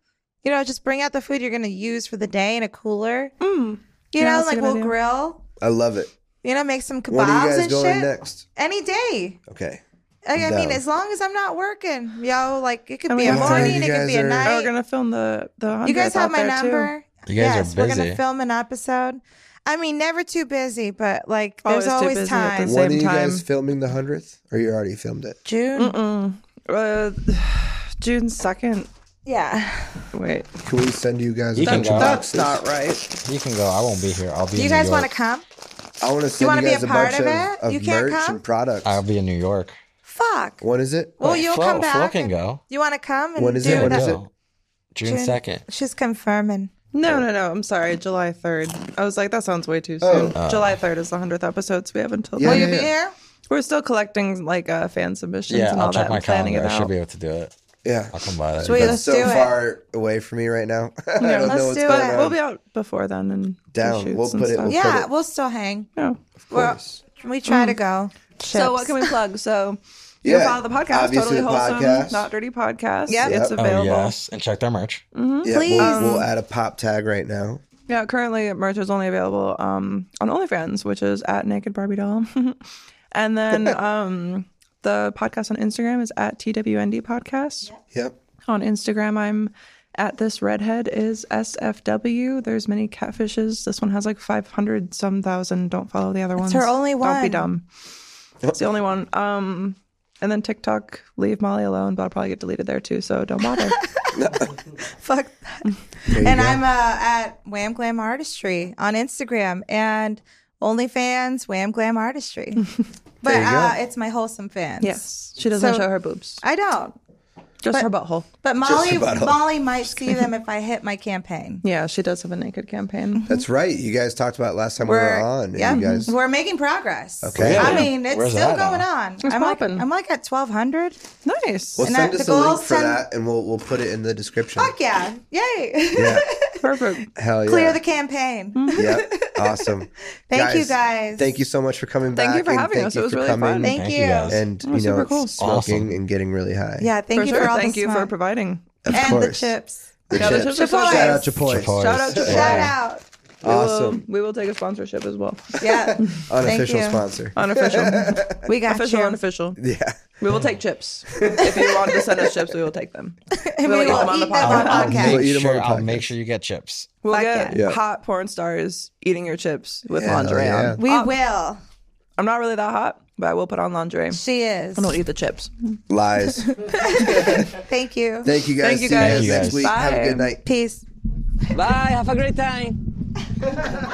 C: You know, just bring out the food you're gonna use for the day in a cooler. You
B: Yeah,
C: know,
B: that's a
C: like
B: good
C: we'll
B: idea.
C: grill.
A: I love it.
C: You know, make some
A: When are you
C: kebabs
A: guys
C: and
A: going
C: shit
A: next?
C: any day.
A: Okay.
C: Like, I mean,
A: No.
C: as long as I'm not working, yo, like it could
B: I
C: be
B: mean,
C: a
B: that's
A: right.
C: morning, it
A: You
C: could be
A: guys
C: a
A: are-
C: night.
B: Oh, we're gonna film the the.
C: You guys
B: 100th
C: have
B: out
C: my
B: there, too.
C: number.
D: You guys are
C: yes, we're
D: busy.
C: gonna film an episode. I mean, never too busy, but like
B: Always
C: there's
B: too
C: always
B: busy at
C: time.
B: this-
A: When
B: Same
A: are you
B: time.
A: guys filming the hundredth, or you already filmed it?
C: June.
B: Uh, June second.
C: Yeah.
B: Wait,
A: Can we send you guys?
D: You
A: a
D: can
A: bunch
D: go.
A: of boxes?
B: that's not right.
D: You can go. I won't be here. I'll be.
C: Do you
D: in
C: guys
D: New York.
C: want to come?
A: I want to send
C: wanna
A: you
C: be a
A: guys a,
C: part
A: bunch
C: of
A: of,
C: it?
A: of
C: You can't
A: merch
C: come?
A: and products.
D: I'll be in New York.
C: Fuck.
A: When is it?
C: Well, you'll
D: Flo,
C: come back.
D: Flo can go.
C: You want to come? And
A: When is
C: do
A: it? When
C: the-
A: is it?
D: Go. June second.
C: She's confirming.
B: No, no, no. I'm sorry. July third. I was like, that sounds way too soon. July third is the hundredth episode, so we have until.
A: Yeah,
C: Will
B: then.
C: you
A: yeah.
C: be here?
B: We're still collecting like uh, fan submissions
D: Yeah,
B: and all
D: I'll check
B: that.
D: my
B: and planning
D: calendar.
B: it
D: I
B: out.
D: should be able to do it.
A: Yeah.
D: I'll come by. That.
C: Sweet.
A: That's
C: Let's
A: so
C: do it.
A: far away from me right now. I don't
B: let's
A: know what's
C: do
A: going
C: it.
A: on.
B: We'll be out before then and do
A: Down.
B: shoots
A: We'll
B: and
A: put it-
B: stuff.
A: we'll
C: yeah,
A: it-
C: we'll still hang.
B: Yeah.
A: Of course.
C: Mm. We try to go.
B: So what can we plug? So You're
A: Yeah.
B: follow the podcast,
A: Obviously
B: totally
A: the
B: wholesome,
A: podcast.
B: not dirty podcast.
C: Yep.
B: It's
A: Yep.
B: available.
D: Oh yes, and check their merch.
B: hmm
A: Yeah,
C: Please.
A: We'll, we'll
B: Um,
A: add a pop tag right now.
B: Yeah, currently merch is only available um, on OnlyFans, which is at Naked Barbie Doll, and then um, the podcast on Instagram is at TWND Podcast.
A: Yep.
B: On Instagram, I'm at this redhead is SFW. There's many catfishes. This one has like 500 some thousand. Don't follow the other
C: It's
B: ones.
C: her only
B: Don't be
C: one.
B: dumb. It's the only one. Um, and then TikTok, leave Molly alone, but I'll probably get deleted there too. So don't bother.
C: Fuck.
A: There you
C: And
A: go.
C: I'm uh, at Wham Glam Artistry on Instagram and OnlyFans Wham Glam Artistry. but
A: There you go.
C: uh, it's my wholesome fans.
B: yes, she doesn't
C: So-
B: show her boobs,
C: I don't.
B: just her butthole.
C: But Molly,
A: about all.
C: Molly might see them if I hit my campaign.
B: Yeah, she does have a naked campaign.
A: That's right. You guys talked about it last time we
C: We're,
A: were on. and
C: yeah,
A: You guys,
C: we're making progress.
A: Okay.
C: I
D: Really?
C: mean, it's
D: Where's
C: still
D: that at?
C: going on.
B: It's
C: I'm like,
B: popping.
C: I'm like at 1200.
B: Nice.
A: well, send
C: And that-
A: us
C: the
A: a link
C: goals
A: for
C: send-
A: that, and we'll we'll put it in the description.
C: Fuck yeah. Yay.
A: Yeah.
B: Perfect.
A: Hell yeah.
C: Clear the campaign.
B: Hmm.
A: yeah. Awesome.
C: Thank you guys.
A: Thank you so much for coming back.
B: Thank you for
A: and
B: having
A: thank
B: us.
A: you
B: It was
A: for
B: really
A: coming
B: fun.
C: Thank
D: Thank you,
C: you.
D: guys.
A: And
B: Oh,
A: you know,
B: super cool.
A: smoking
D: Awesome.
A: and getting really high.
C: Yeah, thank
B: for
C: you
B: sure.
C: for all
B: thank
C: the
B: you for
C: smoke.
B: providing.
A: of
C: and
A: course.
C: the chips.
A: The
B: Yeah, the
A: chips.
B: chips are so
C: Chipotle.
A: Shout out
B: good.
A: Chipotle.
D: Chipotle.
B: Shout out to
D: Yeah.
C: Shout out.
A: Awesome.
B: We will, we will take a sponsorship as well.
C: Yeah.
A: Unofficial
C: Thank you.
A: sponsor.
B: Unofficial.
C: We got
B: Official,
C: you.
B: unofficial.
A: Yeah.
B: We will take chips. If you want to send us chips, we will take them.
C: And
B: We'll
C: we
B: eat them
C: will
B: on
C: eat
B: the
C: them
B: podcast.
C: on
D: I'll, I'll
C: the podcast.
A: Eat 'em
D: make
A: on
D: sure.
A: the
D: I'll
A: podcast.
D: make sure you get chips.
B: We'll
C: Fuck
B: get
A: yeah. Yeah.
B: hot porn stars eating your chips with
A: Hell
B: lingerie
A: yeah.
B: on.
C: We
B: Um,
C: will.
B: I'm not really that hot, but I will put on lingerie. And
C: She is.
B: I'll eat the chips.
A: Lies.
C: Thank you.
A: Thank you guys. See
B: Thank you guys.
A: you
D: Thank
A: next
D: you
A: week.
B: guys.
A: Have a
B: Bye.
A: good night.
C: Peace.
E: Bye. Have a great time.